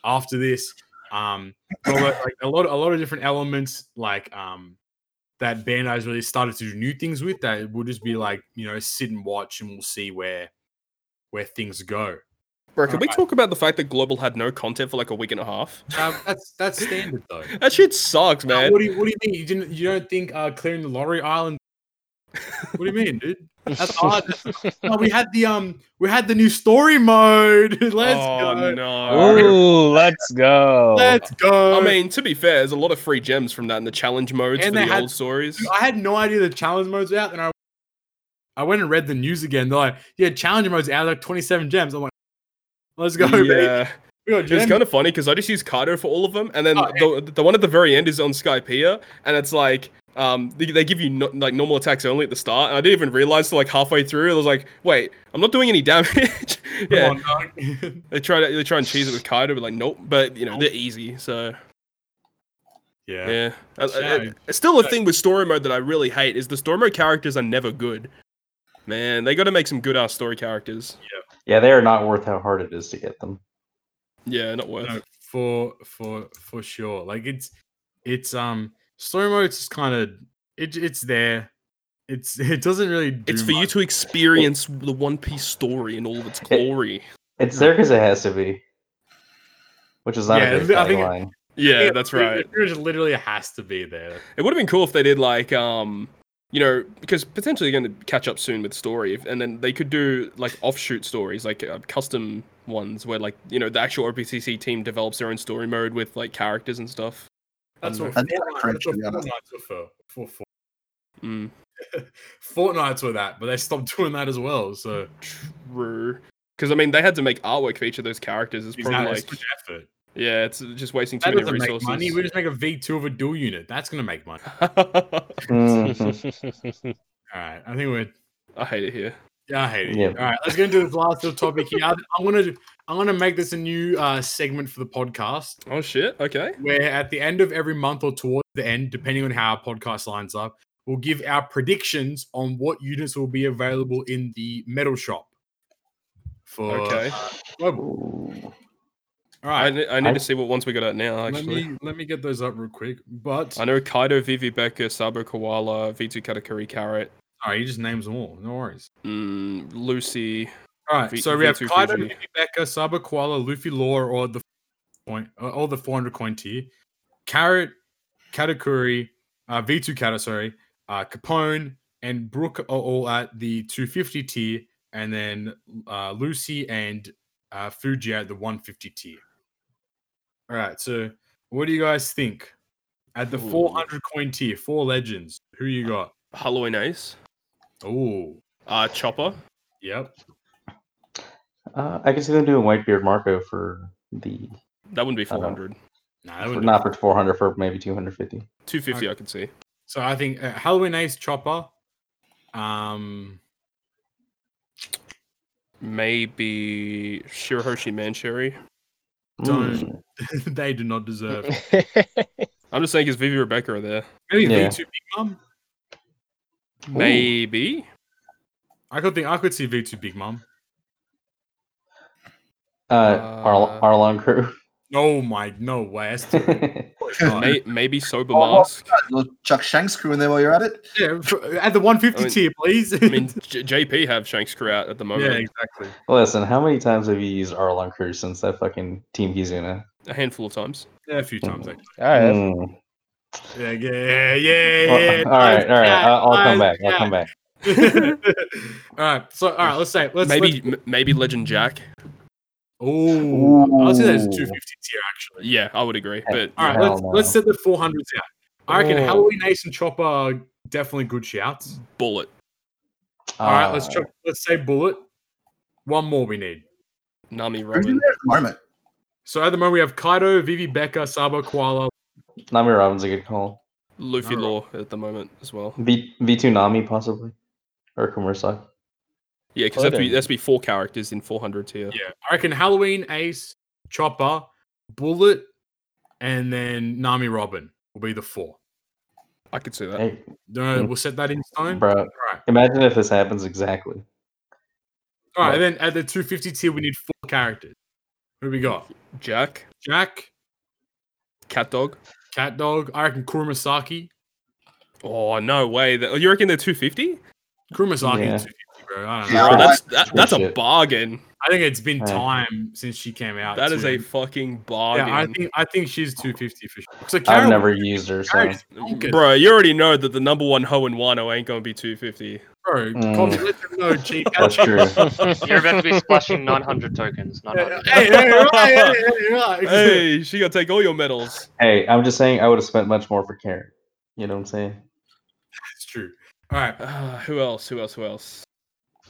[SPEAKER 1] after this. Um, but a lot- like a lot a lot of different elements like um that Bandai's really started to do new things with that will just be like you know sit and watch and we'll see where where things go.
[SPEAKER 5] Bro, can we
[SPEAKER 1] Alright.
[SPEAKER 5] talk about the fact that Global had no content for like a week and a half?
[SPEAKER 1] Um, that's that's standard though.
[SPEAKER 5] That shit sucks,
[SPEAKER 1] Now,
[SPEAKER 5] *laughs* man.
[SPEAKER 1] what do you what do you mean? You didn't you don't think uh clearing the lorry island? *laughs* What do you mean, dude? That's odd.
[SPEAKER 4] *laughs*
[SPEAKER 1] No, we had the um we had the new story mode. *laughs* Let's
[SPEAKER 5] oh
[SPEAKER 1] go.
[SPEAKER 5] no.
[SPEAKER 4] Ooh, let's go. *laughs*
[SPEAKER 1] Let's go.
[SPEAKER 5] I mean, to be fair, there's a lot of free gems from that in the challenge modes
[SPEAKER 1] And
[SPEAKER 5] for
[SPEAKER 1] they
[SPEAKER 5] the
[SPEAKER 1] had-
[SPEAKER 5] old stories.
[SPEAKER 1] I had no idea the challenge mode's out, and I I went and read the news again. They're like, yeah, challenge mode's out, like 27 gems. I'm like, let's go, baby.
[SPEAKER 5] yeah,
[SPEAKER 1] We got
[SPEAKER 5] it's
[SPEAKER 1] gems.
[SPEAKER 5] kind of funny because I just use Cardo for all of them, and then
[SPEAKER 1] Oh,
[SPEAKER 5] the, the one at the very end is on Skypea, and it's like um they, they give you no, like normal attacks only at the start, and I didn't even realize till like halfway through. I was like, wait, I'm not doing any damage. *laughs*
[SPEAKER 1] Come
[SPEAKER 5] yeah,
[SPEAKER 1] on, dog. *laughs*
[SPEAKER 5] they try to they try and cheese it with Kaido, but like nope. But you know they're easy, so
[SPEAKER 1] yeah.
[SPEAKER 5] yeah. Uh, uh,
[SPEAKER 1] Yeah.
[SPEAKER 5] it's still a
[SPEAKER 1] Yeah.
[SPEAKER 5] thing with story mode that I really hate is the story mode characters are never good. Man, they got to make some good ass story characters.
[SPEAKER 2] Yeah, they are not worth how hard it is to get them.
[SPEAKER 5] Yeah, not worth.
[SPEAKER 1] No,
[SPEAKER 5] it.
[SPEAKER 1] for for for sure. Like it's it's um slow mo. It's just kind of it, it's there. It's *laughs* it doesn't really. Do
[SPEAKER 5] It's for you
[SPEAKER 1] much.
[SPEAKER 5] to experience the One Piece story in all of its glory.
[SPEAKER 2] It's there because it has to be, which is not
[SPEAKER 1] Yeah,
[SPEAKER 2] a good
[SPEAKER 1] I think- *laughs*
[SPEAKER 2] tagline.
[SPEAKER 5] Yeah, that's
[SPEAKER 1] it-
[SPEAKER 5] right.
[SPEAKER 1] It, it literally has to be there.
[SPEAKER 5] It would have been cool if they did like um you know because potentially they're going to catch up soon with story if- and then they could do like offshoot stories like uh, custom ones where like you know the actual RPCC team develops their own story mode with like characters and stuff.
[SPEAKER 1] That's what
[SPEAKER 5] don't
[SPEAKER 6] know.
[SPEAKER 1] Fortnite, that's what
[SPEAKER 6] Yeah, that's-
[SPEAKER 1] Fortnite's were for. for, for
[SPEAKER 5] Mm,
[SPEAKER 1] Fortnite's were that, but they stopped doing that as well. So
[SPEAKER 5] true. Because I mean they had to make artwork for each of those characters. It's
[SPEAKER 1] it's
[SPEAKER 5] probably
[SPEAKER 1] not as
[SPEAKER 5] like
[SPEAKER 1] much effort.
[SPEAKER 5] yeah, it's just wasting too
[SPEAKER 1] That
[SPEAKER 5] many
[SPEAKER 1] doesn't make
[SPEAKER 5] resources.
[SPEAKER 1] money. We just make a V two of a dual unit. That's gonna make money.
[SPEAKER 2] Mhm.
[SPEAKER 1] All right. I think we're
[SPEAKER 5] *laughs* I hate it here.
[SPEAKER 1] Yeah, I hate it.
[SPEAKER 2] Yeah.
[SPEAKER 1] All right, let's get into this last little topic here. I- I'm gonna I'm gonna make this a new uh, segment for the podcast
[SPEAKER 5] Oh shit. Okay.
[SPEAKER 1] where at the end of every month or towards the end, depending on how our podcast lines up, we'll give our predictions on what units will be available in the metal shop. For
[SPEAKER 5] Okay.
[SPEAKER 1] uh, global.
[SPEAKER 2] Ooh.
[SPEAKER 1] All
[SPEAKER 5] I,
[SPEAKER 1] right.
[SPEAKER 5] ne- I need
[SPEAKER 2] I-
[SPEAKER 5] to see what ones we got out now.
[SPEAKER 1] let
[SPEAKER 5] Actually.
[SPEAKER 1] me let me get those up real quick. But
[SPEAKER 5] I know Kaido, Vivi Becca, Sabo Koala, V2 Katakuri Carrot,
[SPEAKER 1] sorry, he just names them all. No worries.
[SPEAKER 5] mm, Lucy.
[SPEAKER 1] All right.
[SPEAKER 5] V-
[SPEAKER 1] so we have
[SPEAKER 5] V2
[SPEAKER 1] Kaido,
[SPEAKER 5] Fuji.
[SPEAKER 1] Vivi Becca, Saba Koala, Luffy Lore, or the point, uh, or the 400 coin tier, Carrot, Katakuri, uh, V2 Kata, sorry, uh, Capone, and Brooke are all at the 250 tier, and then uh, Lucy and uh, Fuji at the 150 tier. All right. So what do you guys think? At the
[SPEAKER 5] Ooh.
[SPEAKER 1] 400 coin tier, four legends. Who you got?
[SPEAKER 5] Halloween Ace,
[SPEAKER 1] Oh,
[SPEAKER 5] uh, Chopper.
[SPEAKER 1] yep.
[SPEAKER 2] Uh, I can see them doing Whitebeard Marco for the
[SPEAKER 5] That wouldn't be
[SPEAKER 2] I don't-
[SPEAKER 5] 400.
[SPEAKER 1] Nah, that
[SPEAKER 2] for,
[SPEAKER 1] wouldn't be
[SPEAKER 2] not for 400 for maybe 250.
[SPEAKER 5] 250, I could see.
[SPEAKER 1] So I think uh, Halloween Ace Chopper. Um, *laughs*
[SPEAKER 5] Maybe Shirahoshi Mancherry.
[SPEAKER 1] Don't-
[SPEAKER 2] Mm.
[SPEAKER 1] they do not deserve.
[SPEAKER 4] *laughs*
[SPEAKER 5] I'm just saying because Vivi Rebecca are there.
[SPEAKER 1] Maybe
[SPEAKER 2] Yeah.
[SPEAKER 1] V two Big Mom.
[SPEAKER 5] Maybe.
[SPEAKER 1] I could think I could see V two Big Mom.
[SPEAKER 2] Uh, Arl-
[SPEAKER 5] Uh,
[SPEAKER 2] Arlong crew.
[SPEAKER 1] Oh my, no way. That's
[SPEAKER 2] *laughs*
[SPEAKER 1] too early. Oh,
[SPEAKER 5] May- maybe Sober
[SPEAKER 6] Oh, well-
[SPEAKER 5] Mask.
[SPEAKER 6] Little Chuck Shanks crew in there while you're at it.
[SPEAKER 1] yeah, for- at the one fifty
[SPEAKER 5] I mean-
[SPEAKER 1] tier, please.
[SPEAKER 5] I mean, J- JP have Shanks crew out at
[SPEAKER 1] *laughs*
[SPEAKER 5] the
[SPEAKER 1] yeah,
[SPEAKER 5] moment.
[SPEAKER 1] exactly.
[SPEAKER 2] Listen, how many times have you used Arlong crew since that fucking Team Kizuna?
[SPEAKER 5] A handful of times.
[SPEAKER 1] Yeah, a few
[SPEAKER 2] Oh.
[SPEAKER 1] times actually.
[SPEAKER 4] All right.
[SPEAKER 2] Mm.
[SPEAKER 1] Yeah, yeah, yeah, yeah.
[SPEAKER 2] Oh, *laughs* all right, all right.
[SPEAKER 1] yeah,
[SPEAKER 2] I'll, I'll come
[SPEAKER 1] nice
[SPEAKER 2] back. I'll come back.
[SPEAKER 1] *laughs* all right, so all right, let's say let's
[SPEAKER 5] maybe m- maybe Legend Jack.
[SPEAKER 1] Oh, I'll say that's
[SPEAKER 2] Ooh.
[SPEAKER 1] two fifty tier actually.
[SPEAKER 5] Yeah, I would agree. But
[SPEAKER 1] All right,
[SPEAKER 2] Hell
[SPEAKER 1] let's let's
[SPEAKER 2] no.
[SPEAKER 1] set the 400s out. I reckon
[SPEAKER 4] Oh.
[SPEAKER 1] Halloween Ace and Chopper are definitely good shouts.
[SPEAKER 5] Bullet.
[SPEAKER 1] All right, let's
[SPEAKER 2] Uh,
[SPEAKER 1] chop, let's say Bullet. One more we need.
[SPEAKER 5] Nami
[SPEAKER 6] Who's in
[SPEAKER 5] Robin.
[SPEAKER 6] there at the moment?
[SPEAKER 1] So at the moment we have Kaido, Vivi Becca, Sabo Koala.
[SPEAKER 2] Nami Robin's a good call.
[SPEAKER 5] Luffy
[SPEAKER 1] Alright.
[SPEAKER 5] Law at the moment as well.
[SPEAKER 2] V V two Nami possibly, or Kumurasaki.
[SPEAKER 5] Yeah, because that's be
[SPEAKER 4] Odin.
[SPEAKER 5] that's be four characters in 400 tier.
[SPEAKER 1] Yeah, I reckon Halloween, Ace, Chopper, Bullet, and then Nami Robin will be the four.
[SPEAKER 5] I could see that.
[SPEAKER 2] Hey,
[SPEAKER 1] No,
[SPEAKER 2] Mm.
[SPEAKER 1] we'll set that in stone.
[SPEAKER 2] bro,
[SPEAKER 1] Uh, All right,
[SPEAKER 2] imagine if this happens exactly.
[SPEAKER 1] all right. And then at the 250 tier, we need four characters. Who we got?
[SPEAKER 5] Jack,
[SPEAKER 1] Jack,
[SPEAKER 5] Cat Dog.
[SPEAKER 1] Cat Dog. I reckon Kurumasaki.
[SPEAKER 5] Oh no way! That, you reckon they're 250?
[SPEAKER 1] Kurumasaki
[SPEAKER 2] Yeah.
[SPEAKER 1] at 250, bro. I don't know.
[SPEAKER 6] Yeah.
[SPEAKER 5] Bro,
[SPEAKER 6] Alright.
[SPEAKER 5] that's that, that's a
[SPEAKER 2] Shit.
[SPEAKER 5] bargain.
[SPEAKER 1] I think it's been
[SPEAKER 2] Yeah.
[SPEAKER 1] time since she came out.
[SPEAKER 5] That is a
[SPEAKER 1] too.
[SPEAKER 5] fucking
[SPEAKER 1] Yeah, I
[SPEAKER 5] bargain.
[SPEAKER 1] think I think she's 250 for sure. So
[SPEAKER 2] I've
[SPEAKER 1] Karen,
[SPEAKER 2] never used her, so
[SPEAKER 1] Karen's bonkers, bro.
[SPEAKER 5] Bro, you already know that the number one hoe in Wano ain't gonna
[SPEAKER 1] *laughs*
[SPEAKER 5] be 250.
[SPEAKER 2] Mm.
[SPEAKER 1] Cobb, let them know,
[SPEAKER 2] *laughs*
[SPEAKER 1] Chief.
[SPEAKER 2] that's true.
[SPEAKER 1] *laughs*
[SPEAKER 3] *laughs* You're about to be splashing 900 tokens.
[SPEAKER 1] hey,
[SPEAKER 3] 900.
[SPEAKER 1] hey, right, hey, hey, right.
[SPEAKER 5] Hey, she gonna take all your medals.
[SPEAKER 2] hey, I'm just saying I would have spent much more for Karen. You know what I'm saying?
[SPEAKER 1] It's true. All right.
[SPEAKER 5] Uh, who else? Who else? Who else?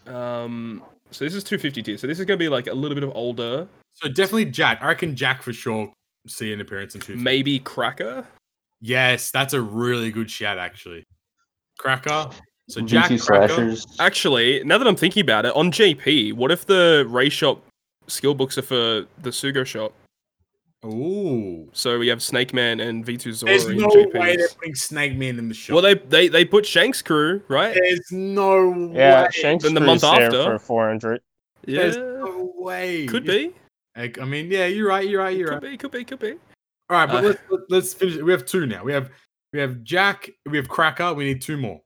[SPEAKER 5] Um, so this is 250 tier. So this is gonna be like a little bit of older.
[SPEAKER 1] So definitely Jack. I reckon Jack for sure see an appearance in two.
[SPEAKER 5] Maybe Cracker.
[SPEAKER 1] yes, that's a really good shout actually. Cracker. So
[SPEAKER 2] GT
[SPEAKER 1] Jack Cracker.
[SPEAKER 2] slashers.
[SPEAKER 5] Actually, now that I'm thinking about it, on GP, what if the Ray Shop skill books are for the Sugo Shop?
[SPEAKER 1] Ooh.
[SPEAKER 5] So we have Snake Man and V2 Zoro
[SPEAKER 1] There's
[SPEAKER 5] in
[SPEAKER 1] no
[SPEAKER 5] GPs.
[SPEAKER 1] way they're putting Snake Man in the show.
[SPEAKER 5] well, they, they they put Shanks crew right.
[SPEAKER 1] There's no
[SPEAKER 4] Yeah,
[SPEAKER 1] way.
[SPEAKER 4] Shanks
[SPEAKER 5] Then the month
[SPEAKER 4] Crew's there
[SPEAKER 5] after.
[SPEAKER 4] for 400.
[SPEAKER 5] Yeah,
[SPEAKER 1] There's no way.
[SPEAKER 5] could be,
[SPEAKER 1] Like, I mean, yeah, you're right. You're right. You're
[SPEAKER 5] could
[SPEAKER 1] right.
[SPEAKER 5] be, could be, could be.
[SPEAKER 1] All right, but
[SPEAKER 5] Uh,
[SPEAKER 1] let's let, let's finish. it. We have two now. We have we have Jack. We have Cracker. We need two more.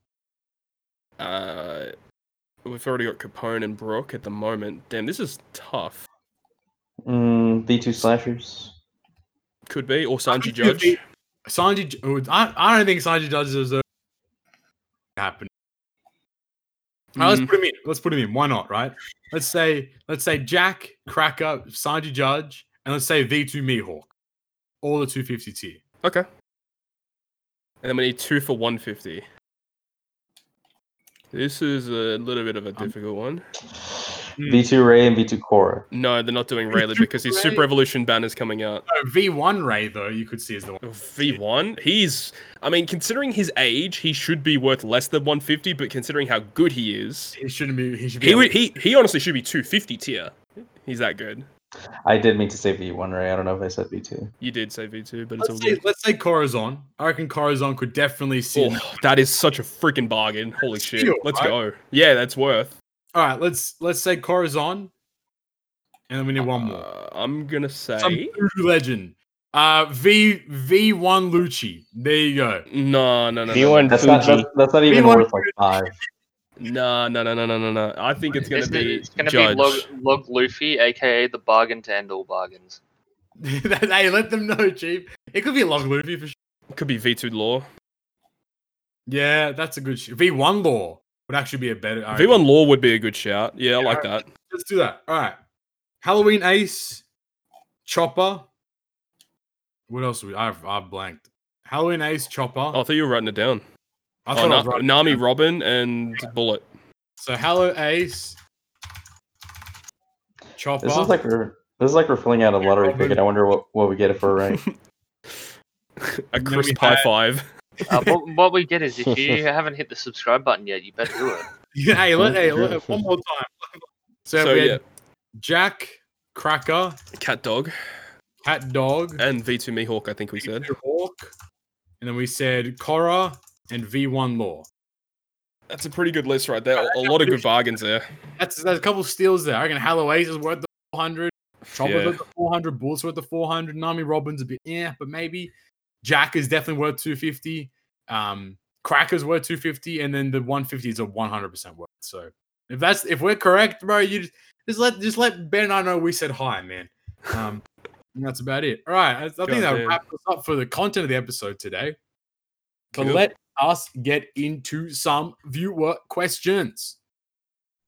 [SPEAKER 5] Uh, we've already got Capone and Brooke at the moment. Damn, this is tough.
[SPEAKER 2] Mm, D2 slashers.
[SPEAKER 5] Could be or
[SPEAKER 1] I
[SPEAKER 5] Sanji
[SPEAKER 1] think it'd
[SPEAKER 5] Judge.
[SPEAKER 1] be- Sanji. J- oh, I, I don't think Sanji Judge is a happen. All right, let's
[SPEAKER 5] Mm,
[SPEAKER 1] put him in. Let's put him in. Why not? Right. Let's say let's say Jack Cracker Sanji Judge, and let's say V two Mihawk, all the two fifty tier.
[SPEAKER 5] okay. And then we need two for 150. This is a little bit of
[SPEAKER 1] Um,
[SPEAKER 5] a difficult one.
[SPEAKER 1] Hmm.
[SPEAKER 2] V2 Ray and V2 Korra.
[SPEAKER 5] No, they're not doing Rayleigh because his Super Evolution banner's coming out.
[SPEAKER 1] V one Ray though, you could see as the one.
[SPEAKER 5] V1, he's. I mean, considering his age, he should be worth less than 150, but considering how good he is,
[SPEAKER 1] He shouldn't be. He should be.
[SPEAKER 5] he would, he, he honestly should be 250 tier. He's that good.
[SPEAKER 2] I did mean to say V1 Ray. I don't know if I said V2.
[SPEAKER 5] You did say V2, but it's all
[SPEAKER 1] let's say
[SPEAKER 5] good.
[SPEAKER 1] let's say Corazon. I reckon Corazon could definitely see. in the-
[SPEAKER 5] Oh, that is such a freaking bargain. Holy shit.
[SPEAKER 1] Steal,
[SPEAKER 5] Let's
[SPEAKER 1] right?
[SPEAKER 5] go. Yeah, that's worth.
[SPEAKER 1] All right, let's let's say Corazon, and then we need one more.
[SPEAKER 5] Uh, I'm going to say.
[SPEAKER 1] Some voodoo legend. Uh, V V one Lucci. There you go. *laughs*
[SPEAKER 5] No, no, no. no,
[SPEAKER 4] V1
[SPEAKER 2] That's not,
[SPEAKER 4] Fuji.
[SPEAKER 2] that's, that's not even
[SPEAKER 1] V1
[SPEAKER 2] worth like five.
[SPEAKER 5] No, no, no, no, no, no, no. I think it's going to
[SPEAKER 3] Isn't it-
[SPEAKER 5] be.
[SPEAKER 3] it's gonna
[SPEAKER 5] judge.
[SPEAKER 3] be log, log Luffy, aka the bargain to end all bargains.
[SPEAKER 1] That- hey, let them know, Chief. It could be a long Luffy for sure.
[SPEAKER 5] Could be V2 Law.
[SPEAKER 1] Yeah, that's a good sh- V one Law would actually be a better I reckon.
[SPEAKER 5] V1 Law would be a good shout. Yeah, I like that.
[SPEAKER 1] Let's do that. All right, Halloween Ace, Chopper. What else? We, I've I've blanked. Halloween Ace, Chopper.
[SPEAKER 5] Oh, I thought you were writing it down.
[SPEAKER 1] I
[SPEAKER 5] Oh,
[SPEAKER 1] thought I
[SPEAKER 5] Na-
[SPEAKER 1] was right.
[SPEAKER 5] Nami, Robin, and Bullet.
[SPEAKER 1] So Hallow Ace, Chopper.
[SPEAKER 2] This is like we're this is like we're filling out a lottery
[SPEAKER 1] Robin.
[SPEAKER 2] ticket. I wonder what, what we get if we're right.
[SPEAKER 5] A
[SPEAKER 1] then
[SPEAKER 5] crisp
[SPEAKER 1] we
[SPEAKER 5] high
[SPEAKER 1] had-
[SPEAKER 5] five.
[SPEAKER 3] Uh, what,
[SPEAKER 5] *laughs*
[SPEAKER 3] what we get is if you haven't hit the subscribe button yet, you better do it.
[SPEAKER 1] Yeah, *laughs* hey, let, hey, let- one more time. *laughs* *laughs* So,
[SPEAKER 5] So,
[SPEAKER 1] we had
[SPEAKER 5] yeah,
[SPEAKER 1] Jack, Cracker,
[SPEAKER 5] Cat Dog
[SPEAKER 1] Cat Dog,
[SPEAKER 5] and V2 Mihawk, I think we said.
[SPEAKER 1] Peter Hawk, and then we said Cora and V1 Law.
[SPEAKER 5] That's a pretty good list right there. A lot of good bargains there.
[SPEAKER 1] That's there's a couple steals there. I reckon Hallow Ace is worth the 400, Chopper's
[SPEAKER 5] Yeah.
[SPEAKER 1] worth the 400, Bullets worth the 400, Nami Robbins a bit, yeah, but maybe Jack is definitely worth 250. Um, Cracker's worth 250, and then the 150 is a 100% worth. So if that's if we're correct, bro, you just, just let just let Ben and I know we said hi, man. Um, *laughs* and that's about it. All right, I, I think that
[SPEAKER 5] Goddamn.
[SPEAKER 1] wraps us up for the content of the episode today. But
[SPEAKER 5] Cool.
[SPEAKER 1] let us get into some viewer questions.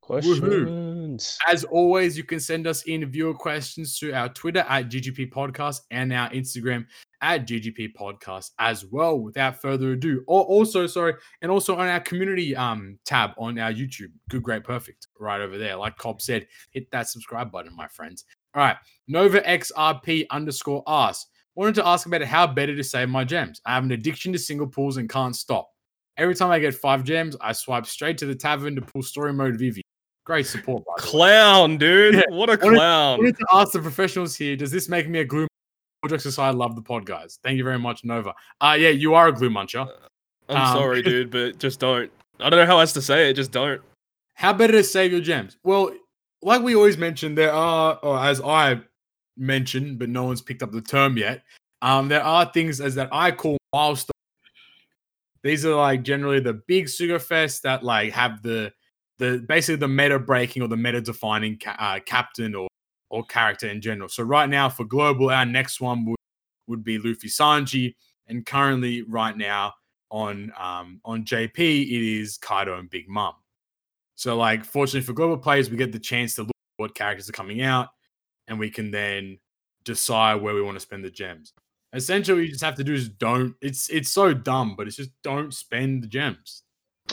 [SPEAKER 4] Questions.
[SPEAKER 1] As always, you can send us in viewer questions to our Twitter at GGP Podcast and our Instagram at GGP Podcast as well. Without further ado, or also sorry, and also on our community um tab on our YouTube, Good Great Perfect, right over there. Like Cobb said, hit that subscribe button, my friends. All right, Nova XRP underscore asks, wanted to ask about how better to save my gems. I have an addiction to single pools and can't stop. Every time I get five gems, I swipe straight to the tavern to pull story mode Vivi. Great support, by the way.
[SPEAKER 5] Clown, dude.
[SPEAKER 1] Yeah.
[SPEAKER 5] What
[SPEAKER 1] What
[SPEAKER 5] a
[SPEAKER 1] is- I
[SPEAKER 5] clown.
[SPEAKER 1] wanted to ask the professionals here. Does this make me a glue? Project Society love the pod, guys. Thank you very much, Nova. Uh yeah, you are a glue muncher.
[SPEAKER 5] I'm
[SPEAKER 1] Um,
[SPEAKER 5] sorry, dude, but just don't. I don't know how else to say it. Just don't.
[SPEAKER 1] How better to save your gems? Well, like we always mention, there are, or as I mentioned, but no one's picked up the term yet. Um, there are things as that I call milestones. These are like generally the big sugar fest that like have the the basically the meta breaking or the meta defining ca- uh, captain or or character in general. So right now for global, our next one would would be Luffy Sanji, and currently right now on um on JP it is Kaido and Big Mom. So, like, fortunately for global players, we get the chance to look at what characters are coming out, and we can then decide where we want to spend the gems. Essentially, what you just have to do is don't. It's it's so dumb, but it's just don't spend the gems.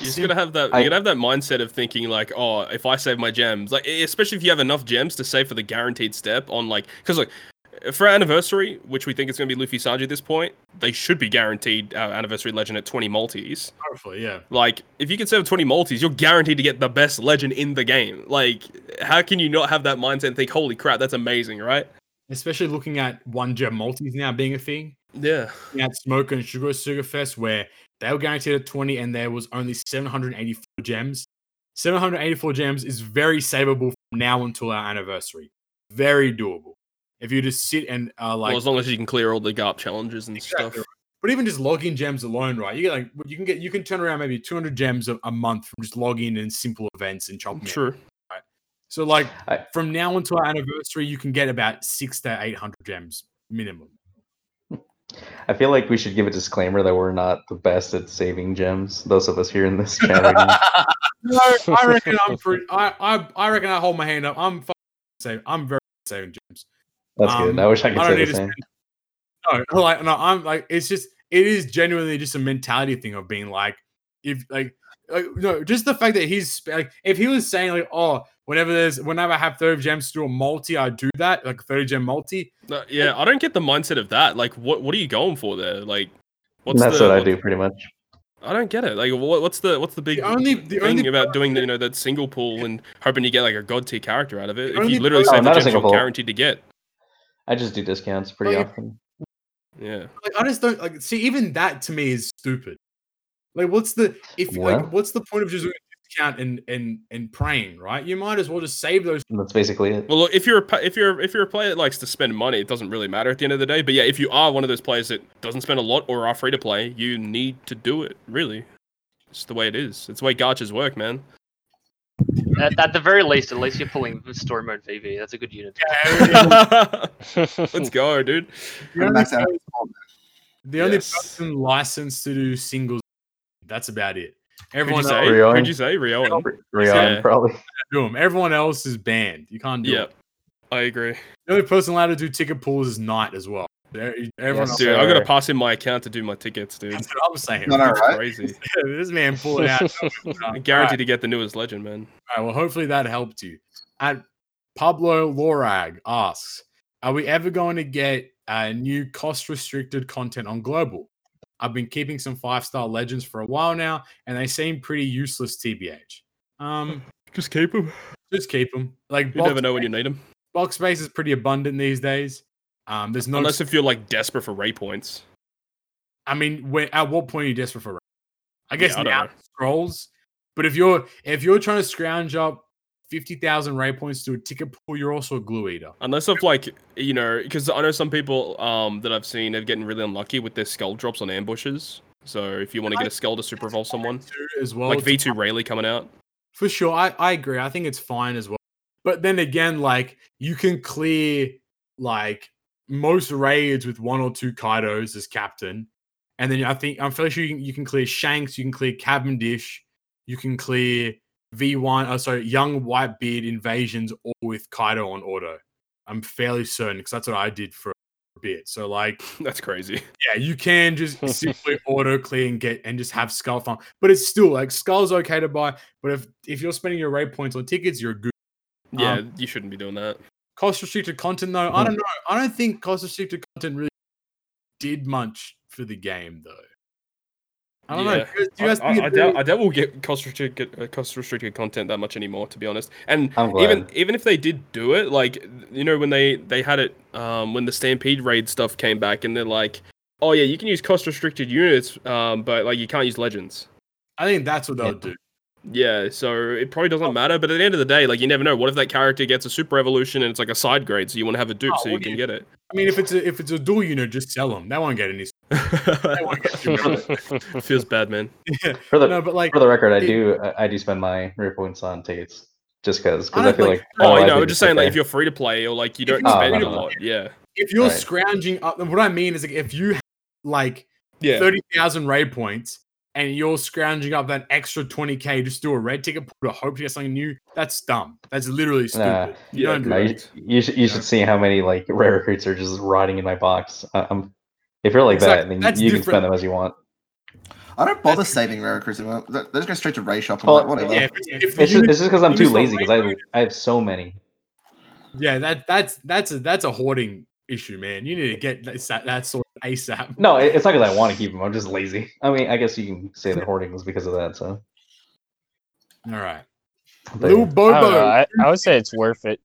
[SPEAKER 5] You just gotta have that.
[SPEAKER 2] I-
[SPEAKER 5] you gotta have that mindset of thinking like, oh, if I save my gems, like e-, especially if you have enough gems to save for the guaranteed step on like, because like for our anniversary, which we think is gonna be Luffy Sanji at this point, they should be guaranteed our anniversary legend at 20 multis.
[SPEAKER 1] Hopefully, yeah.
[SPEAKER 5] Like, if you can save 20 multis, you're guaranteed to get the best legend in the game. Like, how can you not have that mindset and think, holy crap, that's amazing, right?
[SPEAKER 1] Especially looking at one gem multis now being a thing.
[SPEAKER 5] Yeah.
[SPEAKER 1] Looking at Smoker and Sugar Sugar Fest, where they were guaranteed a 20 and there was only 784 gems. 784 gems is very savable from now until our anniversary. Very doable. If you just sit and uh, like
[SPEAKER 5] well, as long as you can clear all the GARP challenges and
[SPEAKER 1] Exactly
[SPEAKER 5] stuff.
[SPEAKER 1] right. But even just logging gems alone, right? You get like you can get you can turn around maybe 200 gems a, a month from just logging in simple events and chopping. it.
[SPEAKER 5] True.
[SPEAKER 1] So like
[SPEAKER 2] I-
[SPEAKER 1] from now until our anniversary, you can get about six to eight hundred gems minimum.
[SPEAKER 2] I feel like we should give a disclaimer that we're not the best at saving gems. Those of us here in this chat, are not.
[SPEAKER 1] *laughs* No, I reckon I'm *laughs* pretty. I, I I reckon I hold my hand up. I'm fucking save. I'm very good at saving gems.
[SPEAKER 2] that's
[SPEAKER 1] Um,
[SPEAKER 2] good. I wish I could
[SPEAKER 1] I don't
[SPEAKER 2] say
[SPEAKER 1] need
[SPEAKER 2] the
[SPEAKER 1] to
[SPEAKER 2] same.
[SPEAKER 1] spend. No, like no, I'm like it's just it is genuinely just a mentality thing of being like if like like no, just the fact that he's sp- like if he was saying like oh whenever there's whenever I have thirty gems to do a multi I do that like thirty gem multi
[SPEAKER 5] No, yeah, I don't get the mindset of that. Like, what what are you going for there? Like, what's
[SPEAKER 2] That's
[SPEAKER 5] the,
[SPEAKER 2] what I
[SPEAKER 5] what-
[SPEAKER 2] do pretty much.
[SPEAKER 5] I don't get it. Like, what, what's the what's the big
[SPEAKER 1] the only the
[SPEAKER 5] thing
[SPEAKER 1] only
[SPEAKER 5] about doing the, you know that single pool and hoping you get like a god tier character out of it?
[SPEAKER 1] The
[SPEAKER 5] If
[SPEAKER 1] only
[SPEAKER 5] you literally
[SPEAKER 1] person-
[SPEAKER 5] save
[SPEAKER 2] Oh, not
[SPEAKER 5] the
[SPEAKER 2] a
[SPEAKER 5] gems,
[SPEAKER 2] single
[SPEAKER 5] you're
[SPEAKER 2] pool.
[SPEAKER 5] guaranteed to get.
[SPEAKER 2] I just do discounts pretty
[SPEAKER 1] Like,
[SPEAKER 2] often.
[SPEAKER 5] Yeah,
[SPEAKER 1] like I just don't like see even that to me is stupid. Like what's the if
[SPEAKER 2] Well-
[SPEAKER 1] like what's the point of just doing a discount and and and praying right? You might as well just save
[SPEAKER 2] *laughs*
[SPEAKER 1] those.
[SPEAKER 2] And that's basically it.
[SPEAKER 5] Well, look, if you're a, pa- if you're if you're a player that likes to spend money, it doesn't really matter at the end of the day. But yeah, if you are one of those players that doesn't spend a lot or are free to play, you need to do it. Really, it's the way it is. It's the way gachas work, man.
[SPEAKER 3] At, at the very least, at least you're pulling story mode VV. That's a good unit.
[SPEAKER 5] Let's go, dude.
[SPEAKER 1] The only,
[SPEAKER 6] Max out.
[SPEAKER 1] the only
[SPEAKER 5] Yes.
[SPEAKER 1] person licensed to do singles. That's about it.
[SPEAKER 5] Who'd you
[SPEAKER 1] Everyone
[SPEAKER 5] say?
[SPEAKER 1] else
[SPEAKER 2] Rioan.
[SPEAKER 5] Who'd you say? Rioan.
[SPEAKER 2] Rion,
[SPEAKER 5] Yeah.
[SPEAKER 2] probably.
[SPEAKER 1] do them. Everyone else is banned. You can't do
[SPEAKER 5] Yeah,
[SPEAKER 1] it.
[SPEAKER 5] I agree.
[SPEAKER 1] The only person allowed to do ticket pools is Knight as well. There- Everyone
[SPEAKER 4] Yes,
[SPEAKER 1] else
[SPEAKER 5] Dude, I gotta
[SPEAKER 4] sir.
[SPEAKER 5] pass in my account to do my tickets, dude.
[SPEAKER 1] that's what I'm saying.
[SPEAKER 6] Not all
[SPEAKER 5] That's
[SPEAKER 6] right.
[SPEAKER 5] crazy.
[SPEAKER 1] *laughs* this man pulled it out. uh,
[SPEAKER 5] I *laughs*
[SPEAKER 1] Alright,
[SPEAKER 5] guarantee to get the newest legend, man.
[SPEAKER 1] alright, well, hopefully that helped you. And Pablo Lorag asks, are we ever going to get uh, new cost-restricted content on Global? I've been keeping some five-star legends for a while now, and they seem pretty useless. Tbh, um,
[SPEAKER 5] Just keep them.
[SPEAKER 1] just keep them. Like
[SPEAKER 5] You never
[SPEAKER 1] box,
[SPEAKER 5] know when you need them,
[SPEAKER 1] box space is pretty abundant these days. Um, there's no
[SPEAKER 5] unless if you're like desperate for ray points.
[SPEAKER 1] I mean, when, at what point are you desperate for? ra- I guess
[SPEAKER 5] I don't
[SPEAKER 1] now
[SPEAKER 5] know.
[SPEAKER 1] it scrolls. But if you're if you're trying to scrounge up fifty thousand ray points to a ticket pool, you're also a glue eater.
[SPEAKER 5] Unless if like you know, because I know some people um that I've seen are getting really unlucky with their skull drops on ambushes. So if you want to get a skull to super evolve someone,
[SPEAKER 1] Too, as well,
[SPEAKER 5] like
[SPEAKER 1] It's-
[SPEAKER 5] V two Rayleigh coming out, *laughs*
[SPEAKER 1] for sure. I I agree. I think it's fine as well. But then again, like you can clear like most raids with one or two Kaidos as captain, and then I think I'm fairly sure you can, you can clear Shanks, you can clear Cavendish, you can clear V1. Oh, sorry, Young Whitebeard invasions all with Kaido on auto. I'm fairly certain because that's what I did for a bit. So like,
[SPEAKER 5] that's crazy.
[SPEAKER 1] yeah, you can just simply auto clear and get and just have skull farm. But it's still like skull's okay to buy. But if if you're spending your raid points on tickets, you're a good.
[SPEAKER 5] Yeah, you shouldn't be doing that.
[SPEAKER 1] Cost restricted content though, I don't know. I don't think cost restricted content really did much for the game though. I don't know.
[SPEAKER 5] Yeah.
[SPEAKER 1] Do you guys- do you
[SPEAKER 5] I,
[SPEAKER 1] guys
[SPEAKER 5] I,
[SPEAKER 1] think
[SPEAKER 5] I
[SPEAKER 1] it
[SPEAKER 5] doubt,
[SPEAKER 1] really-
[SPEAKER 5] I doubt we'll get cost restricted, uh, cost restricted content that much anymore, to be honest. And
[SPEAKER 2] I'm glad.
[SPEAKER 5] even even if they did do it, like you know when they they had it um, when the Stampede raid stuff came back, and they're like, oh yeah, you can use cost restricted units, um, but like you can't use legends.
[SPEAKER 1] I think that's what they'll
[SPEAKER 2] Yeah.
[SPEAKER 1] do.
[SPEAKER 5] Yeah, so it probably
[SPEAKER 1] Oh.
[SPEAKER 5] doesn't matter. But at the end of the day, like you never know. What if that character gets a super evolution and it's like a side grade, so you want to have a dupe
[SPEAKER 1] Oh,
[SPEAKER 5] so you
[SPEAKER 1] what do
[SPEAKER 5] can
[SPEAKER 1] you-
[SPEAKER 5] get it.
[SPEAKER 1] I mean, if it's a if it's a dual unit, just sell them. They won't get any. *laughs* They won't get
[SPEAKER 4] *laughs*
[SPEAKER 1] too much.
[SPEAKER 5] *laughs* Feels bad, man.
[SPEAKER 2] For the
[SPEAKER 1] no, but like
[SPEAKER 2] for the record, I
[SPEAKER 1] it-
[SPEAKER 2] do I, I do spend my rare points on tickets just because
[SPEAKER 1] I
[SPEAKER 2] because I,
[SPEAKER 1] don't
[SPEAKER 2] feel
[SPEAKER 1] like-
[SPEAKER 2] like,
[SPEAKER 5] Oh,
[SPEAKER 2] otherwise
[SPEAKER 5] you know,
[SPEAKER 2] I'd
[SPEAKER 5] I'm just saying,
[SPEAKER 2] sit
[SPEAKER 5] like, if
[SPEAKER 2] there.
[SPEAKER 5] you're free to play or like you
[SPEAKER 1] If
[SPEAKER 5] don't
[SPEAKER 1] you-
[SPEAKER 2] Oh,
[SPEAKER 5] spend
[SPEAKER 2] no,
[SPEAKER 5] it a
[SPEAKER 2] no, no.
[SPEAKER 5] lot,
[SPEAKER 1] *laughs*
[SPEAKER 5] yeah,
[SPEAKER 1] if you're
[SPEAKER 2] Right.
[SPEAKER 1] scrounging up, what I mean is like, if you have, like
[SPEAKER 5] yeah,
[SPEAKER 1] thirty thousand raid points and you're scrounging up that extra twenty k just do a red ticket pool to hope to get something new, that's dumb. That's literally stupid.
[SPEAKER 2] Nah.
[SPEAKER 1] you
[SPEAKER 5] Yeah,
[SPEAKER 1] don't do
[SPEAKER 2] No, you,
[SPEAKER 1] that.
[SPEAKER 2] you should you should see how many like rare recruits are just rotting in my box. I, I'm if you're like
[SPEAKER 1] Exactly,
[SPEAKER 2] that, then
[SPEAKER 1] that's
[SPEAKER 2] you can
[SPEAKER 1] different.
[SPEAKER 2] spend them as you want.
[SPEAKER 6] I don't bother saving rare recruits. anymore. They they just go straight to raid shop and
[SPEAKER 2] Well,
[SPEAKER 6] like whatever.
[SPEAKER 1] Yeah, if, it's- if the
[SPEAKER 2] It's just,
[SPEAKER 1] unit-
[SPEAKER 2] it's just because I'm
[SPEAKER 1] you
[SPEAKER 2] too
[SPEAKER 1] just don't
[SPEAKER 2] lazy because
[SPEAKER 1] wait.
[SPEAKER 2] I I have so many.
[SPEAKER 1] yeah, that that's that's a that's a hoarding issue, man. You need to get that, sa- that sort of ASAP.
[SPEAKER 2] No, it- it's not because I want to keep them. I'm just lazy. I mean, I guess you can say that hoarding was because of that. So,
[SPEAKER 1] All right,
[SPEAKER 2] but
[SPEAKER 1] Lil
[SPEAKER 2] yeah.
[SPEAKER 1] Bobo,
[SPEAKER 4] I, don't know. I, I would say it's worth it.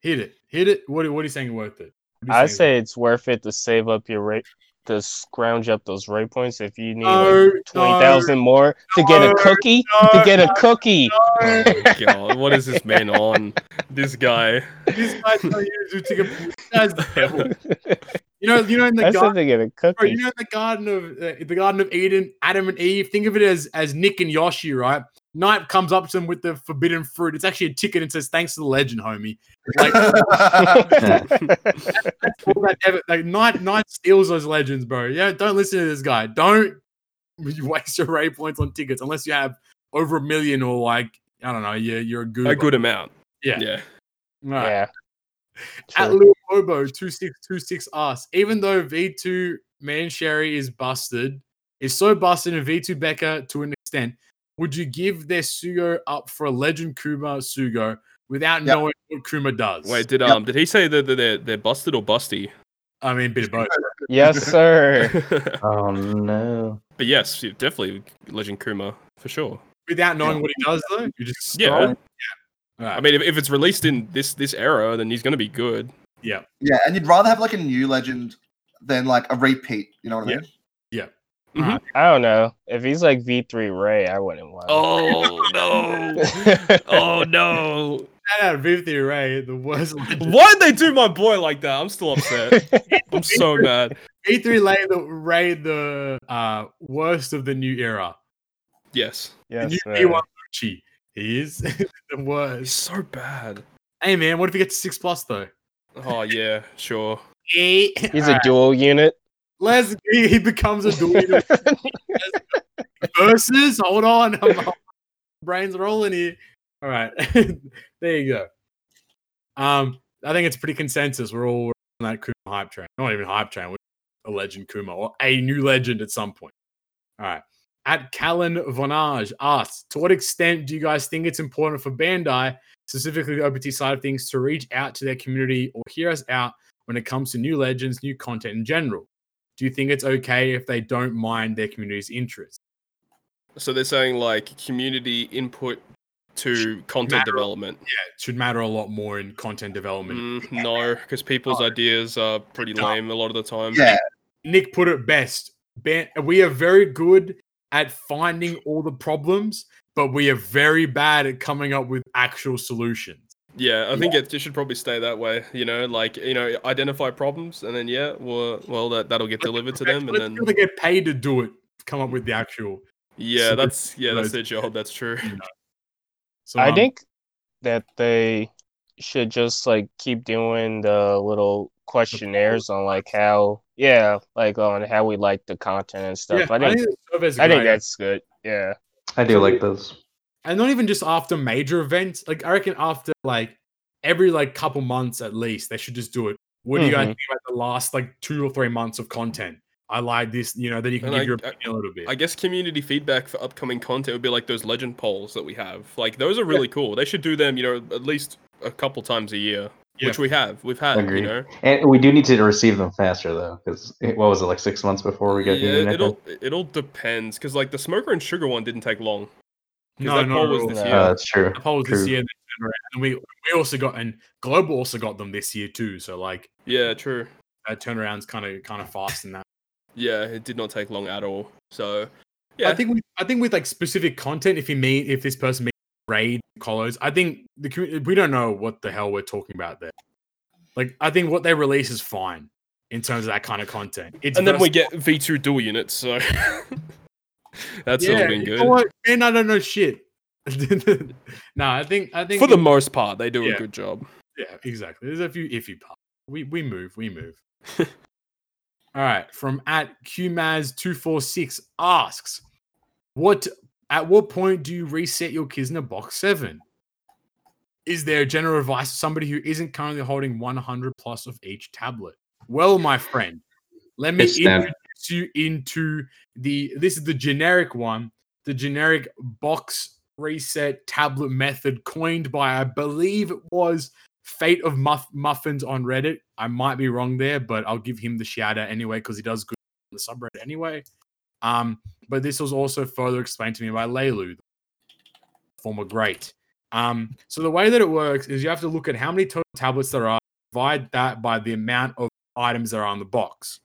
[SPEAKER 1] hit it, hit it. What what are you saying worth it? What are you
[SPEAKER 4] I
[SPEAKER 1] saying
[SPEAKER 4] say it's worth it to save up your rate, to scrounge up those rate points if you need
[SPEAKER 1] No,
[SPEAKER 4] like twenty thousand more to get
[SPEAKER 1] no,
[SPEAKER 4] a cookie.
[SPEAKER 1] no,
[SPEAKER 4] to get a cookie. *laughs*
[SPEAKER 1] no.
[SPEAKER 5] God, what is this man on? This guy.
[SPEAKER 1] *laughs* This guy's not used to take a that's the devil. You know, you know, in the
[SPEAKER 4] *laughs* I said
[SPEAKER 1] garden,
[SPEAKER 4] to get a
[SPEAKER 1] bro, you
[SPEAKER 4] cookie.
[SPEAKER 1] know, in the garden of uh, the Garden of Eden, Adam and Eve. Think of it as as Nick and Yoshi, right? Knight comes up to him with the forbidden fruit. It's actually a ticket and says, "Thanks to the legend, homie." Like, that's all that ever. Like, Knight, Knight steals those legends, bro. Yeah, don't listen to this guy. Don't *laughs* waste your ray points on tickets unless you have over a million or like I don't know. You're you're a good.
[SPEAKER 5] A good amount.
[SPEAKER 1] Yeah.
[SPEAKER 5] Yeah.
[SPEAKER 4] Yeah.
[SPEAKER 1] at
[SPEAKER 4] True.
[SPEAKER 1] Lil Bobo two six two six asks, even though V two Man Sherry is busted, is so busted in V two Becca to an extent, would you give their Sugo up for a legend Kuma Sugo without
[SPEAKER 6] Yep.
[SPEAKER 1] knowing what Kuma does?
[SPEAKER 5] Wait, did
[SPEAKER 6] Yep.
[SPEAKER 5] um did he say that that they're they're busted or busty?
[SPEAKER 1] I mean, bit of both.
[SPEAKER 4] Yes,
[SPEAKER 1] *laughs*
[SPEAKER 5] *laughs*
[SPEAKER 4] sir.
[SPEAKER 2] *laughs*
[SPEAKER 5] but
[SPEAKER 2] oh no,
[SPEAKER 5] yes, you- definitely Legend Kuma for sure.
[SPEAKER 1] Without knowing what he does, though, you just
[SPEAKER 5] Yeah.
[SPEAKER 1] scroll? yeah.
[SPEAKER 5] I mean, if, if it's released in this this era, then he's gonna be good.
[SPEAKER 6] *laughs* yeah, and you'd rather have like a new legend than like a repeat. You know what I
[SPEAKER 5] Yeah.
[SPEAKER 6] mean?
[SPEAKER 4] I don't know. If he's like V three Ray, I wouldn't want. him.
[SPEAKER 5] Oh *laughs* no!
[SPEAKER 1] *laughs*
[SPEAKER 4] *laughs*
[SPEAKER 5] Oh no!
[SPEAKER 1] shout out V three Ray, the worst legend.
[SPEAKER 5] Why'd they do my boy like that? I'm still upset. I'm
[SPEAKER 6] *laughs*
[SPEAKER 5] so mad.
[SPEAKER 1] V three Ray, the Ray, the uh, worst of the new era.
[SPEAKER 5] Yes,
[SPEAKER 1] The
[SPEAKER 4] yes,
[SPEAKER 1] new
[SPEAKER 4] sir.
[SPEAKER 1] V one Lucci. He is *laughs* the
[SPEAKER 5] he's
[SPEAKER 1] worst.
[SPEAKER 5] so bad.
[SPEAKER 1] Hey man, what if he gets six plus though?
[SPEAKER 5] Oh yeah, sure.
[SPEAKER 1] Eight. *laughs*
[SPEAKER 4] He's a dual unit.
[SPEAKER 1] Let's he, he becomes a dude
[SPEAKER 4] *laughs*
[SPEAKER 1] versus. Hold on, *laughs* I'm- I'm- brain's rolling here. All right, *laughs* there you go. Um, I think it's pretty consensus. We're all on that Kuma hype train. Not even hype train. We're a legend Kuma or a new legend at some point. All right. At Callan Vonage asks, to what extent do you guys think it's important for Bandai, specifically the OPT side of things, to reach out to their community or hear us out when it comes to new legends, new content in general? Do you think it's okay if they don't mind their community's interests?
[SPEAKER 5] So they're saying like community input to content
[SPEAKER 1] Matter-
[SPEAKER 5] development.
[SPEAKER 1] Yeah, it should matter a lot more in content development.
[SPEAKER 5] Mm, no, because people's ideas are pretty
[SPEAKER 1] No.
[SPEAKER 5] lame a lot of the time.
[SPEAKER 6] Oh. Yeah,
[SPEAKER 1] Nick put it best. Ban- we are very good at finding all the problems, but we are very bad at coming up with actual solutions.
[SPEAKER 5] Yeah, I think it, it should probably stay that way. You know, like you know, identify problems, and then yeah, well, well, that that'll get delivered to them, and
[SPEAKER 1] Let's
[SPEAKER 5] then
[SPEAKER 1] people that get paid to do it come up with the actual.
[SPEAKER 5] *laughs* yeah,
[SPEAKER 1] So-
[SPEAKER 5] that's yeah, that's
[SPEAKER 1] so-
[SPEAKER 5] their job. That's true.
[SPEAKER 1] So
[SPEAKER 4] I
[SPEAKER 1] um,
[SPEAKER 4] think that they should just like keep doing the little questionnaires on like how yeah, like on how we like the content and
[SPEAKER 1] yeah,
[SPEAKER 4] stuff. I think
[SPEAKER 1] the survey's a
[SPEAKER 4] I
[SPEAKER 1] good
[SPEAKER 4] think
[SPEAKER 1] idea.
[SPEAKER 4] that's good. Yeah.
[SPEAKER 2] I do
[SPEAKER 1] So
[SPEAKER 2] like
[SPEAKER 1] it-
[SPEAKER 2] those.
[SPEAKER 1] and not even just after major events. Like I reckon after like every like couple months at least, they should just do it. What do you guys
[SPEAKER 4] Mhm.
[SPEAKER 1] think about the last like two or three months of content? I like this, you know. Then you can
[SPEAKER 5] And
[SPEAKER 1] give
[SPEAKER 5] I-
[SPEAKER 1] your
[SPEAKER 5] I-
[SPEAKER 1] opinion a little bit.
[SPEAKER 5] I guess community feedback for upcoming content would be like those legend polls that we have. Like those are really cool. They should do them, you know, at least a couple times a year.
[SPEAKER 1] Yeah.
[SPEAKER 5] which we have. We've had,
[SPEAKER 2] Agreed.
[SPEAKER 5] you know.
[SPEAKER 2] And we do need to receive them faster though, because what was it like six months before we got
[SPEAKER 5] Yeah,
[SPEAKER 2] Union
[SPEAKER 5] it,
[SPEAKER 2] Nickel?
[SPEAKER 5] all it all depends because like the smoker and sugar one didn't take long. 'Cause
[SPEAKER 1] No,
[SPEAKER 5] that
[SPEAKER 1] no,
[SPEAKER 5] poll
[SPEAKER 1] no,
[SPEAKER 5] was
[SPEAKER 1] no.
[SPEAKER 5] this
[SPEAKER 4] Uh,
[SPEAKER 5] year.
[SPEAKER 2] Oh, that's true.
[SPEAKER 1] The polls this
[SPEAKER 2] True.
[SPEAKER 1] year, they turned around, and we we also got and global also got them this year too. So like
[SPEAKER 5] yeah, true.
[SPEAKER 1] that turnaround's kind of kind of fast in that.
[SPEAKER 5] Yeah, it did not take long at all. So yeah,
[SPEAKER 1] I think we, I think with like specific content, if you mean if this person means raid colors, I think the commu- we don't know what the hell we're talking about there. Like I think what they release is fine in terms of that kind of content. It's
[SPEAKER 5] and then we
[SPEAKER 1] vers-
[SPEAKER 5] get V two dual units. So *laughs* that's
[SPEAKER 1] Yeah,
[SPEAKER 5] all been
[SPEAKER 1] you
[SPEAKER 5] good.
[SPEAKER 1] know what? Man, I don't know shit. *laughs* no, I think I think
[SPEAKER 5] For the
[SPEAKER 1] it-
[SPEAKER 5] most part, they do
[SPEAKER 1] Yeah.
[SPEAKER 5] a good job.
[SPEAKER 1] Yeah, exactly. There's a few iffy parts. We we move, we move. All right, from at QMaz246 asks, what at what point do you reset your Kisner box seven? Is there general advice for somebody who isn't currently holding 100 plus of each tablet? Well, my friend, let me
[SPEAKER 2] It's that-
[SPEAKER 1] introduce you into the this is the generic one, the generic box reset tablet method coined by I believe it was Fate of Muff- Muffins on Reddit. I might be wrong there, but I'll give him the shout out anyway because he does good on the subreddit anyway. Um, but this was also further explained to me by Leilu, the former great. Um, so the way that it works is you have to look at how many total tablets there are, divide that by the amount of items that are on the box.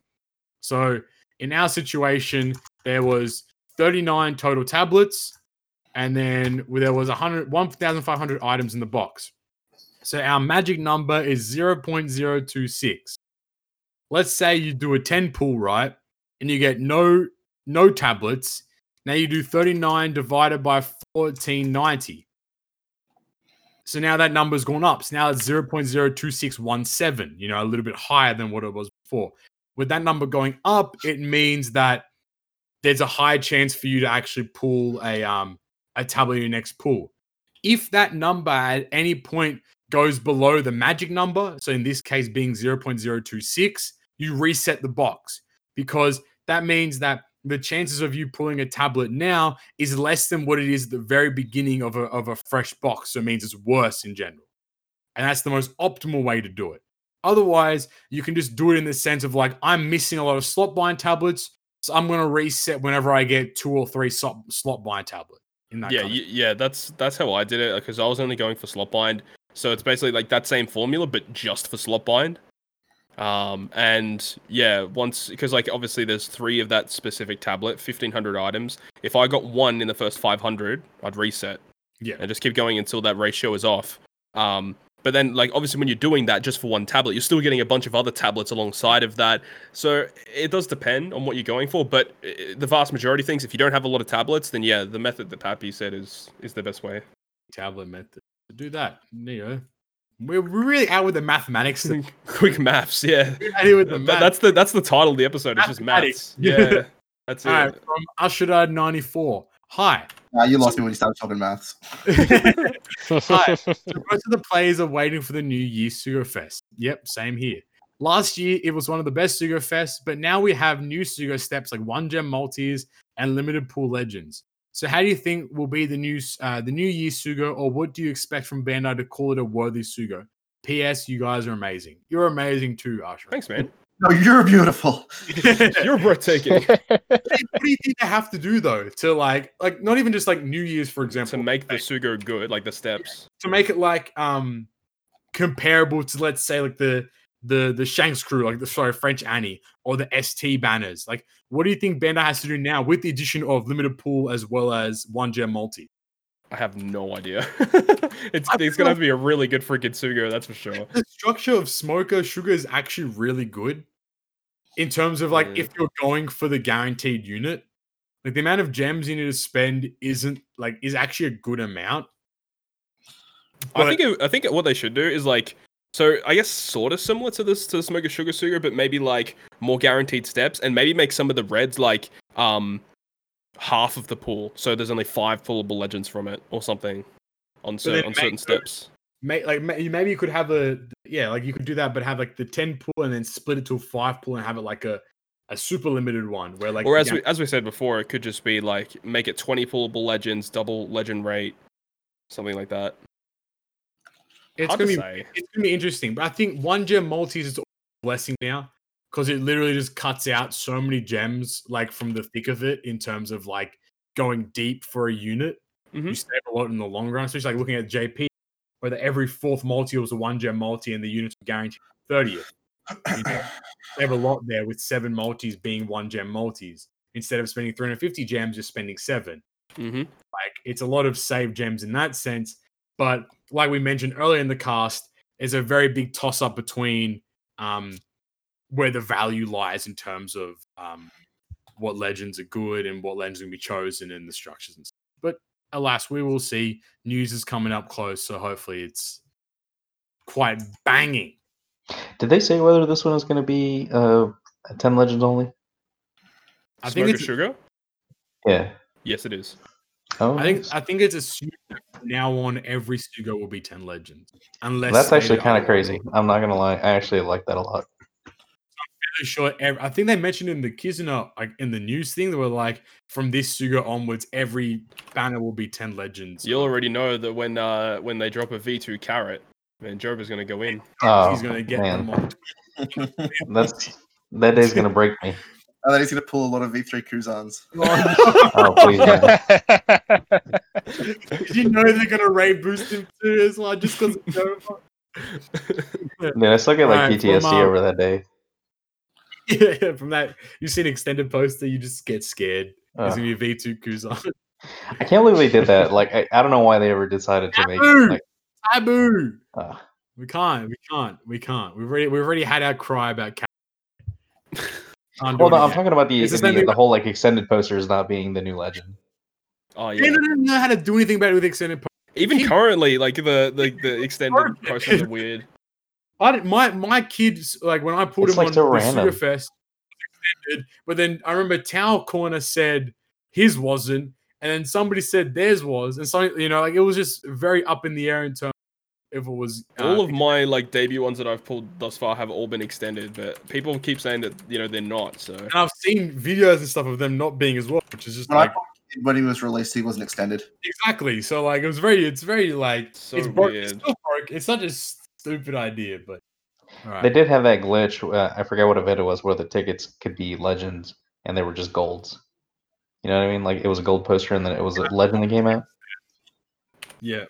[SPEAKER 1] So in our situation, there was 39 total tablets, and then there was 100, 1,500 items in the box. So our magic number is 0.026. Let's say you do a 10 pool, right? And you get no no tablets. Now you do 39 divided by 1490. So now that number's gone up. So now it's 0.02617, you know, a little bit higher than what it was before. With that number going up, it means that there's a high chance for you to actually pull a um a tablet in your next pool. If that number at any point goes below the magic number, so in this case being 0.026, you reset the box because that means that the chances of you pulling a tablet now is less than what it is at the very beginning of a, of a fresh box. So it means it's worse in general. And that's the most optimal way to do it. Otherwise, you can just do it in the sense of like, I'm missing a lot of slot bind tablets. So I'm going to reset whenever I get two or three slot, slot bind tablets. In that
[SPEAKER 5] yeah,
[SPEAKER 1] kind of-
[SPEAKER 5] y- yeah, that's that's how I did it because I was only going for slot bind. So it's basically like that same formula, but just for slot bind. Um, and yeah, once because like obviously there's three of that specific tablet, fifteen hundred items. If I got one in the first five hundred, I'd reset.
[SPEAKER 1] Yeah.
[SPEAKER 5] and just keep going until that ratio is off. Um, but then like obviously when you're doing that just for one tablet, you're still getting a bunch of other tablets alongside of that. So it does depend on what you're going for, but uh, the vast majority of things, if you don't have a lot of tablets, then yeah, the method that Pappy said is is the best way.
[SPEAKER 1] tablet method to do that. You know, we're really out with *laughs* the mathematics.
[SPEAKER 5] *laughs*
[SPEAKER 1] today.
[SPEAKER 5] Quick maths, yeah.
[SPEAKER 1] We're out here with the
[SPEAKER 5] Th-
[SPEAKER 1] math.
[SPEAKER 5] That's the that's the title of the episode. It's just
[SPEAKER 1] Mathematics.
[SPEAKER 5] maths. Yeah, that's
[SPEAKER 1] *laughs*
[SPEAKER 5] it.
[SPEAKER 1] All right, from Ashadad ninety four.
[SPEAKER 5] *laughs*
[SPEAKER 1] Hi.
[SPEAKER 6] Nah, you lost me when you started talking maths.
[SPEAKER 1] So most of the players are waiting for the new year Sugo Fest. Yep, same here. Last year it was one of the best Sugo Fests, but now we have new Sugo steps like one gem multis and limited pool legends. So how do you think will be the new s- uh, the new year Sugo, or what do you expect from Bandai to call it a worthy Sugo? P.S. You guys are amazing. You're amazing too, Ashra. *laughs*
[SPEAKER 5] Thanks, man.
[SPEAKER 6] No, you're beautiful. *laughs*
[SPEAKER 5] *laughs* You're breathtaking.
[SPEAKER 1] Hey, what do you think they have to do though to like like not even just like New Year's for
[SPEAKER 5] to
[SPEAKER 1] example to make,
[SPEAKER 5] make the sugo good, like the steps.
[SPEAKER 1] it like um comparable to let's say like the the the Shanks crew like the sorry French Annie or the ST banners like what do you think Bandai has to do now with the addition of limited pool as well as one gem multi
[SPEAKER 5] I have no idea. *laughs* it's
[SPEAKER 1] I
[SPEAKER 5] it's
[SPEAKER 1] feel-
[SPEAKER 5] gonna have to be a really good freaking sugo, that's for sure.
[SPEAKER 1] the structure of smoker sugar is actually really good in terms of like
[SPEAKER 5] Yeah.
[SPEAKER 1] if you're going for the guaranteed unit like the amount of gems you need to spend isn't like is actually a good amount
[SPEAKER 5] I
[SPEAKER 1] But-
[SPEAKER 5] think it, I think what they should do is like so I guess sort of similar to this to the smoker sugar sugar, but maybe like more guaranteed steps and maybe make some of the reds like um half of the pool, so there's only five pullable legends from it or something on cer-
[SPEAKER 1] then
[SPEAKER 5] on
[SPEAKER 1] make
[SPEAKER 5] certain
[SPEAKER 1] those-
[SPEAKER 5] steps.
[SPEAKER 1] May, like ma- you- maybe you could have a yeah, like you could do that, but have like the ten pool and then split it to a five pool and have it like a a super limited one where like
[SPEAKER 5] or as
[SPEAKER 1] yeah,
[SPEAKER 5] we as we said before, it could just be like make it twenty pullable legends, double legend rate, something like that.
[SPEAKER 1] It's
[SPEAKER 5] Hard
[SPEAKER 1] gonna
[SPEAKER 5] to
[SPEAKER 1] be
[SPEAKER 5] say.
[SPEAKER 1] it's gonna be interesting. But I think one gem multis is a blessing now because it literally just cuts out so many gems like from the thick of it in terms of like going deep for a unit. You
[SPEAKER 5] Mhm.
[SPEAKER 1] save a lot in the long run, especially like looking at JP, where the, every fourth multi was a one gem multi and the units were guaranteed 30th. You know, save a lot there with seven multis being one gem multis. Instead of spending 350 gems, you're spending seven
[SPEAKER 5] Mm-hmm.
[SPEAKER 1] like it's a lot of save gems in that sense. But like we mentioned earlier in the cast, there's a very big toss up between um, where the value lies in terms of um, what legends are good and what legends can be chosen and the structures and stuff. But alas, we will see. News is coming up close, so hopefully it's quite banging.
[SPEAKER 2] Did they say whether this one is going to be uh, 10 legends only?
[SPEAKER 1] I
[SPEAKER 5] Smoker
[SPEAKER 1] think it's
[SPEAKER 5] sugar.
[SPEAKER 2] Yeah.
[SPEAKER 5] Yes, it is.
[SPEAKER 2] Oh,
[SPEAKER 1] I think
[SPEAKER 2] nice.
[SPEAKER 1] I think it's assumed from now on every Sugo will be ten legends. Unless
[SPEAKER 2] that's
[SPEAKER 1] stated
[SPEAKER 2] actually kind of
[SPEAKER 1] otherwise.
[SPEAKER 2] crazy. I'm not going to lie. I actually like that a lot.
[SPEAKER 1] pretty sure ev- I think they mentioned in the Kizuna like in the news thing they were like from this Suga onwards every banner will be 10 legends.
[SPEAKER 5] You'll already know that when uh when they drop a V two carrot, man, Job is gonna go in.
[SPEAKER 2] Oh,
[SPEAKER 1] He's going to get
[SPEAKER 2] man.
[SPEAKER 1] them all. *laughs*
[SPEAKER 2] That's that day's going to break me.
[SPEAKER 6] And then he's going to pull a lot of V3 Kuzans.
[SPEAKER 4] *laughs*
[SPEAKER 2] *laughs* Oh, please. no.
[SPEAKER 1] Did you know they're going to rate boost him too as well just cuz
[SPEAKER 2] Dude, I still get like
[SPEAKER 1] Alright,
[SPEAKER 2] PTSD
[SPEAKER 1] well, Mom.
[SPEAKER 2] over that day.
[SPEAKER 1] *laughs* yeah, yeah, from that you've seen extended poster you just get scared. He's
[SPEAKER 2] Ugh.
[SPEAKER 1] going to be a V2 *laughs* Kuzan.
[SPEAKER 2] I can't believe they did that. Like, I, I don't know why they ever decided to make.
[SPEAKER 1] Taboo!
[SPEAKER 2] Like,
[SPEAKER 1] Taboo.
[SPEAKER 2] uh,
[SPEAKER 1] We can't. We can't. We can't. We've already we've already had our cry about cat.
[SPEAKER 2] well, no, I'm talking about the
[SPEAKER 1] It's the
[SPEAKER 2] the,
[SPEAKER 1] same thing
[SPEAKER 2] the whole like extended posters not being the new legend.
[SPEAKER 5] Oh
[SPEAKER 1] They
[SPEAKER 5] yeah.
[SPEAKER 1] don't know how to do anything about it with extended
[SPEAKER 5] Even
[SPEAKER 1] Keep-
[SPEAKER 5] currently, like the the, the extended
[SPEAKER 1] Perfect.
[SPEAKER 5] posters are
[SPEAKER 1] *laughs*
[SPEAKER 5] weird.
[SPEAKER 1] I did, my my kids like when I put
[SPEAKER 2] It's,
[SPEAKER 1] him
[SPEAKER 2] like,
[SPEAKER 1] on
[SPEAKER 2] so
[SPEAKER 1] the
[SPEAKER 2] random.
[SPEAKER 1] Sugar Fest, extended, but then I remember Tao Corner said his wasn't, and then somebody said theirs was, and so you know like it was just very up in the air in terms of if it was uh,
[SPEAKER 5] All of my like debut ones that I've pulled thus far have all been extended, but people keep saying that you know they're not. So
[SPEAKER 1] and I've seen videos and stuff of them not being as well, which is just
[SPEAKER 6] When I
[SPEAKER 1] like
[SPEAKER 6] bought it when he was released, he wasn't extended.
[SPEAKER 1] exactly. So like it was very, it's very like
[SPEAKER 5] So
[SPEAKER 1] it's broke. It's
[SPEAKER 5] weird.
[SPEAKER 1] still broke. It's such a stupid idea, but all right.
[SPEAKER 2] They did have that glitch. Uh, I forget what event it was where the tickets could be legends and they were just golds. You know what I mean? Like it was a gold poster and then it was a legend that came out.
[SPEAKER 1] yeah.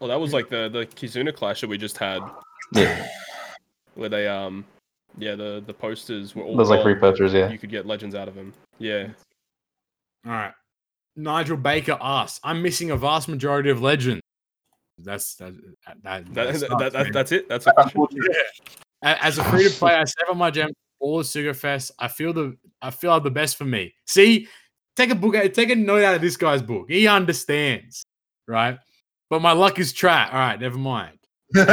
[SPEAKER 5] well, that was like the the Kizuna clash that we just had,
[SPEAKER 2] Yeah,
[SPEAKER 5] where they um yeah the the posters were all
[SPEAKER 2] those like
[SPEAKER 5] gone.
[SPEAKER 2] three posters. Yeah.
[SPEAKER 5] you could get legends out of them. Yeah.
[SPEAKER 1] All right. Nigel Baker asks, I'm missing a vast majority of legends. That's that, that, that,
[SPEAKER 5] That,
[SPEAKER 1] that
[SPEAKER 5] that,
[SPEAKER 1] sucks,
[SPEAKER 5] that,
[SPEAKER 1] man.
[SPEAKER 5] that's it. That's a question.
[SPEAKER 6] *laughs*
[SPEAKER 1] A- As a free
[SPEAKER 5] *laughs*
[SPEAKER 1] to play, I save up my gem for all the Sugar Fest. I feel the I feel are the best for me. See, take a book, out- take a note out of this guy's book. He understands, right? But my luck is trash. All right, never mind. *laughs* and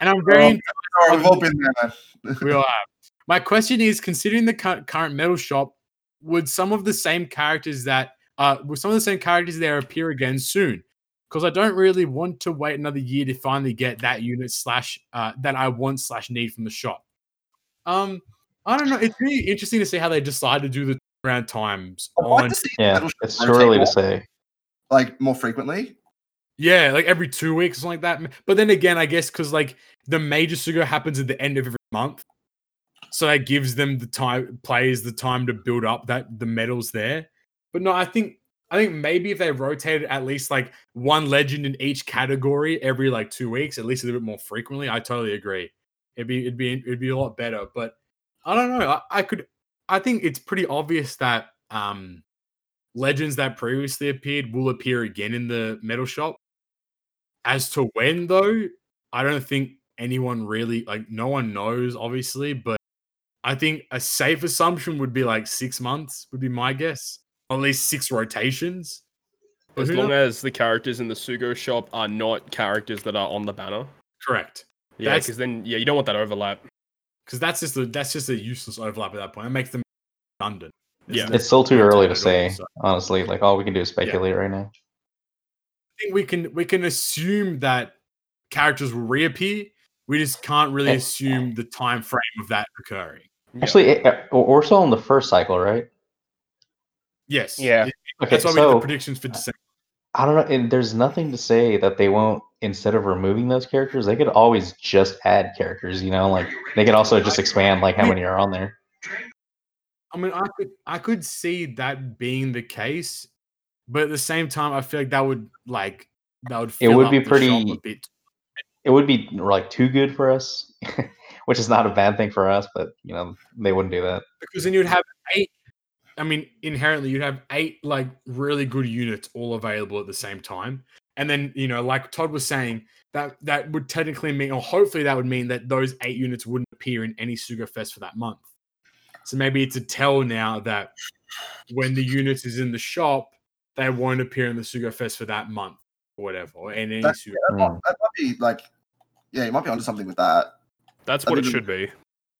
[SPEAKER 1] I'm very
[SPEAKER 6] Oh. Sorry, we've all been there, man.
[SPEAKER 1] we all have. My question is, considering the cur- current metal shop, would some of the same characters that uh, would some of the same characters there appear again soon? Because I don't really want to wait another year to finally get that unit slash uh, that I want slash need from the shop. Um, I don't know. It's really interesting to see how they decide to do the around times
[SPEAKER 6] I'd like
[SPEAKER 1] on.
[SPEAKER 6] to see
[SPEAKER 2] Yeah,
[SPEAKER 6] metal shop
[SPEAKER 2] it's too
[SPEAKER 6] rotate
[SPEAKER 2] early to
[SPEAKER 6] more,
[SPEAKER 2] say.
[SPEAKER 6] Like more frequently.
[SPEAKER 1] Yeah, like every two weeks, something like that. M- But then again, I guess because like the major sugar happens at the end of every month, so that gives them the time players the time to build up that the medals there. But no, I think I think maybe if they rotated at least like one legend in each category every like two weeks, at least a little bit more frequently. I totally agree. It'd be it'd be it'd be a lot better. But I don't know. I, I could I think it's pretty obvious that um legends that previously appeared will appear again in the metal shop. As to when, though, I don't think anyone really like no one knows, obviously, but I think a safe assumption would be like six months would be my guess. At least six rotations. But
[SPEAKER 5] As
[SPEAKER 1] who
[SPEAKER 5] long
[SPEAKER 1] knows?
[SPEAKER 5] as the characters in the Sugo shop are not characters that are on the banner.
[SPEAKER 1] correct.
[SPEAKER 5] Yeah,
[SPEAKER 1] That's-
[SPEAKER 5] because then yeah, you don't want that overlap.
[SPEAKER 1] Because that's just a that's just a useless overlap at that point. It makes them redundant.
[SPEAKER 5] Yeah.
[SPEAKER 1] It's-
[SPEAKER 2] It's still too
[SPEAKER 1] Yeah,
[SPEAKER 2] early
[SPEAKER 1] totally,
[SPEAKER 2] to say.
[SPEAKER 1] so-
[SPEAKER 2] Honestly, like all we can do is speculate right now.
[SPEAKER 1] I think we can we can assume that characters will reappear. We just can't really
[SPEAKER 2] Yeah.
[SPEAKER 1] assume the time frame of that occurring.
[SPEAKER 5] Yeah.
[SPEAKER 2] Actually, it, uh, we're we're still in the first cycle, right?
[SPEAKER 1] Yes.
[SPEAKER 4] Yeah.
[SPEAKER 1] That's
[SPEAKER 2] Okay,
[SPEAKER 1] why we did the
[SPEAKER 2] so
[SPEAKER 1] predictions for December.
[SPEAKER 2] I don't know, and there's nothing to say that they won't instead of removing those characters, they could always just add characters. You know, like they could also just expand like how many are on there.
[SPEAKER 1] I mean, I could I could see that being the case, but at the same time, I feel like that would like that would.
[SPEAKER 2] It would
[SPEAKER 1] fill
[SPEAKER 2] be
[SPEAKER 1] up the shop
[SPEAKER 2] pretty-
[SPEAKER 1] a bit.
[SPEAKER 2] It would be like too good for us, *laughs* which is not a bad thing for us, but you know they wouldn't do that.
[SPEAKER 1] because then you'd have eight. I mean, inherently, you'd have eight like really good units all available at the same time, and then you know, like Todd was saying, that that would technically mean, or hopefully, that would mean that those eight units wouldn't appear in any Suga Fest for that month. So maybe it's a tell now that when the unit is in the shop, they won't appear in the Suga Fest for that month or whatever, or in any
[SPEAKER 6] That's-
[SPEAKER 1] Suga.
[SPEAKER 2] Mm.
[SPEAKER 6] That might be like, yeah, you might be onto something with that.
[SPEAKER 5] That's
[SPEAKER 6] I
[SPEAKER 5] what it
[SPEAKER 6] think it-
[SPEAKER 5] should be.
[SPEAKER 1] I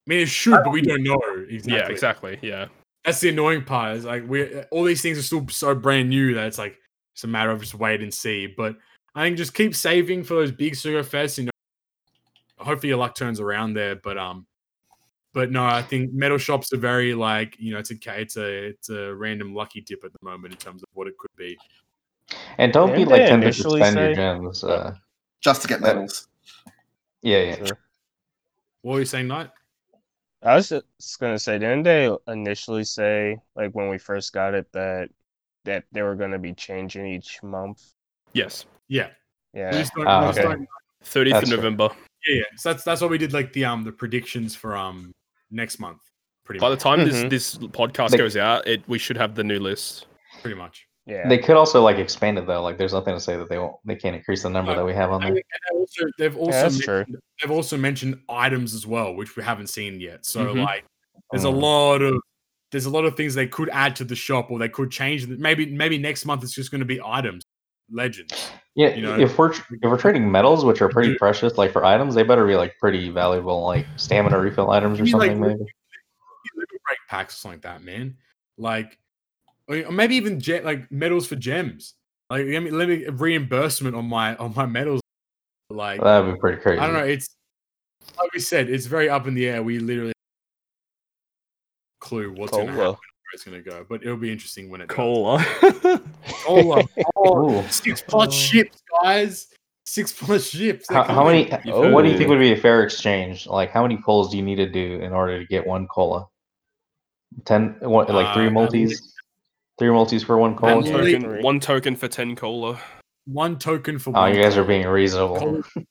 [SPEAKER 1] mean, it should, but we don't know exactly.
[SPEAKER 5] Yeah, exactly. Yeah.
[SPEAKER 1] that's the annoying part is like we all these things are still so brand new that it's like it's a matter of just wait and see. But I think just keep saving for those big sugar fests. You know, hopefully your luck turns around there. But um, but no, I think metal shops are very like you know it's a ca- it's a it's a random lucky dip at the moment in terms of what it could be.
[SPEAKER 2] And don't be
[SPEAKER 4] Didn't
[SPEAKER 2] like
[SPEAKER 4] they
[SPEAKER 2] tempted to
[SPEAKER 4] initially
[SPEAKER 2] spend your
[SPEAKER 4] say-
[SPEAKER 2] gems. Uh,
[SPEAKER 6] Just to get
[SPEAKER 2] Yeah. *laughs*
[SPEAKER 6] medals. *laughs*
[SPEAKER 2] yeah, yeah.
[SPEAKER 4] Sure.
[SPEAKER 1] What were you saying, Knight?
[SPEAKER 4] I was just gonna say, didn't they initially say, like when we first got it, that that they were gonna be changing each month?
[SPEAKER 5] Yes.
[SPEAKER 1] Yeah, we
[SPEAKER 4] Yeah.
[SPEAKER 1] just don't-
[SPEAKER 2] Ah,
[SPEAKER 1] we just
[SPEAKER 2] okay.
[SPEAKER 1] don't-
[SPEAKER 5] 30th
[SPEAKER 2] That's
[SPEAKER 5] of
[SPEAKER 2] right.
[SPEAKER 5] November.
[SPEAKER 1] yeah, yeah. So that's that's what we did like the um the predictions for um next month, pretty
[SPEAKER 5] By the
[SPEAKER 1] much,
[SPEAKER 5] time
[SPEAKER 2] Mm-hmm.
[SPEAKER 4] Mhm.
[SPEAKER 5] this this podcast
[SPEAKER 2] They-
[SPEAKER 5] goes out, it we should have the new list.
[SPEAKER 1] pretty much.
[SPEAKER 4] Yeah.
[SPEAKER 2] They could also like expand it though. Like there's nothing to say that they won't. They can't increase the number
[SPEAKER 1] No,
[SPEAKER 2] that we have on
[SPEAKER 1] I
[SPEAKER 2] there.
[SPEAKER 1] mean, and also, they've also
[SPEAKER 4] that's
[SPEAKER 1] mentioned-
[SPEAKER 4] true.
[SPEAKER 1] they've also mentioned items as well, which we haven't seen yet. So
[SPEAKER 4] Mm-hmm.
[SPEAKER 5] Mhm.
[SPEAKER 1] like, there's a
[SPEAKER 4] Oh.
[SPEAKER 2] Mm.
[SPEAKER 1] lot of there's a lot of things they could add to the shop, or they could change. the- Maybe maybe next month it's just going to be items, legends.
[SPEAKER 2] Yeah,
[SPEAKER 1] you know? Mm-hmm.
[SPEAKER 2] if we're tr- if we're trading metals, which are pretty
[SPEAKER 1] Dude.
[SPEAKER 2] precious, like for items, they better be like pretty valuable, like stamina refill items or
[SPEAKER 1] Maybe, like,
[SPEAKER 2] something. maybe.
[SPEAKER 1] Limit break packs or something like that, man. Like, or or maybe even ge- like medals for gems. Like, let me, let me reimbursement on my on my medals. Like,
[SPEAKER 2] That would be pretty crazy.
[SPEAKER 1] I don't know. It's like we said, it's very up in the air. We literally have no clue what's going to happen,
[SPEAKER 4] Cola.
[SPEAKER 1] where it's going to go, but it'll be interesting when it does.
[SPEAKER 5] Cola.
[SPEAKER 1] Cola. Oh,
[SPEAKER 2] Ooh.
[SPEAKER 1] *laughs* six plus ships, guys. Six plus ships.
[SPEAKER 2] How, how many? uh,
[SPEAKER 5] Oh.
[SPEAKER 2] What do you think would be a fair exchange? Like, how many coals do you need to do in order to get one cola? Ten, one, like
[SPEAKER 1] Uh,
[SPEAKER 2] three
[SPEAKER 1] at
[SPEAKER 2] multis, three multis for one
[SPEAKER 5] one,
[SPEAKER 1] At
[SPEAKER 2] cola.
[SPEAKER 1] least-
[SPEAKER 5] token, one token for 10 cola.
[SPEAKER 1] One token for
[SPEAKER 2] Oh,
[SPEAKER 1] one.
[SPEAKER 2] you guys are
[SPEAKER 1] cola.
[SPEAKER 2] being reasonable.
[SPEAKER 1] Cola-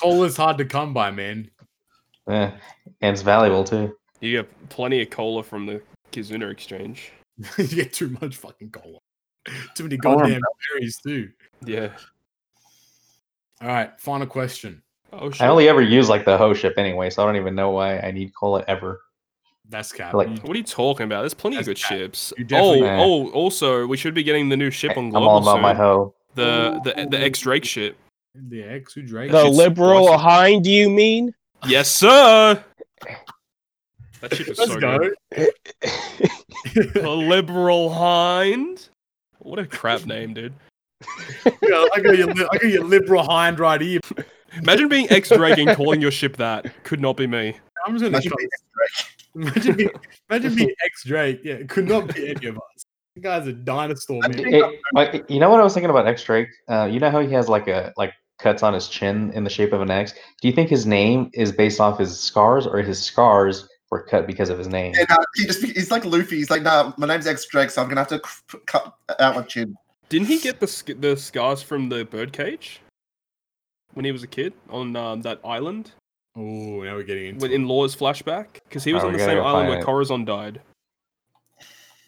[SPEAKER 1] Cola's hard to come by, man. *laughs*
[SPEAKER 2] Yeah, and it's valuable too.
[SPEAKER 5] You get plenty of cola from the Kizuna exchange.
[SPEAKER 1] you get too much fucking cola. *laughs* Too many
[SPEAKER 6] Cola and
[SPEAKER 1] goddamn berries, too.
[SPEAKER 5] Yeah.
[SPEAKER 1] All right, final question.
[SPEAKER 5] Oh, shit.
[SPEAKER 2] I only ever use like the hoe ship anyway, so I don't even know why I need cola ever.
[SPEAKER 1] That's cap.
[SPEAKER 2] Like-
[SPEAKER 1] You-
[SPEAKER 5] What are you talking about? There's plenty
[SPEAKER 1] That's
[SPEAKER 5] of good
[SPEAKER 1] bad.
[SPEAKER 5] ships.
[SPEAKER 1] You
[SPEAKER 5] Oh,
[SPEAKER 1] definitely-
[SPEAKER 2] Yeah.
[SPEAKER 5] oh, also, we should be getting the new ship on
[SPEAKER 2] I'm
[SPEAKER 5] Global
[SPEAKER 2] all about
[SPEAKER 5] soon.
[SPEAKER 2] my hoe.
[SPEAKER 5] The the the X Drake ship.
[SPEAKER 1] the ex who Drake.
[SPEAKER 4] The
[SPEAKER 5] shit's
[SPEAKER 4] liberal
[SPEAKER 5] awesome.
[SPEAKER 4] behind you mean?
[SPEAKER 5] Yes, sir. That ship is
[SPEAKER 1] Let's
[SPEAKER 5] so
[SPEAKER 1] go. *laughs*
[SPEAKER 5] good. The liberal hind. What a crap name, dude.
[SPEAKER 1] yeah, I got your, li- I got your liberal hind right here.
[SPEAKER 5] Imagine being X Drake and calling your ship that. Could not be me.
[SPEAKER 1] I'm just gonna
[SPEAKER 6] Imagine
[SPEAKER 1] *laughs* imagine me,
[SPEAKER 6] being
[SPEAKER 1] imagine me ex Drake. Yeah, it could not be any of us. The guy's a dinosaur, man.
[SPEAKER 2] It- like, you know what I was thinking about X Drake? Uh, you know how he has like a like cuts on his chin in the shape of an X. Do you think his name is based off his scars, or his scars were cut because of his name?
[SPEAKER 6] Yeah, nah, he just, he's like Luffy. He's like, nah, my name's X Drake, so I'm gonna have to c- cut out my chin.
[SPEAKER 5] Didn't he get the sc- the scars from the birdcage when he was a kid on um, that island
[SPEAKER 1] Oh, now we're getting into
[SPEAKER 5] when, in Law's flashback? Because he was
[SPEAKER 2] Oh,
[SPEAKER 5] on
[SPEAKER 2] we
[SPEAKER 5] the
[SPEAKER 2] gotta
[SPEAKER 5] same
[SPEAKER 2] go
[SPEAKER 5] island
[SPEAKER 2] find
[SPEAKER 5] where
[SPEAKER 2] it.
[SPEAKER 5] Corazon died.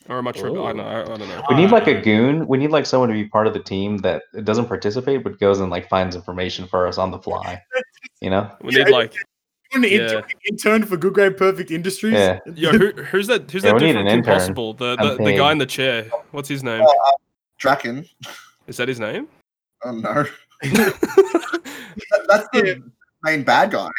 [SPEAKER 5] Or am I tripping? I
[SPEAKER 4] Ooh.
[SPEAKER 5] don't, know, I, I don't know.
[SPEAKER 2] We need like a
[SPEAKER 1] Uh,
[SPEAKER 2] goon. We need like someone to be part of the team that doesn't participate but goes and like finds information for us on the fly. You know?
[SPEAKER 5] We
[SPEAKER 1] Yeah,
[SPEAKER 5] need like
[SPEAKER 1] an intern,
[SPEAKER 5] Yeah.
[SPEAKER 1] intern for Good Grade Perfect Industries.
[SPEAKER 2] Yeah.
[SPEAKER 5] yo, who, who's that? Who's
[SPEAKER 2] Yeah,
[SPEAKER 5] that
[SPEAKER 2] we
[SPEAKER 5] dude
[SPEAKER 2] need
[SPEAKER 5] from
[SPEAKER 2] an
[SPEAKER 5] Kim
[SPEAKER 2] intern.
[SPEAKER 5] Possible? The
[SPEAKER 2] I'm
[SPEAKER 5] the, the guy
[SPEAKER 2] paying.
[SPEAKER 5] in the chair. What's his name?
[SPEAKER 6] Oh, uh, Draken.
[SPEAKER 5] Is that his name? *laughs*
[SPEAKER 6] Oh no, *laughs*
[SPEAKER 5] no,
[SPEAKER 6] That- that's the main bad guy.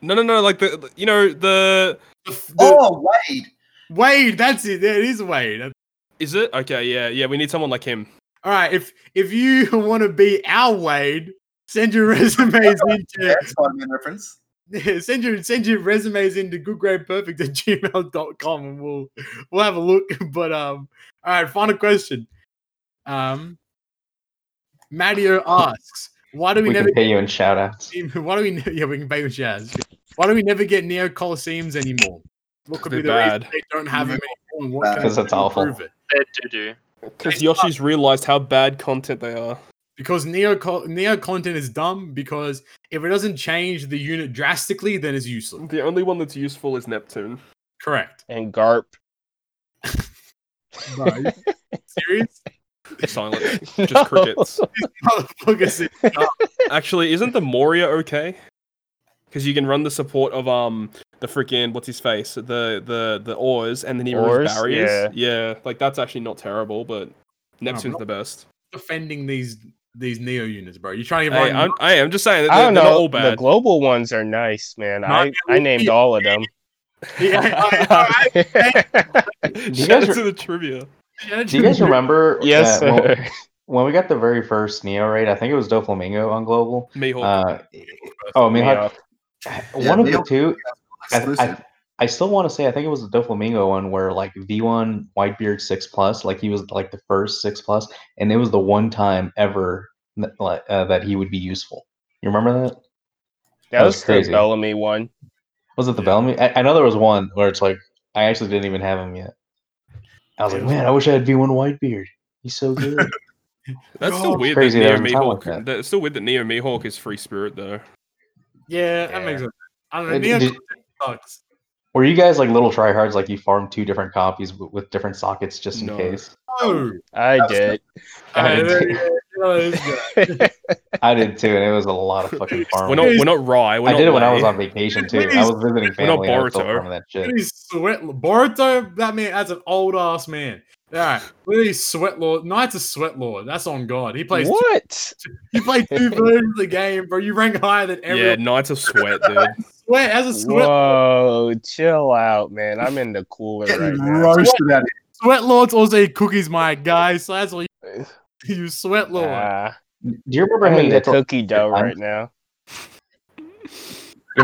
[SPEAKER 5] no, no. Like the you know the
[SPEAKER 1] The f- the-
[SPEAKER 6] Oh Wade.
[SPEAKER 1] Wade, that's it. There it is Wade. That-
[SPEAKER 5] is it? Okay, yeah, yeah. We need someone like him.
[SPEAKER 1] All right, if if you *laughs* want to be our Wade, send your *laughs*
[SPEAKER 2] *laughs*
[SPEAKER 1] resumes
[SPEAKER 6] Yeah,
[SPEAKER 1] into *laughs*
[SPEAKER 6] Spider-Man reference.
[SPEAKER 1] send your send your resumes into goodgradeperfect at gmail.com and we'll we'll *laughs* have a look. But um all right, final question. Um Mario asks, why do we,
[SPEAKER 2] Oh. We
[SPEAKER 1] never
[SPEAKER 2] can pay you in shout outs.
[SPEAKER 1] get, *laughs* why do we ne- yeah we can pay with jazz. Why do we never get Neo Colosseums anymore? What could be the
[SPEAKER 5] They're
[SPEAKER 1] reason
[SPEAKER 5] bad.
[SPEAKER 1] they don't have them anymore? and what
[SPEAKER 6] Bad.
[SPEAKER 1] can
[SPEAKER 2] Because
[SPEAKER 1] they
[SPEAKER 2] that's
[SPEAKER 1] do to
[SPEAKER 2] awful.
[SPEAKER 1] improve it?
[SPEAKER 3] Bad to do.
[SPEAKER 5] Because Yoshi's realized how bad content they are.
[SPEAKER 1] because neo co- neo content is dumb because if it doesn't change the unit drastically then it's useless
[SPEAKER 5] The only one that's useful is Neptune.
[SPEAKER 1] correct
[SPEAKER 4] and Garp.
[SPEAKER 1] no, are
[SPEAKER 2] *laughs*
[SPEAKER 1] you serious
[SPEAKER 5] Silence.
[SPEAKER 4] *laughs*
[SPEAKER 5] Just crickets.
[SPEAKER 1] Motherfucker said,
[SPEAKER 5] Actually, isn't the Moria okay? Because you can run the support of um the freaking what's his face the the the ores and then he removes
[SPEAKER 4] Ores?
[SPEAKER 5] barriers. Yeah. like that's actually not terrible, but Neptune's the best.
[SPEAKER 1] defending these these neo units bro you're trying to
[SPEAKER 5] Hey,
[SPEAKER 1] get
[SPEAKER 5] I'm, I am just saying that
[SPEAKER 4] I
[SPEAKER 5] they're,
[SPEAKER 4] don't
[SPEAKER 5] they're not
[SPEAKER 4] know.
[SPEAKER 5] all
[SPEAKER 4] The
[SPEAKER 5] bad.
[SPEAKER 4] global ones are nice, man. I,
[SPEAKER 1] Not-
[SPEAKER 4] I named all of them.
[SPEAKER 1] *laughs* yeah, I- I-
[SPEAKER 2] you
[SPEAKER 5] *laughs* Shout
[SPEAKER 2] guys
[SPEAKER 5] out
[SPEAKER 2] re-
[SPEAKER 5] to the trivia.
[SPEAKER 1] I-
[SPEAKER 2] *laughs* Do
[SPEAKER 1] *laughs*
[SPEAKER 2] you guys remember?
[SPEAKER 4] *laughs* yes,
[SPEAKER 2] that when-
[SPEAKER 4] sir.
[SPEAKER 2] when we got the very first Neo raid, I think it was Doflamingo on Global.
[SPEAKER 5] Mihawk.
[SPEAKER 2] Uh, oh,
[SPEAKER 4] Yeah.
[SPEAKER 2] Mihawk. One of the
[SPEAKER 6] Mihawk.
[SPEAKER 2] two. I,
[SPEAKER 6] Exclusive.
[SPEAKER 2] I, I still want to say I think it was the Doflamingo one where like V1 Whitebeard six plus, like he was like the first six plus, and it was the one time ever that, like, uh, that he would be useful. You remember that?
[SPEAKER 4] That was
[SPEAKER 2] was
[SPEAKER 4] the
[SPEAKER 2] crazy.
[SPEAKER 4] Bellamy one.
[SPEAKER 2] Was it the Bellamy? I, I know there was one where it's like I actually didn't even have him yet. I was like, man, I wish I had V1 Whitebeard. He's so good.
[SPEAKER 5] that's still
[SPEAKER 1] God.
[SPEAKER 5] weird. That
[SPEAKER 2] Crazy
[SPEAKER 5] Neo
[SPEAKER 2] there was a time like
[SPEAKER 5] Mihawk.
[SPEAKER 2] that.
[SPEAKER 5] That. It's still weird that Neo Mihawk is free spirit though.
[SPEAKER 1] yeah that
[SPEAKER 4] Yeah.
[SPEAKER 1] makes sense i don't know
[SPEAKER 2] Uh,
[SPEAKER 1] neo
[SPEAKER 2] did-
[SPEAKER 1] content sucks
[SPEAKER 2] Were you guys like little tryhards? Like you farmed two different copies w- with different sockets just in
[SPEAKER 5] No.
[SPEAKER 2] case?
[SPEAKER 1] no
[SPEAKER 4] I
[SPEAKER 6] was
[SPEAKER 4] did.
[SPEAKER 2] I
[SPEAKER 1] Alright,
[SPEAKER 2] did,
[SPEAKER 1] there
[SPEAKER 2] too.
[SPEAKER 1] you go. Look at this guy.
[SPEAKER 2] I did too, and it was a lot of fucking farming.
[SPEAKER 5] We're not we're not Rye. We're
[SPEAKER 2] I
[SPEAKER 5] not
[SPEAKER 2] did it when I
[SPEAKER 5] Lei.
[SPEAKER 2] was on vacation too. I was visiting
[SPEAKER 5] We're not
[SPEAKER 2] family. and I was still
[SPEAKER 5] Boruto.
[SPEAKER 2] farming that
[SPEAKER 1] Look
[SPEAKER 2] shit.
[SPEAKER 1] at these sweat boruto that man that's an old ass man all right look at these sweat lord knights of sweat lord that's on god he plays
[SPEAKER 4] What?
[SPEAKER 1] you play two versions of the game bro you rank higher than
[SPEAKER 5] Yeah,
[SPEAKER 1] everyone
[SPEAKER 5] Knights of Sweat,
[SPEAKER 2] *laughs*
[SPEAKER 5] dude.
[SPEAKER 1] sweat as a sweat
[SPEAKER 4] Whoa, chill out, man. I'm in the cooler right
[SPEAKER 6] Getting
[SPEAKER 4] now.
[SPEAKER 6] roasted at it.
[SPEAKER 1] Sweat lords also eat cookies, my guy. So that's what you, *laughs* you sweat lord.
[SPEAKER 4] Ah,
[SPEAKER 2] Do you remember
[SPEAKER 4] I'm
[SPEAKER 2] how
[SPEAKER 4] in
[SPEAKER 2] you
[SPEAKER 4] the
[SPEAKER 2] had to, do
[SPEAKER 4] cookie dough
[SPEAKER 2] I'm-
[SPEAKER 4] right now.
[SPEAKER 2] you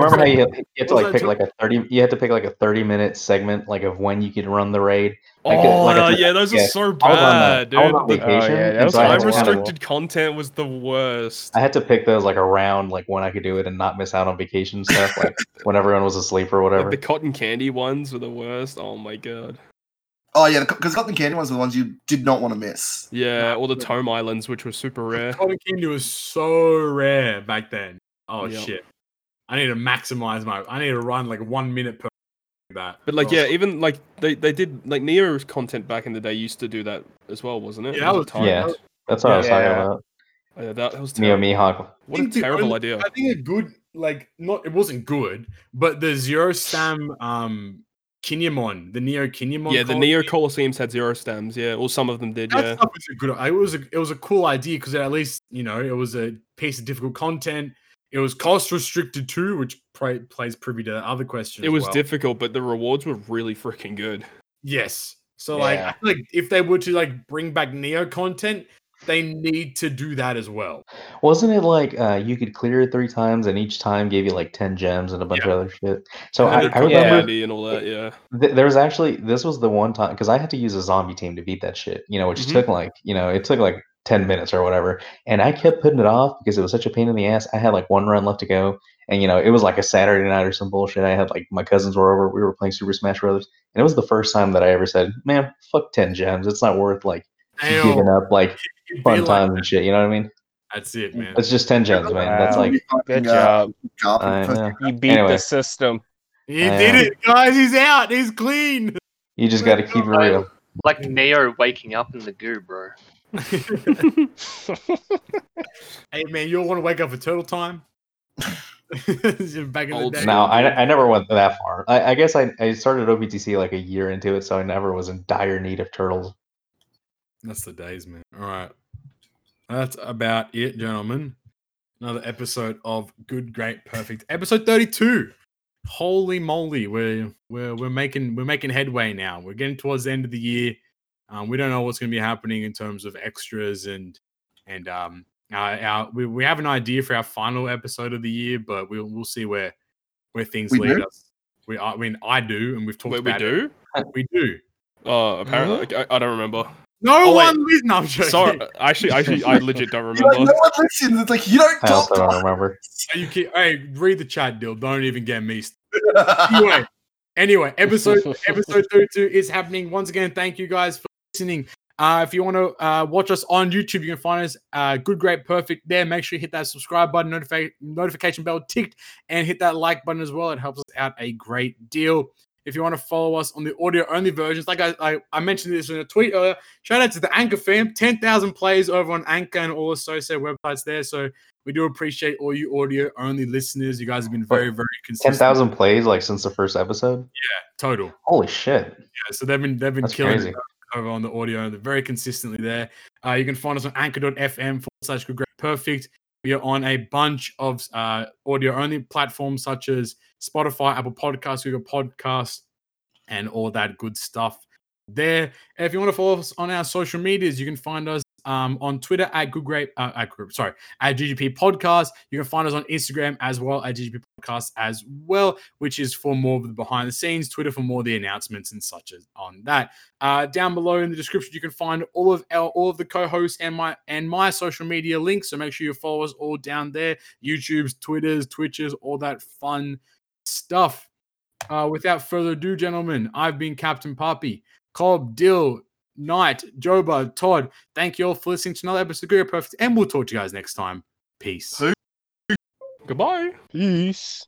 [SPEAKER 2] remember how you had, you had to
[SPEAKER 1] What was that
[SPEAKER 2] like pick like a thirty? You had to pick like a thirty-minute segment like of when you could run the raid. Like a-
[SPEAKER 5] oh
[SPEAKER 2] like a-
[SPEAKER 5] yeah, those
[SPEAKER 2] yeah,
[SPEAKER 5] are so
[SPEAKER 2] I was on that.
[SPEAKER 5] bad, Ah, dude. Oh,
[SPEAKER 2] I was on
[SPEAKER 5] The-
[SPEAKER 4] vac-
[SPEAKER 2] vacation.
[SPEAKER 4] yeah, that
[SPEAKER 2] and
[SPEAKER 4] was
[SPEAKER 2] so I had
[SPEAKER 5] time
[SPEAKER 2] to kind of-
[SPEAKER 5] restricted content was the worst.
[SPEAKER 2] I had to pick those like around like when I could do it and not miss out on vacation stuff, like when everyone was asleep or
[SPEAKER 5] Like
[SPEAKER 2] whatever.
[SPEAKER 5] the cotton candy ones were the worst. Oh my god.
[SPEAKER 6] Oh yeah, because Cotton Candy ones are the ones you did not want to miss.
[SPEAKER 5] Yeah, all the Tome Islands, which were super rare.
[SPEAKER 1] Cotton candy was so rare back then. Oh
[SPEAKER 5] Yep.
[SPEAKER 1] shit! I need to maximize my. I need to run like one minute per. That,
[SPEAKER 5] But like,
[SPEAKER 1] Oh,
[SPEAKER 5] yeah, even like they, they did like Neo's content back in the day used to do that as well, wasn't it?
[SPEAKER 1] Yeah, that
[SPEAKER 5] All
[SPEAKER 1] was-
[SPEAKER 5] the time.
[SPEAKER 2] yeah. That's what I was
[SPEAKER 4] Yeah.
[SPEAKER 2] talking about.
[SPEAKER 5] Oh, yeah, that was
[SPEAKER 2] Neo
[SPEAKER 5] terrible.
[SPEAKER 2] Mihawk.
[SPEAKER 5] What a
[SPEAKER 1] think the
[SPEAKER 5] terrible
[SPEAKER 1] only-
[SPEAKER 5] idea.
[SPEAKER 1] I think a good like not it wasn't good, but the zero stam um Kinyamon, the Neo Kinyamon.
[SPEAKER 5] Yeah, the
[SPEAKER 1] colour-
[SPEAKER 5] Neo Colosseums had zero stems. Yeah, or some of them did.
[SPEAKER 1] That
[SPEAKER 5] Yeah,
[SPEAKER 1] stuff was a good. It was a, it was a cool idea because at least you know it was a piece of difficult content. It was cost restricted too, which pra- plays privy to the other question.
[SPEAKER 5] it
[SPEAKER 1] as
[SPEAKER 5] was
[SPEAKER 1] well.
[SPEAKER 5] difficult, but the rewards were really freaking good.
[SPEAKER 1] Yes. So like,
[SPEAKER 4] Yeah.
[SPEAKER 1] I feel like if they were to like bring back Neo content, they need to do that as well.
[SPEAKER 2] Wasn't it like uh, you could clear it three times and each time gave you like 10 gems and a bunch of other shit? So
[SPEAKER 5] And
[SPEAKER 2] I,
[SPEAKER 5] the
[SPEAKER 2] I
[SPEAKER 5] cotton
[SPEAKER 2] remember
[SPEAKER 5] candy and all that. Yeah,
[SPEAKER 2] th- there was actually, this was the one time, because I had to use a zombie team to beat that shit, you know, which
[SPEAKER 1] Mm-hmm.
[SPEAKER 5] Mhm.
[SPEAKER 2] took like, you know, it took like 10 minutes or whatever. And I kept putting it off because it was such a pain in the ass. I had like one run left to go. And, you know, it was like a Saturday night or some bullshit. I had like my cousins were over. We were playing Super Smash Brothers. And it was the first time that I ever said, man, fuck 10 gems. It's not worth like giving
[SPEAKER 1] Damn,
[SPEAKER 2] up like
[SPEAKER 1] it'd be
[SPEAKER 2] fun
[SPEAKER 1] like-
[SPEAKER 2] times and shit. You know what I mean?
[SPEAKER 1] that's it, man.
[SPEAKER 2] It's just ten gems, man. That's
[SPEAKER 4] Wow.
[SPEAKER 2] like
[SPEAKER 4] Good
[SPEAKER 6] Yeah.
[SPEAKER 4] job.
[SPEAKER 6] Garp
[SPEAKER 2] I
[SPEAKER 6] uh,
[SPEAKER 1] *laughs*
[SPEAKER 6] first-
[SPEAKER 2] know.
[SPEAKER 4] You beat
[SPEAKER 2] Anyway.
[SPEAKER 4] the system. *laughs*
[SPEAKER 1] He
[SPEAKER 2] I
[SPEAKER 1] did
[SPEAKER 2] am.
[SPEAKER 1] it, guys. He's out. He's clean.
[SPEAKER 5] *laughs*
[SPEAKER 2] you just got to keep it real.
[SPEAKER 3] Like Neo waking up in the goo, bro.
[SPEAKER 1] Hey, man, you all want to wake up for turtle time? *laughs* Back in
[SPEAKER 5] Old
[SPEAKER 1] the day.
[SPEAKER 2] No, I, I never went that far. I, I guess I, I started OPTC like a year into it, so I never was in dire need of turtles.
[SPEAKER 1] That's the days, man. All right. That's about it, gentlemen. Another episode of Good, Great, Perfect. Episode 32. Holy moly, we're we're we're making we're making headway now. We're getting towards the end of the year. Um, we don't know what's gonna be happening in terms of extras and and um our, our we, we have an idea for our final episode of the year, but we'll we'll see where where things
[SPEAKER 6] We
[SPEAKER 1] lead
[SPEAKER 6] do?
[SPEAKER 1] us. We I mean I do, and we've talked
[SPEAKER 5] Wait, we
[SPEAKER 1] about
[SPEAKER 5] do.
[SPEAKER 1] it. We do. Mm-hmm.
[SPEAKER 5] Oh, apparently, I, I don't remember.
[SPEAKER 1] No
[SPEAKER 5] Oh, wait.
[SPEAKER 1] one listens. No, I'm joking.
[SPEAKER 5] Sorry, actually, actually, I legit don't
[SPEAKER 6] You're like,
[SPEAKER 5] remember.
[SPEAKER 6] no one listens. It's like you don't
[SPEAKER 2] I
[SPEAKER 6] talk.
[SPEAKER 2] also
[SPEAKER 6] to
[SPEAKER 2] don't
[SPEAKER 6] us.
[SPEAKER 2] remember.
[SPEAKER 1] Are you ki- hey, read the chat, deal. Don't even get me. Started. Anyway, anyway, episode episode 32 is happening once again. Thank you guys for listening. Uh, if you want to uh, watch us on YouTube, you can find us uh, Good Great Perfect there. Make sure you hit that subscribe button, notifi- notification bell ticked, and hit that like button as well. It helps us out a great deal. If you want to follow us on the audio only versions, like I, I, I mentioned this in a tweet earlier, shout out to the Anchor fam, 10,000 plays over on Anchor and all associated websites there. So we do appreciate all you audio only listeners. You guys have been very, very
[SPEAKER 2] Ten
[SPEAKER 1] consistent.
[SPEAKER 2] thousand plays like since the first episode.
[SPEAKER 1] total.
[SPEAKER 2] Holy shit!
[SPEAKER 1] Yeah, so they've been they've been
[SPEAKER 2] That's
[SPEAKER 1] killing
[SPEAKER 2] crazy.
[SPEAKER 1] it over on the audio. They're very consistently there. Uh, you can find us on anchor.fm forward slash good great perfect. We are on a bunch of uh, audio only platforms such as Spotify, Apple Podcasts, Google Podcasts, and all that good stuff there. If you want to follow us on our social medias, you can find us um, on Twitter at Good Grape, uh, at Group, sorry, at GGP Podcast. You can find us on Instagram as well at GGP Podcast as well, which is for more of the behind the scenes. Twitter for more of the announcements and such as on that. Uh, down below in the description, you can find all of our all of the co-hosts and my and my social media links. So make sure you follow us all down there: YouTube's, Twitters, Twitches, all that fun stuff. Uh, without further ado, gentlemen, I've been Captain Poppy. Cobb, Dill, Knight, Joba, Todd. Thank you all for listening to another episode of Greer Perfect, and we'll talk to you guys next time. Peace.
[SPEAKER 6] Peace.
[SPEAKER 5] Goodbye.
[SPEAKER 4] Peace.